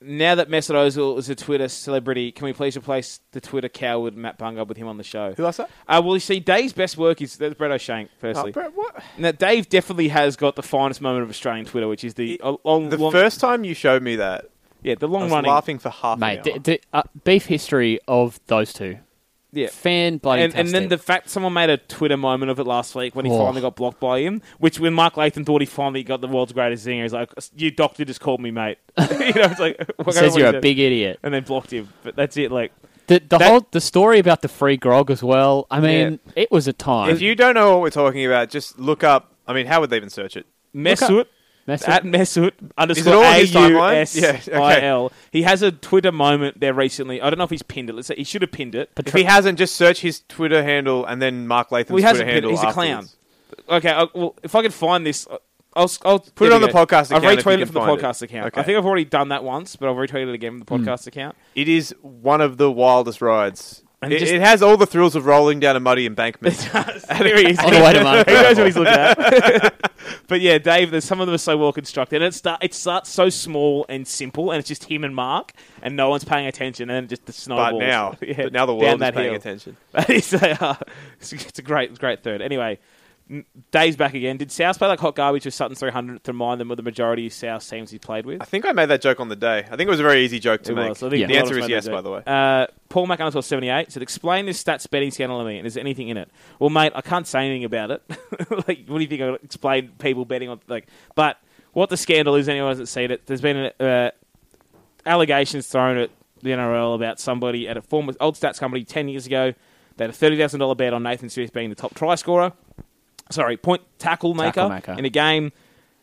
C: now that Mesut Ozil is a Twitter celebrity, can we please replace the Twitter coward Matt Bunga with him on the show?
D: Who else? that?
C: Uh, well, you see, Dave's best work is that's Brett O'Shank. Firstly,
D: Oh, Brett, what?
C: now Dave definitely has got the finest moment of Australian Twitter, which is the a long,
D: The
C: long-
D: first time you showed me that,
C: yeah, the
D: I
C: long
D: was
C: running,
D: laughing for half
H: Mate,
D: an
H: the,
D: hour.
H: the, uh, beef history of those two.
C: yeah.
H: Fan bloody
C: And, and then the fact someone made a Twitter moment of it last week when he
H: Oh.
C: finally got blocked by him, which when Mark Latham thought he finally got the world's greatest zinger, he's like, "You doctor just called me mate." *laughs* you know, it's like what
H: says
C: what
H: you're
C: is
H: a
C: it?
H: big idiot.
C: and then blocked him. But that's it. Like
H: The, the
C: That-
H: whole the story about the free grog as well. I mean, it was a time.
D: If you don't know what we're talking about, just look up. I mean, how would they even search it?
C: Mesut
H: That's it.
C: at Mesut
D: all
C: underscore
D: on
C: A
D: his
C: U
D: timeline?
C: S I L. He has a Twitter moment there recently. I don't know if he's pinned it. Let's say he should have pinned it.
D: If he hasn't, just search his Twitter handle and then Mark Latham's
C: Well, he
D: Twitter
C: hasn't
D: handle.
C: pinned. He's a clown.
D: afterwards.
C: Okay. I, well, if I could find this, I'll I'll
D: Put it
C: there
D: on
C: we
D: the
C: go.
D: podcast
C: I've
D: account if you
C: retweeted
D: can
C: it from the
D: find it.
C: podcast account.
D: Okay. Hmm.
C: I think I've already done that once, but I've retweeted it again from the podcast
D: *laughs*
C: account.
D: It is one of the wildest rides.
C: And
D: it,
C: just-
D: it has all the thrills of rolling down a
C: *laughs*
D: muddy embankment.
C: There he is.
H: On the way to Mark.
C: *laughs* he knows what he's looking at.
D: *laughs*
C: but yeah, Dave, there's some of them are so well constructed. And it, start, it starts so small and simple, and it's just him and Mark, and no one's paying attention, and it just the
D: *laughs* but
C: snowballs.
D: now,
C: *laughs* Yeah,
D: but now the
C: down
D: world is
C: that
D: paying
C: hill.
D: attention.
C: That is, they are. It's, it's a great, great third. Anyway, n- Dave's back again. Did South play like hot garbage with Sutton 300 to remind them of the majority of South teams he played with?
D: I think I made that joke on the day. I think it was a very easy joke to
C: It
D: make.
C: was. I think
D: the
C: a lot
D: answer
C: of
D: is
C: us
D: yes,
C: made that
D: by
C: joke.
D: the way.
C: Uh, Paul Mac underscore 78 said, explain this stats betting scandal to me, and is there anything in it? Well, mate, I can't say anything about it. *laughs* like, what do you think I'll explain people betting on, like, but what the scandal is, anyone hasn't seen it, there's been uh, allegations thrown at the NRL about somebody at a former old stats company 10 years ago that a $30,000 bet on Nathan Smith being the top try scorer, sorry, point tackle maker,
H: Tackle maker.
C: in a game.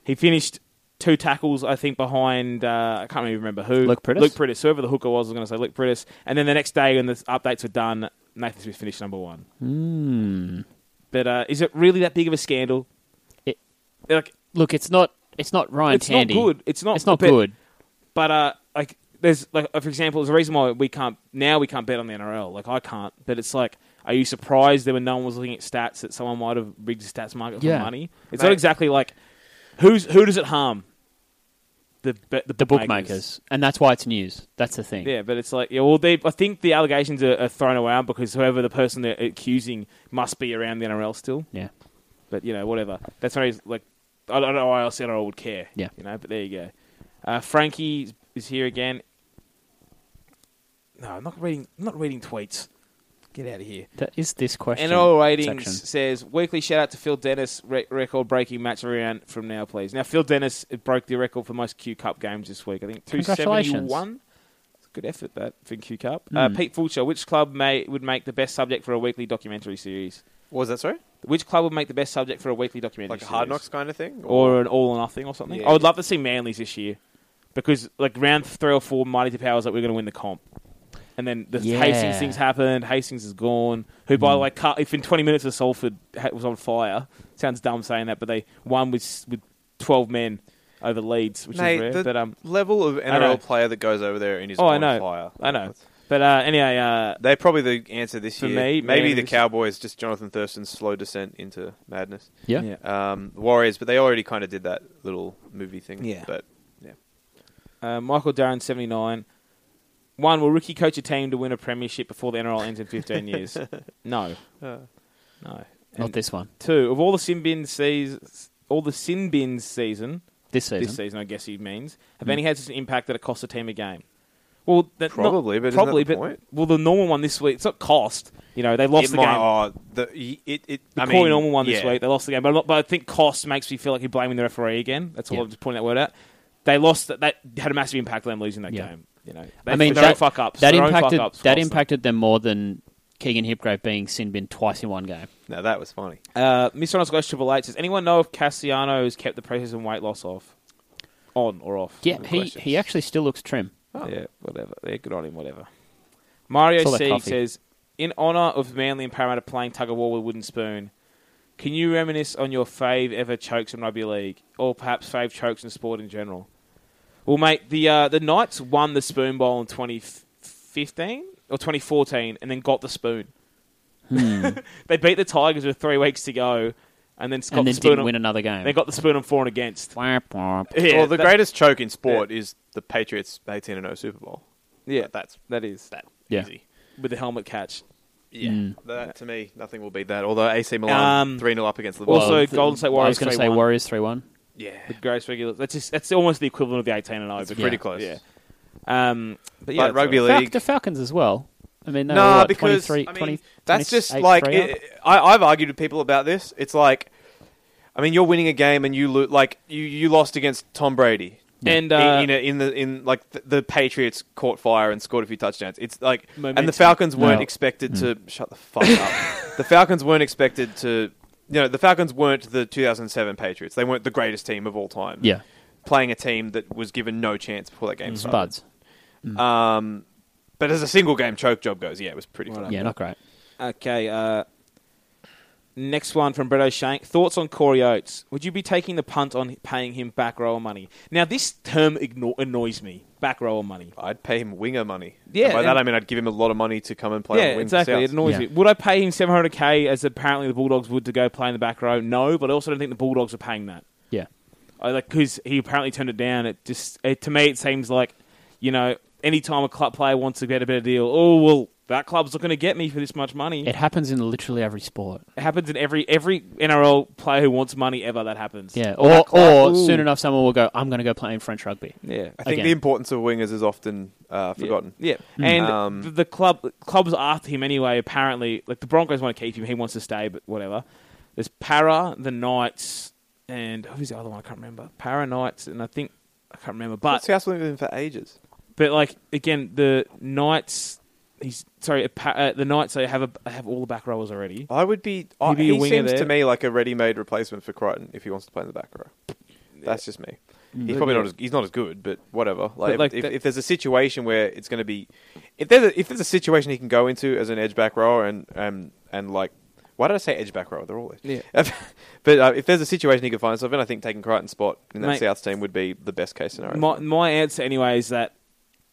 C: He finished two tackles, I think, behind, uh, I can't even remember who.
H: Luke Prittis?
C: Luke Prittis, whoever the hooker was, I was going to say Luke Prittis. And then the next day, when the updates were done, Nathan Smith finished number one. But uh, is it really that big of a scandal?
H: Hmm. It-
C: like,
H: Look, it's not it's not Ryan
C: it's
H: Tandy.
C: not good. It's not.
H: It's not
C: but-
H: good.
C: But uh, like, there's like, uh, for example, there's a reason why we can't now we can't bet on the NRL. Like, I can't. But it's like, are you surprised that when no one was looking at stats that someone might have rigged the stats market for
H: Yeah.
C: money? It's
D: Mate.
C: not exactly like who's who does it harm? The be- the,
H: The bookmakers, and that's why it's news. That's the thing.
C: Yeah, but it's like yeah. Well, they, I think the allegations are, are thrown around because whoever the person they're accusing must be around the NRL still.
H: Yeah.
C: But you know, whatever. That's not like I don't know why else I would care.
H: Yeah.
C: You know, but there you go. Uh, Frankie is here again. No, I'm not reading. I'm not reading tweets. Get out of here.
H: That is this question.
C: NRL ratings
H: section.
C: says weekly shout out to Phil Dennis re- record breaking match around from now, please. Now Phil Dennis broke the record for most Q Cup games this week. I think two seventy
H: Congratulations. Hmm.
C: one. Good effort that for Q Cup. Uh, Pete Fulcher, which club may would make the best subject for a weekly documentary series?
D: What was that sorry?
C: Which club would make the best subject for a weekly documentary?
D: Like a hard
C: series?
D: knocks kind of thing?
C: or an all or nothing or something.
D: Yeah.
C: I would love to see Manly's this year because like round three or four, Mighty to Powers like we're going to win the comp, and then the
H: Yeah. Hmm.
C: Hastings things happened. Hastings is gone. Who by the way, cut, if in twenty minutes of Salford ha- was on fire, sounds dumb saying that, but they won with s- with twelve men over Leeds, which
D: Mate,
C: is rare.
D: the
C: but um,
D: level of
C: know.
D: NRL player that goes over there and is
C: oh, I
D: on
C: know,
D: fire.
C: I know. But uh, anyway, uh,
D: They're probably the answer this
C: For
D: year.
C: me,
D: Maybe
C: man,
D: the
C: this-
D: Cowboys, just Jonathan Thurston's slow descent into madness.
H: Yeah.
C: yeah.
D: Um, Warriors, but they already kind of did that little movie thing.
C: Yeah.
D: But
C: Uh, Michael Darren, 79. One, will Ricky coach a team to win a premiership before the NRL ends in 15
D: *laughs*
C: years? no. No.
H: Not
C: And
H: this one.
C: Two, of all the sin bin seas all the sin bins season,
H: This season.
C: this season I guess he means,
D: Hmm.
C: have any had such an impact that it costs a team a game? Well, that, not-
D: Probably, but isn't that
C: probably,
D: the
C: but
D: point?
C: well, the normal one this week, it's not cost. You know, they lost
D: it
C: the
D: might-
C: game.
D: oh, the, it, it,
C: The
D: I
C: Corey
D: mean,
C: Norman one this
D: yeah.
C: week. They lost the game, but, I'm not, but I think cost makes me feel like you're blaming the referee again. That's all
H: Yeah.
C: I'm just pointing that word out. They lost. That, that had a massive impact on them losing that
H: Yeah.
C: game. You know, they,
H: I mean,
C: their own
H: that,
C: fuck ups.
H: that
C: their own
H: impacted
C: fuck ups
H: that
C: cost them.
H: impacted them more than Keegan Hipgrave being sin bin twice in one game.
D: No, that was funny.
C: Uh, Mr. Underscore Triple Eight says, "Anyone know if Cassiano has kept the process and weight loss off, on or off?"
H: Yeah,
D: Good
H: he,
D: questions.
H: he actually still looks trim.
B: Oh.
C: Yeah, whatever. Yeah, good on him, whatever. Mario
H: It's all that
C: C
H: coffee.
C: says, in honour of Manly and Parramatta playing tug of war with a wooden spoon, can you reminisce on your fave ever chokes in rugby league, or perhaps fave chokes in sport in general? Well, mate, the uh, the Knights won the spoon bowl in 2015 or
B: Hmm.
C: *laughs* 2014, and then got the spoon. they beat the Tigers with three weeks to go, and then got
B: and
C: the
B: then
C: spoon
B: didn't
C: on,
B: win another game.
C: They got the spoon on for and against. Yeah,
D: well, the
C: that-
D: greatest choke in sport is the Patriots 18 and 0 Super Bowl.
C: Yeah,
D: that's
C: that is
D: that
B: Yeah.
D: easy.
C: with the helmet catch.
D: Yeah, that to me, nothing will beat that. Although AC Milan
C: Um,
D: three 0 up against Liverpool.
C: Also, Golden State Warriors.
B: I was going to say
C: 3-1.
B: Warriors three one.
D: yeah,
C: The greatest regular. That's just, that's almost the equivalent of the eighteen and over.
D: pretty close.
C: Yeah. Um, but
D: but
C: yeah,
D: rugby
C: that's-
B: Fal-
D: league.
B: the Falcons as well. I mean, they
D: No,
B: were what,
D: because
B: 23,
D: I mean,
B: 20
D: that's just
B: 28,
D: like
B: three up?
D: it, I, I've argued with people about this. It's like, I mean, you're winning a game and you lo- like you, you lost against Tom Brady.
C: And uh,
D: in, in, a, in the in like the, the Patriots caught fire and scored a few touchdowns. It's like and
C: Momentum.
D: the Falcons weren't
B: No.
D: expected
B: Mm.
D: to shut the fuck
C: *laughs*
D: up. the Falcons weren't expected to. You know, the Falcons weren't the 2007 Patriots. They weren't the greatest team of all time.
B: Yeah. Mm.
D: playing a team that was given no chance before that game started.
B: Spuds.
D: Um, but as a single game choke job goes, yeah, it was pretty.
C: Right
D: fun.
C: up.
B: Yeah, not great.
C: Okay. Uh, next one from Brett O'Shank. Thoughts on Corey Oates? Would you be taking the punt on paying him back rower money? Now, this term igno- annoys me. Back rower money.
D: I'd pay him winger money.
C: Yeah,
D: And by that
C: and-
D: I mean I'd give him a lot of money to come and play. on
C: Yeah,
D: wing
C: exactly. It
D: South.
C: annoys
B: Yeah.
C: me. Would I pay him 700k as apparently the Bulldogs would to go play in the back row? No, but I also don't think the Bulldogs are paying that.
B: Yeah.
C: I like because he apparently turned it down. It just it, to me it seems like you know anytime a club player wants to get a better deal, oh well that club's not going to get me for this much money.
B: It happens in literally every sport.
C: It happens in every every NRL player who wants money ever. That happens.
B: Yeah,
C: that
B: or,
C: club.
B: or
C: Ooh.
B: soon enough, someone will go, I'm going to go play in French rugby.
C: Yeah.
D: I think
B: Again.
D: the importance of wingers is often uh, forgotten.
C: Yeah, and
D: Um,
C: th- the club clubs are after him anyway. Apparently, like the Broncos want to keep him. He wants to stay, but whatever. There's Para, the Knights, and who's the other one? I can't remember. Para Knights, and I think I can't remember. But
D: What's House been with him for ages?
C: But like again, the Knights. He's sorry. a pa- Uh, the Knights they have a, they have all the back rowers already.
D: I would be. I,
C: He'd be a
D: he
C: winger
D: seems
C: there.
D: to me like a ready-made replacement for Crichton if he wants to play in the back row. That's just me. He's probably not. As, he's not as good, but whatever. Like, if-
C: Mm. like
D: if,
C: that-
D: if there's a situation where it's going to be, if there's a, if there's a situation he can go into as an edge back rower and and and like, why did I say edge back rower? They're all edge. Yeah. *laughs* but uh, if there's a situation he could find himself in, I think taking Crichton's spot in that
C: Mate.
D: South team would be the best case scenario.
C: My my answer anyway is that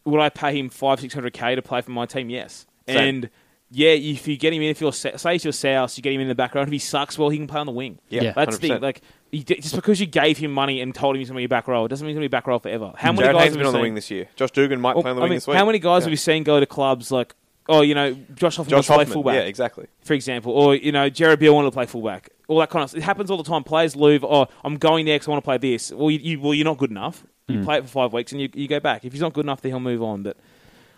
C: would I pay him five six hundred k to play for my team? Yes.
D: Same.
C: And yeah, if you get him in, if you're Sa- say it's your South, you get him in the back row. and If he sucks, well, he can play on the wing.
D: Yeah, Yeah.
C: that's the thing.
D: 100%.
C: Like you, di- just because you gave him money and told him he's going to be a back row, it doesn't mean he's going to be back row forever. How many
D: Jared
C: guys
D: Haynes
C: have
D: been
C: we
D: on the
C: seen-
D: wing this year. Josh Dugan might
C: Well,
D: play on the
C: I
D: wing
C: mean,
D: this week.
C: How many guys
D: Yeah.
C: have we seen go to clubs like, oh, you know, Josh Hoffman
D: Josh
C: wants to play
D: Hoffman.
C: fullback?
D: Yeah, exactly.
C: for example, or you know, Jared Beal wanted to play fullback, all that kind of. It happens all the time. Players leave. Oh, I'm going there because I want to play this. Well, you, you well, you're not good enough. You play it for five weeks and you, you go back. If he's not good enough, then he'll move on. But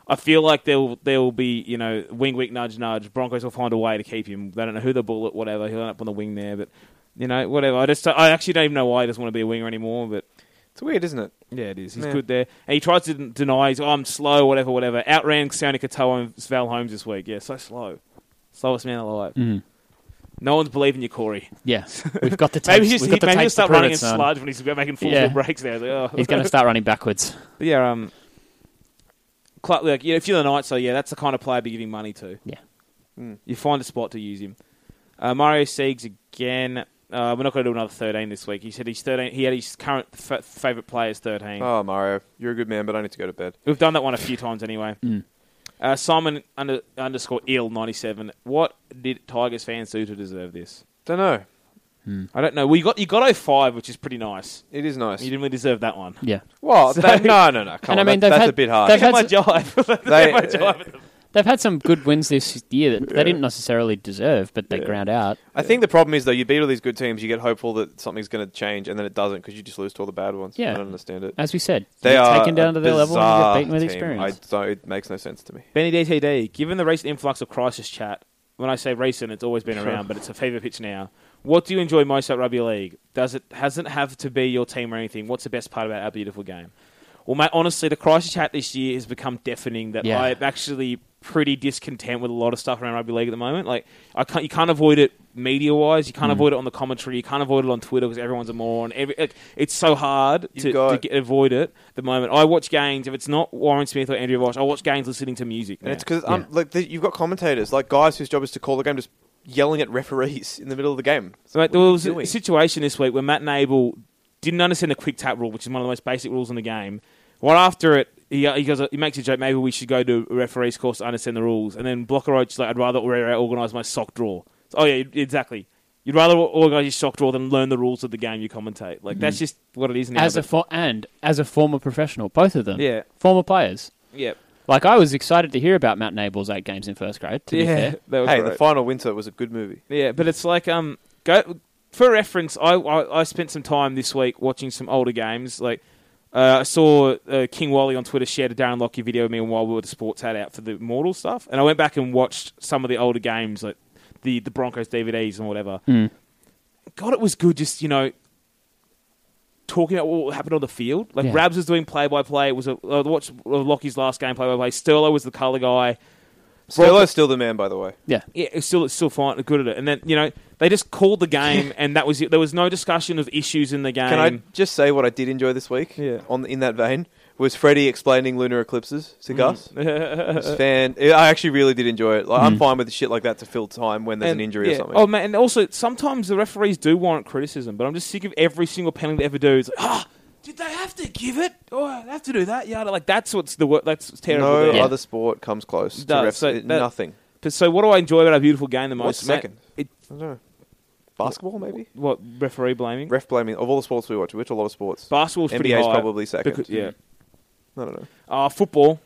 C: I feel like there will there will be you know wing week nudge nudge. Broncos will find a way to keep him. They don't know who the bullet whatever. He'll end up on the wing there, but you know whatever. I just I actually don't even know why he doesn't want to be a winger anymore. But
D: It's weird, isn't it?
C: yeah, it is. He's
D: Yeah.
C: good there, and he tries to den- deny. He's, oh, I'm slow, whatever, whatever. Outran Sony Katoa and Val Holmes this week. Yeah, so slow, slowest man alive.
B: Mm-hmm.
C: No one's believing you, Corey.
B: Yeah, we've
C: *laughs*
B: got the tapes.
C: Maybe he's
B: we've
C: he,
B: got the
C: maybe he'll
B: tapes to
C: start
B: prove
C: running
B: it,
C: in
B: son.
C: sludge when he's making full
B: Yeah.
C: full breaks there. Like, oh.
B: He's going to start running backwards.
C: But yeah, um, Clark, like, yeah, if you're the Knights, so yeah, that's the kind of player to be giving money to. Hmm.
B: Yeah.
C: You find a spot to use him. Uh, Mario Siegs again. Uh, we're not going to do another 13 this week. He said he's 13. He had his current f- favorite players 13.
D: Oh, Mario, you're a good man, but I need to go to bed.
C: We've done that one a few times anyway. Uh, Simon under, underscore ill ninety seven. What did Tigers fans do to deserve this?
D: Don't know.
C: I don't know. Well, you got you got 05, which is pretty nice.
D: It is nice.
C: You didn't really deserve that one.
B: Yeah.
D: Well,
C: So-
D: that, no, no, no. Come
B: And I
D: on,
B: mean,
D: that-
B: they've
D: that's
B: had-
D: a bit harsh.
B: they've
C: Look at
B: had
C: my
B: s-
C: jive. *laughs*
D: They-
C: my jive.
B: They've had some good wins this year that they didn't necessarily deserve, but they ground out.
D: I think the problem is though, you beat all these good teams, you get hopeful that something's going to change, and then it doesn't because you just lose to all the bad ones.
B: Yeah.
D: I don't understand it.
B: As we said,
D: They
B: you're
D: are
B: taken down
D: a
B: to their level and you
D: bizarre
B: get beaten with
D: team.
B: experience.
D: I don't, it makes no sense to me.
C: Benny DTD. Given the recent influx of crisis chat, when I say recent, it's always been around, but it's a fever pitch now. What do you enjoy most at rugby league? Does it hasn't have to be your team or anything? What's the best part about our beautiful game? Well, mate, honestly, the crisis chat this year has become deafening. That
B: Yeah.
C: I'm actually pretty discontent with a lot of stuff around rugby league at the moment. Like, I can't you can't avoid it media wise. You
D: Mm.
C: can't avoid it on the commentary. You can't avoid it on Twitter because everyone's a moron. Every, like, it's so hard
D: You've
C: to, to
D: got-
C: get, avoid it. At the moment, I watch games. If it's not Warren Smith or Andrew Walsh, I watch games listening to music.
D: And
C: now.
D: it's because um, like the, you've got commentators, like guys whose job is to call the game, just yelling at referees in the middle of the game.
C: So mate,
D: What
C: there
D: are you
C: was
D: doing?
C: a situation this week where Matt Nable didn't understand the quick tap rule, which is one of the most basic rules in the game. Right after it, he, he goes, he makes a joke. Maybe we should go to a referee's course to understand the rules. And then Blocker Roach's like, I'd rather organise my sock draw. So- oh yeah, exactly. You'd rather organise your sock draw than learn the rules of the game you commentate. Like
D: Mm.
C: that's just what it is now.
B: as a
C: but-
B: for- and as a former professional, both of them,
C: Yeah.
B: former players.
C: yeah,
B: Like I was excited to hear about Mount Nable's eight games in first grade. To be
C: yeah, *laughs*
B: fair,
C: that was
D: Hey,
C: great.
D: the final winter was a good movie.
C: Yeah, but it's like um go for reference. I I, I spent some time this week watching some older games. Like uh, I saw uh, King Wally on Twitter shared a Darren Lockyer video of me while we were at the sports hat out for the Immortal stuff, and I went back and watched some of the older games like the the Broncos DVDs and whatever. God, it was good. Just you know. Talking about what happened on the field, like
B: Yeah.
C: Rabs was doing play by play. It was a, I watched Lockie's last game play by play. Sterlo was the color guy.
D: Stello's still the man, by the way.
B: yeah,
C: Yeah, it's still it's still fine, good at it. And then you know they just called the game,
D: *laughs*
C: and that was it. There was no discussion of issues in the game.
D: Can I just say what I did enjoy this week?
C: Yeah.
D: On in that vein was Freddie explaining lunar eclipses
C: Mm. *laughs*
D: to Gus. It's fan, I actually really did enjoy it. Like, I'm fine with shit like that to fill time when there's
C: Mm. And,
D: an injury
C: yeah.
D: or something.
C: Oh man, and also sometimes the referees do warrant criticism, but I'm just sick of every single penalty they ever do. It's like, ah, did they have to give it? Oh, they have to do that? Yeah, like that's what's the wor- that's what's terrible.
D: no
C: there.
D: other sport comes close to
C: Does,
D: refs.
C: so
D: It-
C: that-
D: nothing.
C: But so what do I enjoy about our beautiful game the most?
D: What's
C: man?
D: second?
C: It,
D: I don't know. Basketball, maybe?
C: what referee blaming?
D: Ref blaming. Of all the sports we watch, we watch a lot of sports.
C: Basketball's pretty
D: NBA's
C: high.
D: probably second.
C: Because- yeah.
D: I don't know.
C: Uh, football.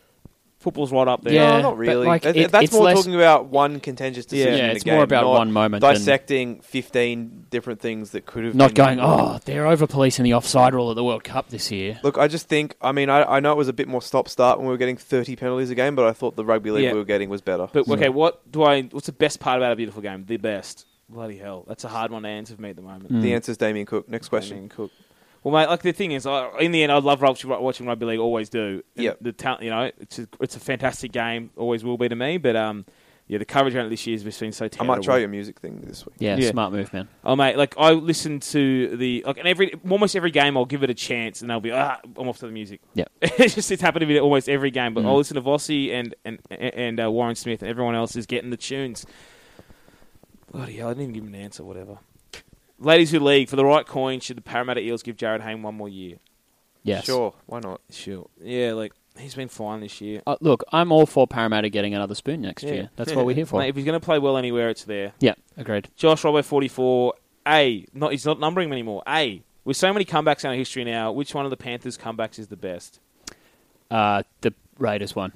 C: Football's right up there.
B: Yeah,
D: no, not
B: but,
D: really.
B: like,
D: That-
B: it-
D: that's
B: it's
D: more
B: less-
D: talking about one contentious decision.
C: Yeah,
D: in
B: it's
D: the game,
B: more about
D: not
B: one moment than-
D: Dissecting 15 different things that could have
B: not
D: been-
B: going. Oh, they're over policing the offside rule at the World Cup this year.
D: Look, I just think, I mean, I, I know it was a bit more stop start when we were getting 30 penalties a game, but I thought the rugby league
C: Yeah.
D: we were getting was better.
C: But okay, what do I? What's the best part about a beautiful game? The best. Bloody hell, that's a hard one to answer for me at the moment.
B: Mm.
D: the answer is Damien Cook.
C: I
D: Next
C: mean,
D: question.
C: Cook. Well, mate, like the thing is, I, in the end, I love rugby, watching rugby league. Always do. And
D: Yep.
C: The talent, you know, it's a, it's a fantastic game. Always will be to me. But um, yeah, the coverage on it this year has just been so
D: I
C: terrible.
D: might try your music thing this week.
B: Yeah,
C: Yeah.
B: smart move, man.
C: Oh mate, like I listen to the like, and every almost every game I'll give it a chance, and they'll be ah, I'm off to the music.
B: Yep.
C: *laughs* it's just it's happened to me at almost every game.
B: Mm.
C: But I'll listen to Vossi and and and uh, Warren Smith and everyone else is getting the tunes. Bloody hell, I didn't even give him an answer. Whatever. Ladies who league for the right coin, should the Parramatta Eels give Jared Hayne one more year?
B: Yes.
D: Sure, why not?
C: Sure. Yeah, like he's been fine this year.
B: Uh, look, I'm all for Parramatta getting another spoon next
C: Yeah.
B: year. That's what we're here for.
C: Mate, if he's going to play well anywhere, it's there.
B: Yeah, agreed.
C: Josh Robbo, 44. A. Not, he's not numbering him anymore. A. With so many comebacks in our history now, which one of the Panthers' comebacks is the best?
B: Uh, the Raiders won.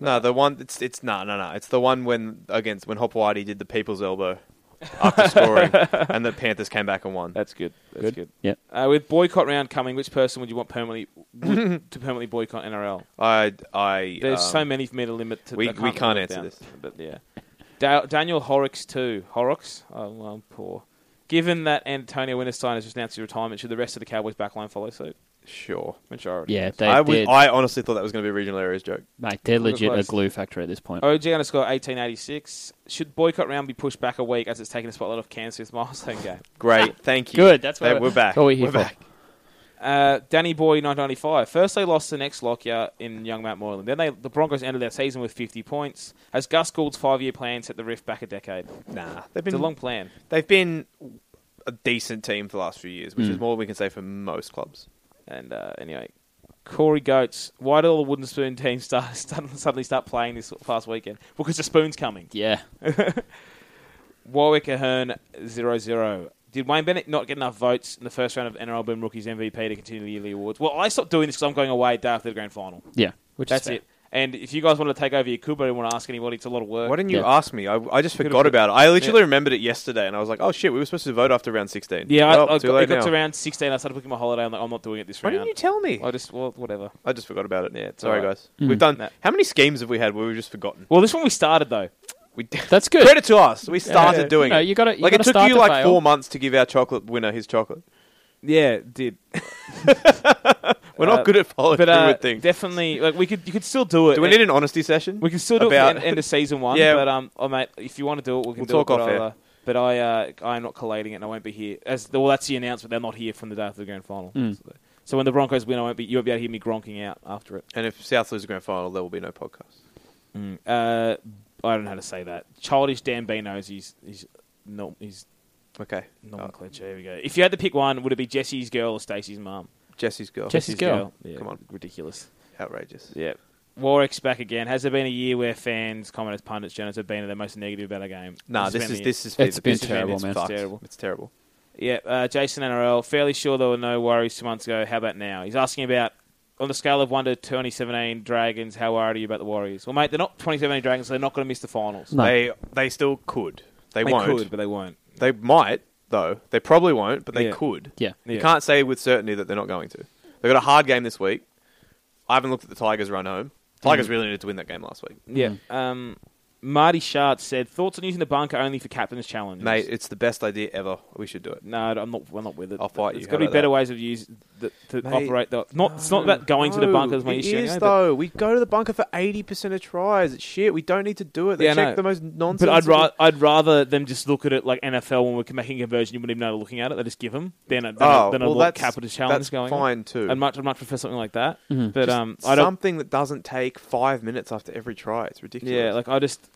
D: No, the one it's it's no no no. It's the one when against when Hopewadi did the people's elbow
B: *laughs*
D: after scoring, and the Panthers came back and won.
C: That's good. That's good.
B: Yep.
C: Uh, with boycott round coming, which person would you want permanently would,
D: *laughs*
C: to permanently boycott NRL?
D: I I
C: There's
D: um,
C: so many for me to limit. To,
D: we-
C: I
D: we can't
C: narrow it
D: answer
C: down,
D: this.
C: But yeah, da- Daniel Horrocks too. Horrocks. Oh, well, poor. Given that Antonio Winterstein has just announced his retirement, should the rest of the Cowboys backline follow suit?
D: sure.
C: Majority.
B: Yeah, they,
D: I
B: are
D: was, I honestly thought that was going to be a regional areas joke.
B: mate, they're
C: Look
B: legit a
C: close.
B: glue factory at this point.
D: Oh,
C: OG underscore eighteen eighty six. Should boycott round be pushed back a week as it's taken a spotlight off Kansas *laughs* milestone game?
B: *laughs*
D: Great, thank you.
B: Good, that's what
D: Hey,
B: I-
D: we're back.
B: that's what we're here
D: we're
B: for.
D: back.
C: Uh, Danny Boy nine ninety five. First they lost to next Lockyer in Young Mount Moreland. Then they the Broncos ended their season with fifty points. Has Gus Gould's five year plan set the rift back a decade?
D: Nah, they've
C: It's
D: been
C: a long plan.
D: they've been a decent team for the last few years, which
C: Hmm.
D: is more than we can say for most clubs.
C: And uh, anyway, Corey Goats. Why did all the wooden spoon teams *laughs* start, start suddenly start playing this past weekend? Because the spoon's coming.
D: *laughs*
B: Yeah,
C: Warwick Ahern 0 0. Did Wayne Bennett not get enough votes in the first round of NRL Boom Rookies MVP to continue the yearly awards? Well, I stopped doing this because I'm going away day after the grand final.
B: yeah. Which is
C: That's
B: fair.
C: it. And if you guys want to take over your Kubo and want to ask anybody, it's a lot of work.
D: Why didn't you
B: Yeah.
D: ask me? I, I just forgot
C: put-
D: about it. I literally remembered it yesterday, and I was like, "Oh shit, we were supposed to vote after round 16.
C: yeah, I,
D: oh,
C: I,
D: too
C: got, I
D: late
C: got
D: now.
C: to round 16. I started booking my holiday. I'm like, I'm not doing it this
D: Why
C: round.
D: didn't you tell me?
C: I just, well, whatever.
D: I just forgot about it.
C: Yeah, it's
D: sorry
C: alright.
D: guys. We've done
C: Nah.
D: how many schemes have we had where we've just forgotten?
C: Well, this one we started, though.
D: We
B: That's good.
D: credit to us. We started
B: Yeah.
D: doing
B: No,
D: it.
B: you gotta- you
D: like
B: gotta
D: it took
B: start
D: you
B: to
D: like
B: fail.
D: four months to give our chocolate winner his chocolate.
C: *laughs* Yeah, it did.
D: We're not
C: Uh,
D: good at following
C: But
D: through
C: uh,
D: with things.
C: definitely, like, we could, you could still do it.
D: Do we need an honesty session?
C: We can still do
D: about
C: it for the end, end of season one.
D: *laughs* Yeah.
C: But um, oh mate, if you want to do it, we can
D: We'll
C: do
D: talk
C: it. but
D: off
C: I'll,
D: air.
C: uh, But I, uh, I am not collating it, and I won't be here. As well, that's the announcement. They're not here from the day after the grand final.
D: Hmm.
C: So, so when the Broncos win, I won't be. You won't be able to hear me gronking out after it.
D: and if South lose the grand final, there will be no podcast. Hmm.
C: Uh, I don't know how to say that. Childish Dan Beano's. He's he's not. He's
D: Okay, Uh, Oh.
C: nomenclature. Here we go. If you had to pick one, would it be Jesse's girl or Stacey's mum?
D: Jesse's girl.
B: Jesse's girl.
C: Yeah,
D: Come on.
C: ridiculous.
D: outrageous.
C: Yeah. Warwick's back again. Has there been a year where fans, commenters, pundits, journalists have been the most negative about a game?
D: Nah,
C: Has
D: this
C: been
D: is
C: the-
D: this is
B: It's been
D: this is-
B: terrible,
D: it's
B: man.
D: fucked.
C: It's terrible.
D: It's terrible.
C: Yeah, uh, Jason NRL. Fairly sure there were no worries two months ago. How about now? He's asking about on the scale of one to 2017 Dragons. How worried are you about the Warriors? Well, mate, they're not 2017 Dragons. So they're not going to miss the finals.
B: No.
D: They they still could. They,
C: they
D: won't.
C: could, but they won't.
D: They might though. They probably won't, but they
C: Yeah.
D: could.
B: Yeah.
D: You
C: Yeah.
D: can't say with certainty that they're not going to. They've got a hard game this week. I haven't looked at the Tigers' run home. Tigers
B: Mm.
D: really needed to win that game last week.
C: Yeah. Um, Marty Shart said thoughts on using the bunker only for captain's challenge.
D: Mate, it's the best idea ever. We should do it.
C: No, I'm not. I'm not with it.
D: I'll fight you.
C: There's
D: How
C: got to be
D: about
C: better
D: that?
C: ways of use the, to
D: Mate,
C: operate. The, not. It's not about going to the
D: No,
C: bunker as my
D: it
C: issue.
D: is,
C: I know, but-
D: though. We go to the bunker for 80% of tries. It's shit. We don't need to do it. They
C: Yeah, I
D: check
C: know.
D: the most
C: But
D: nonsense.
C: I'd, ra- I'd rather them just look at it like NFL when we're making a conversion, you wouldn't even know they're looking at it. They just give them. Then, a- then,
D: Oh,
C: a, then
D: well,
C: a lot
D: that's-
C: capital challenge
D: that's
C: going.
D: fine, too.
C: I'd much, I'd much prefer something like that.
D: Mm-hmm.
C: But um, I don't.
D: Something that doesn't take five minutes after every try. It's ridiculous.
C: Yeah, like I just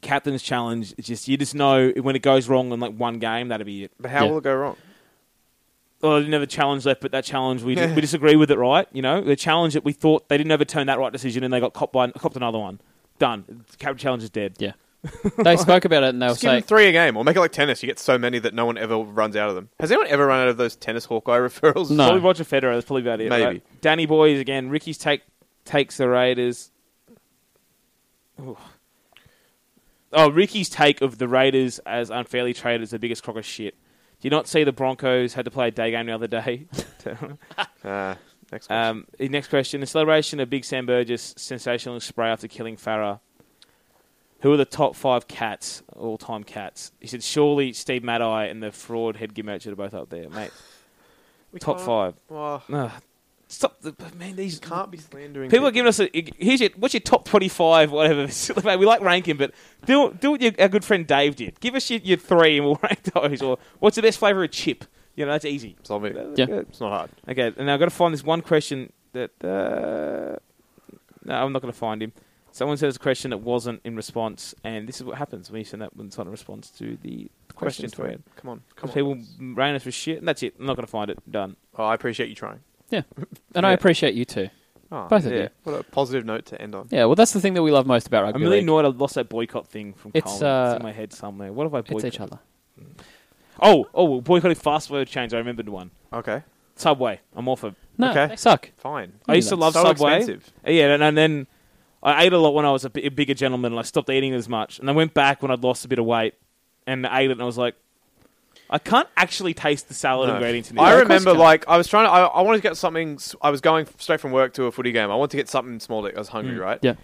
C: captain's challenge. It's just you just know when it goes wrong in like one game, that'd be it.
D: but how
B: Yeah.
D: will it go wrong?
C: Oh, they didn't have a challenge left, but that challenge we we disagree with it, right? You know, the challenge that we thought they didn't overturn that right decision, and they got copped by copped another one. Done. Captain challenge is dead.
B: Yeah. they spoke about it and they were
D: Just give them
B: saying,
D: three a game, or make it like tennis. You get so many that no one ever runs out of them. Has anyone ever run out of those tennis Hawkeye *laughs* referrals?
B: No.
C: Probably Roger Federer. That's probably about it.
D: Maybe.
C: right? Danny Boys again. Ricky's take takes the Raiders. Ooh. Oh, Ricky's take of the Raiders as unfairly traded is the biggest crock of shit. Do you not see the Broncos had to play a day game the other day? *laughs*
D: Ah, next one.
C: um, next question. The celebration of Big Sam Burgess sensational spray after killing Farah. Who are the top five cats, all time cats? He said, surely Steve Maddie and the fraud headgear merchant are both up there, mate. top
D: can't-
C: five.
D: Well,
C: No, stop! The, man, these
D: can't be slandering
C: people are giving us a. Here's your what's your top twenty-five, whatever. *laughs* Mate, we like ranking, but do do what your, our good friend Dave did. Give us your, your three, and we'll *laughs* rank those. Or what's the best flavor of chip? You know, that's easy.
D: Solve it.
B: Yeah.
D: It's not hard.
C: Okay, and I've got to find this one question that. Uh, no, I'm not going to find him. Someone says a question that wasn't in response, and this is what happens when you send that when it's not in response to the question
D: Questions,
C: thread.
D: man. Come on.
C: Because
D: Come on.
C: people rain us for shit, and that's it. I'm not going to find it. Done.
D: Oh, I appreciate you trying.
B: yeah. And I
D: Yeah.
B: appreciate you too.
D: Oh,
B: Both of
D: yeah.
B: you.
D: What a positive note to end on.
B: Yeah, well, that's the thing that we love most about rugby
C: I'm really
B: league.
C: annoyed I lost that boycott thing from
B: It's,
C: Colin. it's
B: uh,
C: in my head somewhere. What have I
B: it's
C: boycotted?
B: each other.
C: Oh, oh, well, boycotting fast food chains. I remembered one.
D: Okay.
C: Subway. I'm off of.
B: No,
D: Okay.
B: they suck.
D: Fine.
C: I used to love
D: so
C: Subway.
D: expensive.
C: Yeah, and, and then I ate a lot when I was a bi- bigger gentleman, and I stopped eating as much. And I went back when I'd lost a bit of weight, and ate it, and I was like, I can't actually taste the salad
D: No.
C: ingredients in this.
D: I remember, like, I was trying to. I, I wanted to get something. s- I was going straight from work to a footy game. I wanted to get something small. dick. I was hungry, right?
B: Yeah.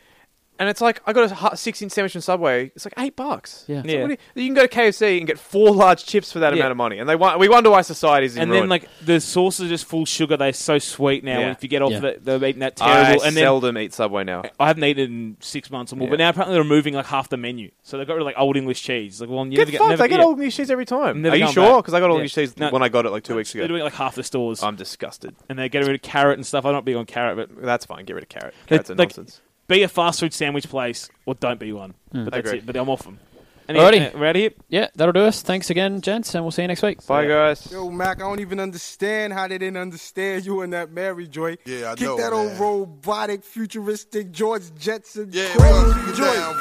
D: And it's like I got a hu- six-inch sandwich from Subway. It's like eight bucks.
B: Yeah.
D: It's like,
C: Yeah.
D: what do you, you can go to KFC and get four large chips for that
C: Yeah.
D: amount of money, and they won- we wonder why society's in
C: and
D: ruin.
C: then like the sauce is just full sugar. They're so sweet now.
D: Yeah.
C: And if you get off
B: Yeah.
C: that, they're eating that
D: I
C: terrible. and then
D: seldom eat Subway now.
C: I haven't eaten in six months or more.
D: Yeah.
C: But now apparently they're removing like half the menu, so they have got rid of like old English cheese. Like, well, you
D: Get
C: never
D: fucked!
C: Never,
D: I get
C: yeah.
D: old English cheese every time.
C: Never
D: Are you
C: come
D: sure?
C: back.
D: Because I got old
C: Yeah.
D: English cheese
C: No.
D: when I got it like two weeks
C: They're
D: ago.
C: doing like half the stores,
D: I'm disgusted.
C: and they get rid of carrot and stuff. I'm not big on carrot, but
D: That's fine. Get rid of carrot.
C: They-
D: Carrots are
C: like-
D: nonsense.
C: be a fast food sandwich place or don't be one. But that's
D: Agree.
C: it. But I'm off them. And
B: Alrighty.
C: we're out of here.
B: Yeah, that'll do us. Thanks again, gents, and we'll see you next week.
D: Bye, guys.
I: Yo, Mac, I don't even understand how they didn't understand you and that Mary Joy.
J: Yeah, I
I: Kick
J: know,
I: that old
J: man.
I: robotic, futuristic George Jetson
J: Yeah, we gonna keep
I: crazy
J: it
I: joint.
J: down,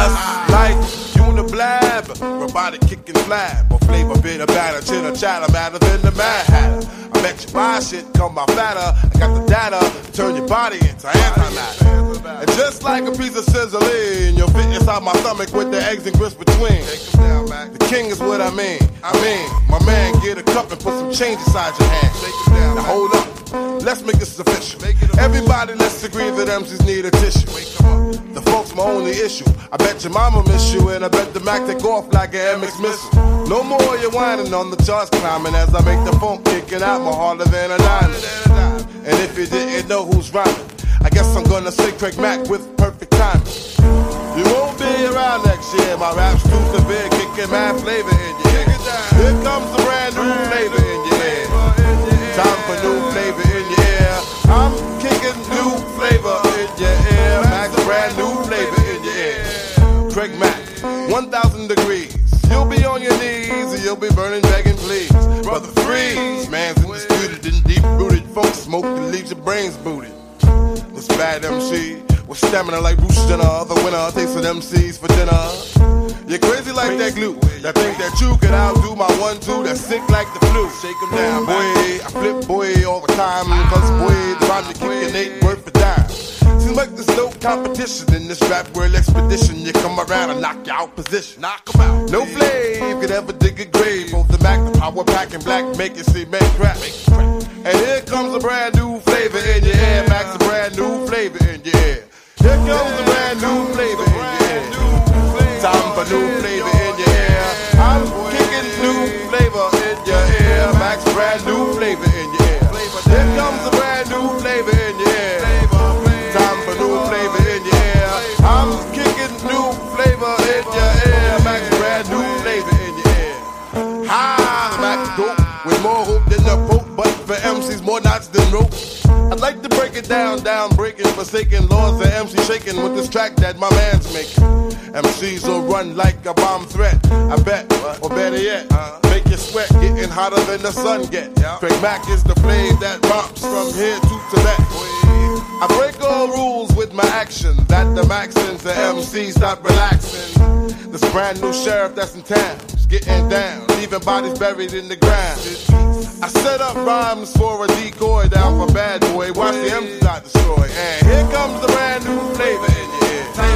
J: Ah. Just like Uniblab, robotic kicking flab, or flavor bit of batter, chitter chatter, madder than the Mad Hatter. I bet you buy shit, come my fatter. I got the data to turn your body into antimatter. And just like a piece of sizzling, you'll fit inside my stomach with the eggs and grits between. The king is what I mean. I mean, my man, get a cup and put some change inside your hand. Now hold up, let's make this official. Everybody, let's agree that MCs need a tissue. The folks my only issue. I bet your mama miss you, and I bet the Mac take off like an MX missile. No more you whining on the charts climbing as I make the phone kicking out more harder than a nine. And if you didn't know who's rhyming, I guess I'm gonna say Craig Mack with perfect timing. You won't be around next year. My rap's too severe, kicking mad flavor in your head. Here comes a brand new flavor in your head. Time for new flavor in your ear. I'm kicking new flavor in your ear. Max, brand new flavor in your ear. Craig Mack, 1,000 degrees. You'll be on your knees and you'll be burning, begging, please. Brother Freeze, man's undisputed and deep rooted. Folks smoke that leaves your brains booted. This bad MC with stamina like Bruce Jenner. The winner takes some MCs for dinner. You're crazy like that glue. That think that you can outdo my one two. That's sick like the flu. Shake 'em down, boy. I flip boy all the time. Cause boy, the rhyme you kick and ain't worth a dime. Seems like there's no competition in this rap world expedition. You come around and knock you out position. Knock 'em out. No flame could ever dig a grave. Both the Mac, the power pack, and black make it see man crap. And here comes a brand new flavor in your air. Max a brand new flavor in your air. Here comes a brand new flavor in your air. Time for new flavor in your air. I'm kicking new flavor in your air. Max brand new flavor in your air. Here comes a brand new flavor in your air. Time for new flavor in your air. I'm kicking new flavor in your air. Max brand new flavor in your air. High Max Ah, dope with more hope than the Pope, but for MCs more knots than rope. I'd like to break it down, down, breaking, forsaken laws that MC shaking with this track that my man's making. MCs will run like a bomb threat. I bet, or better yet, make you sweat, getting hotter than the sun get. Craig Mack is the flame that romps from here to Tibet. I break all rules with my action. That the Maxins, the MCs stop relaxing. This brand new sheriff that's in town is getting down, leaving bodies buried in the ground. I set up rhymes for a decoy down for bad boy. Watch the MCs not destroy. And here comes the brand new flavor in your ear.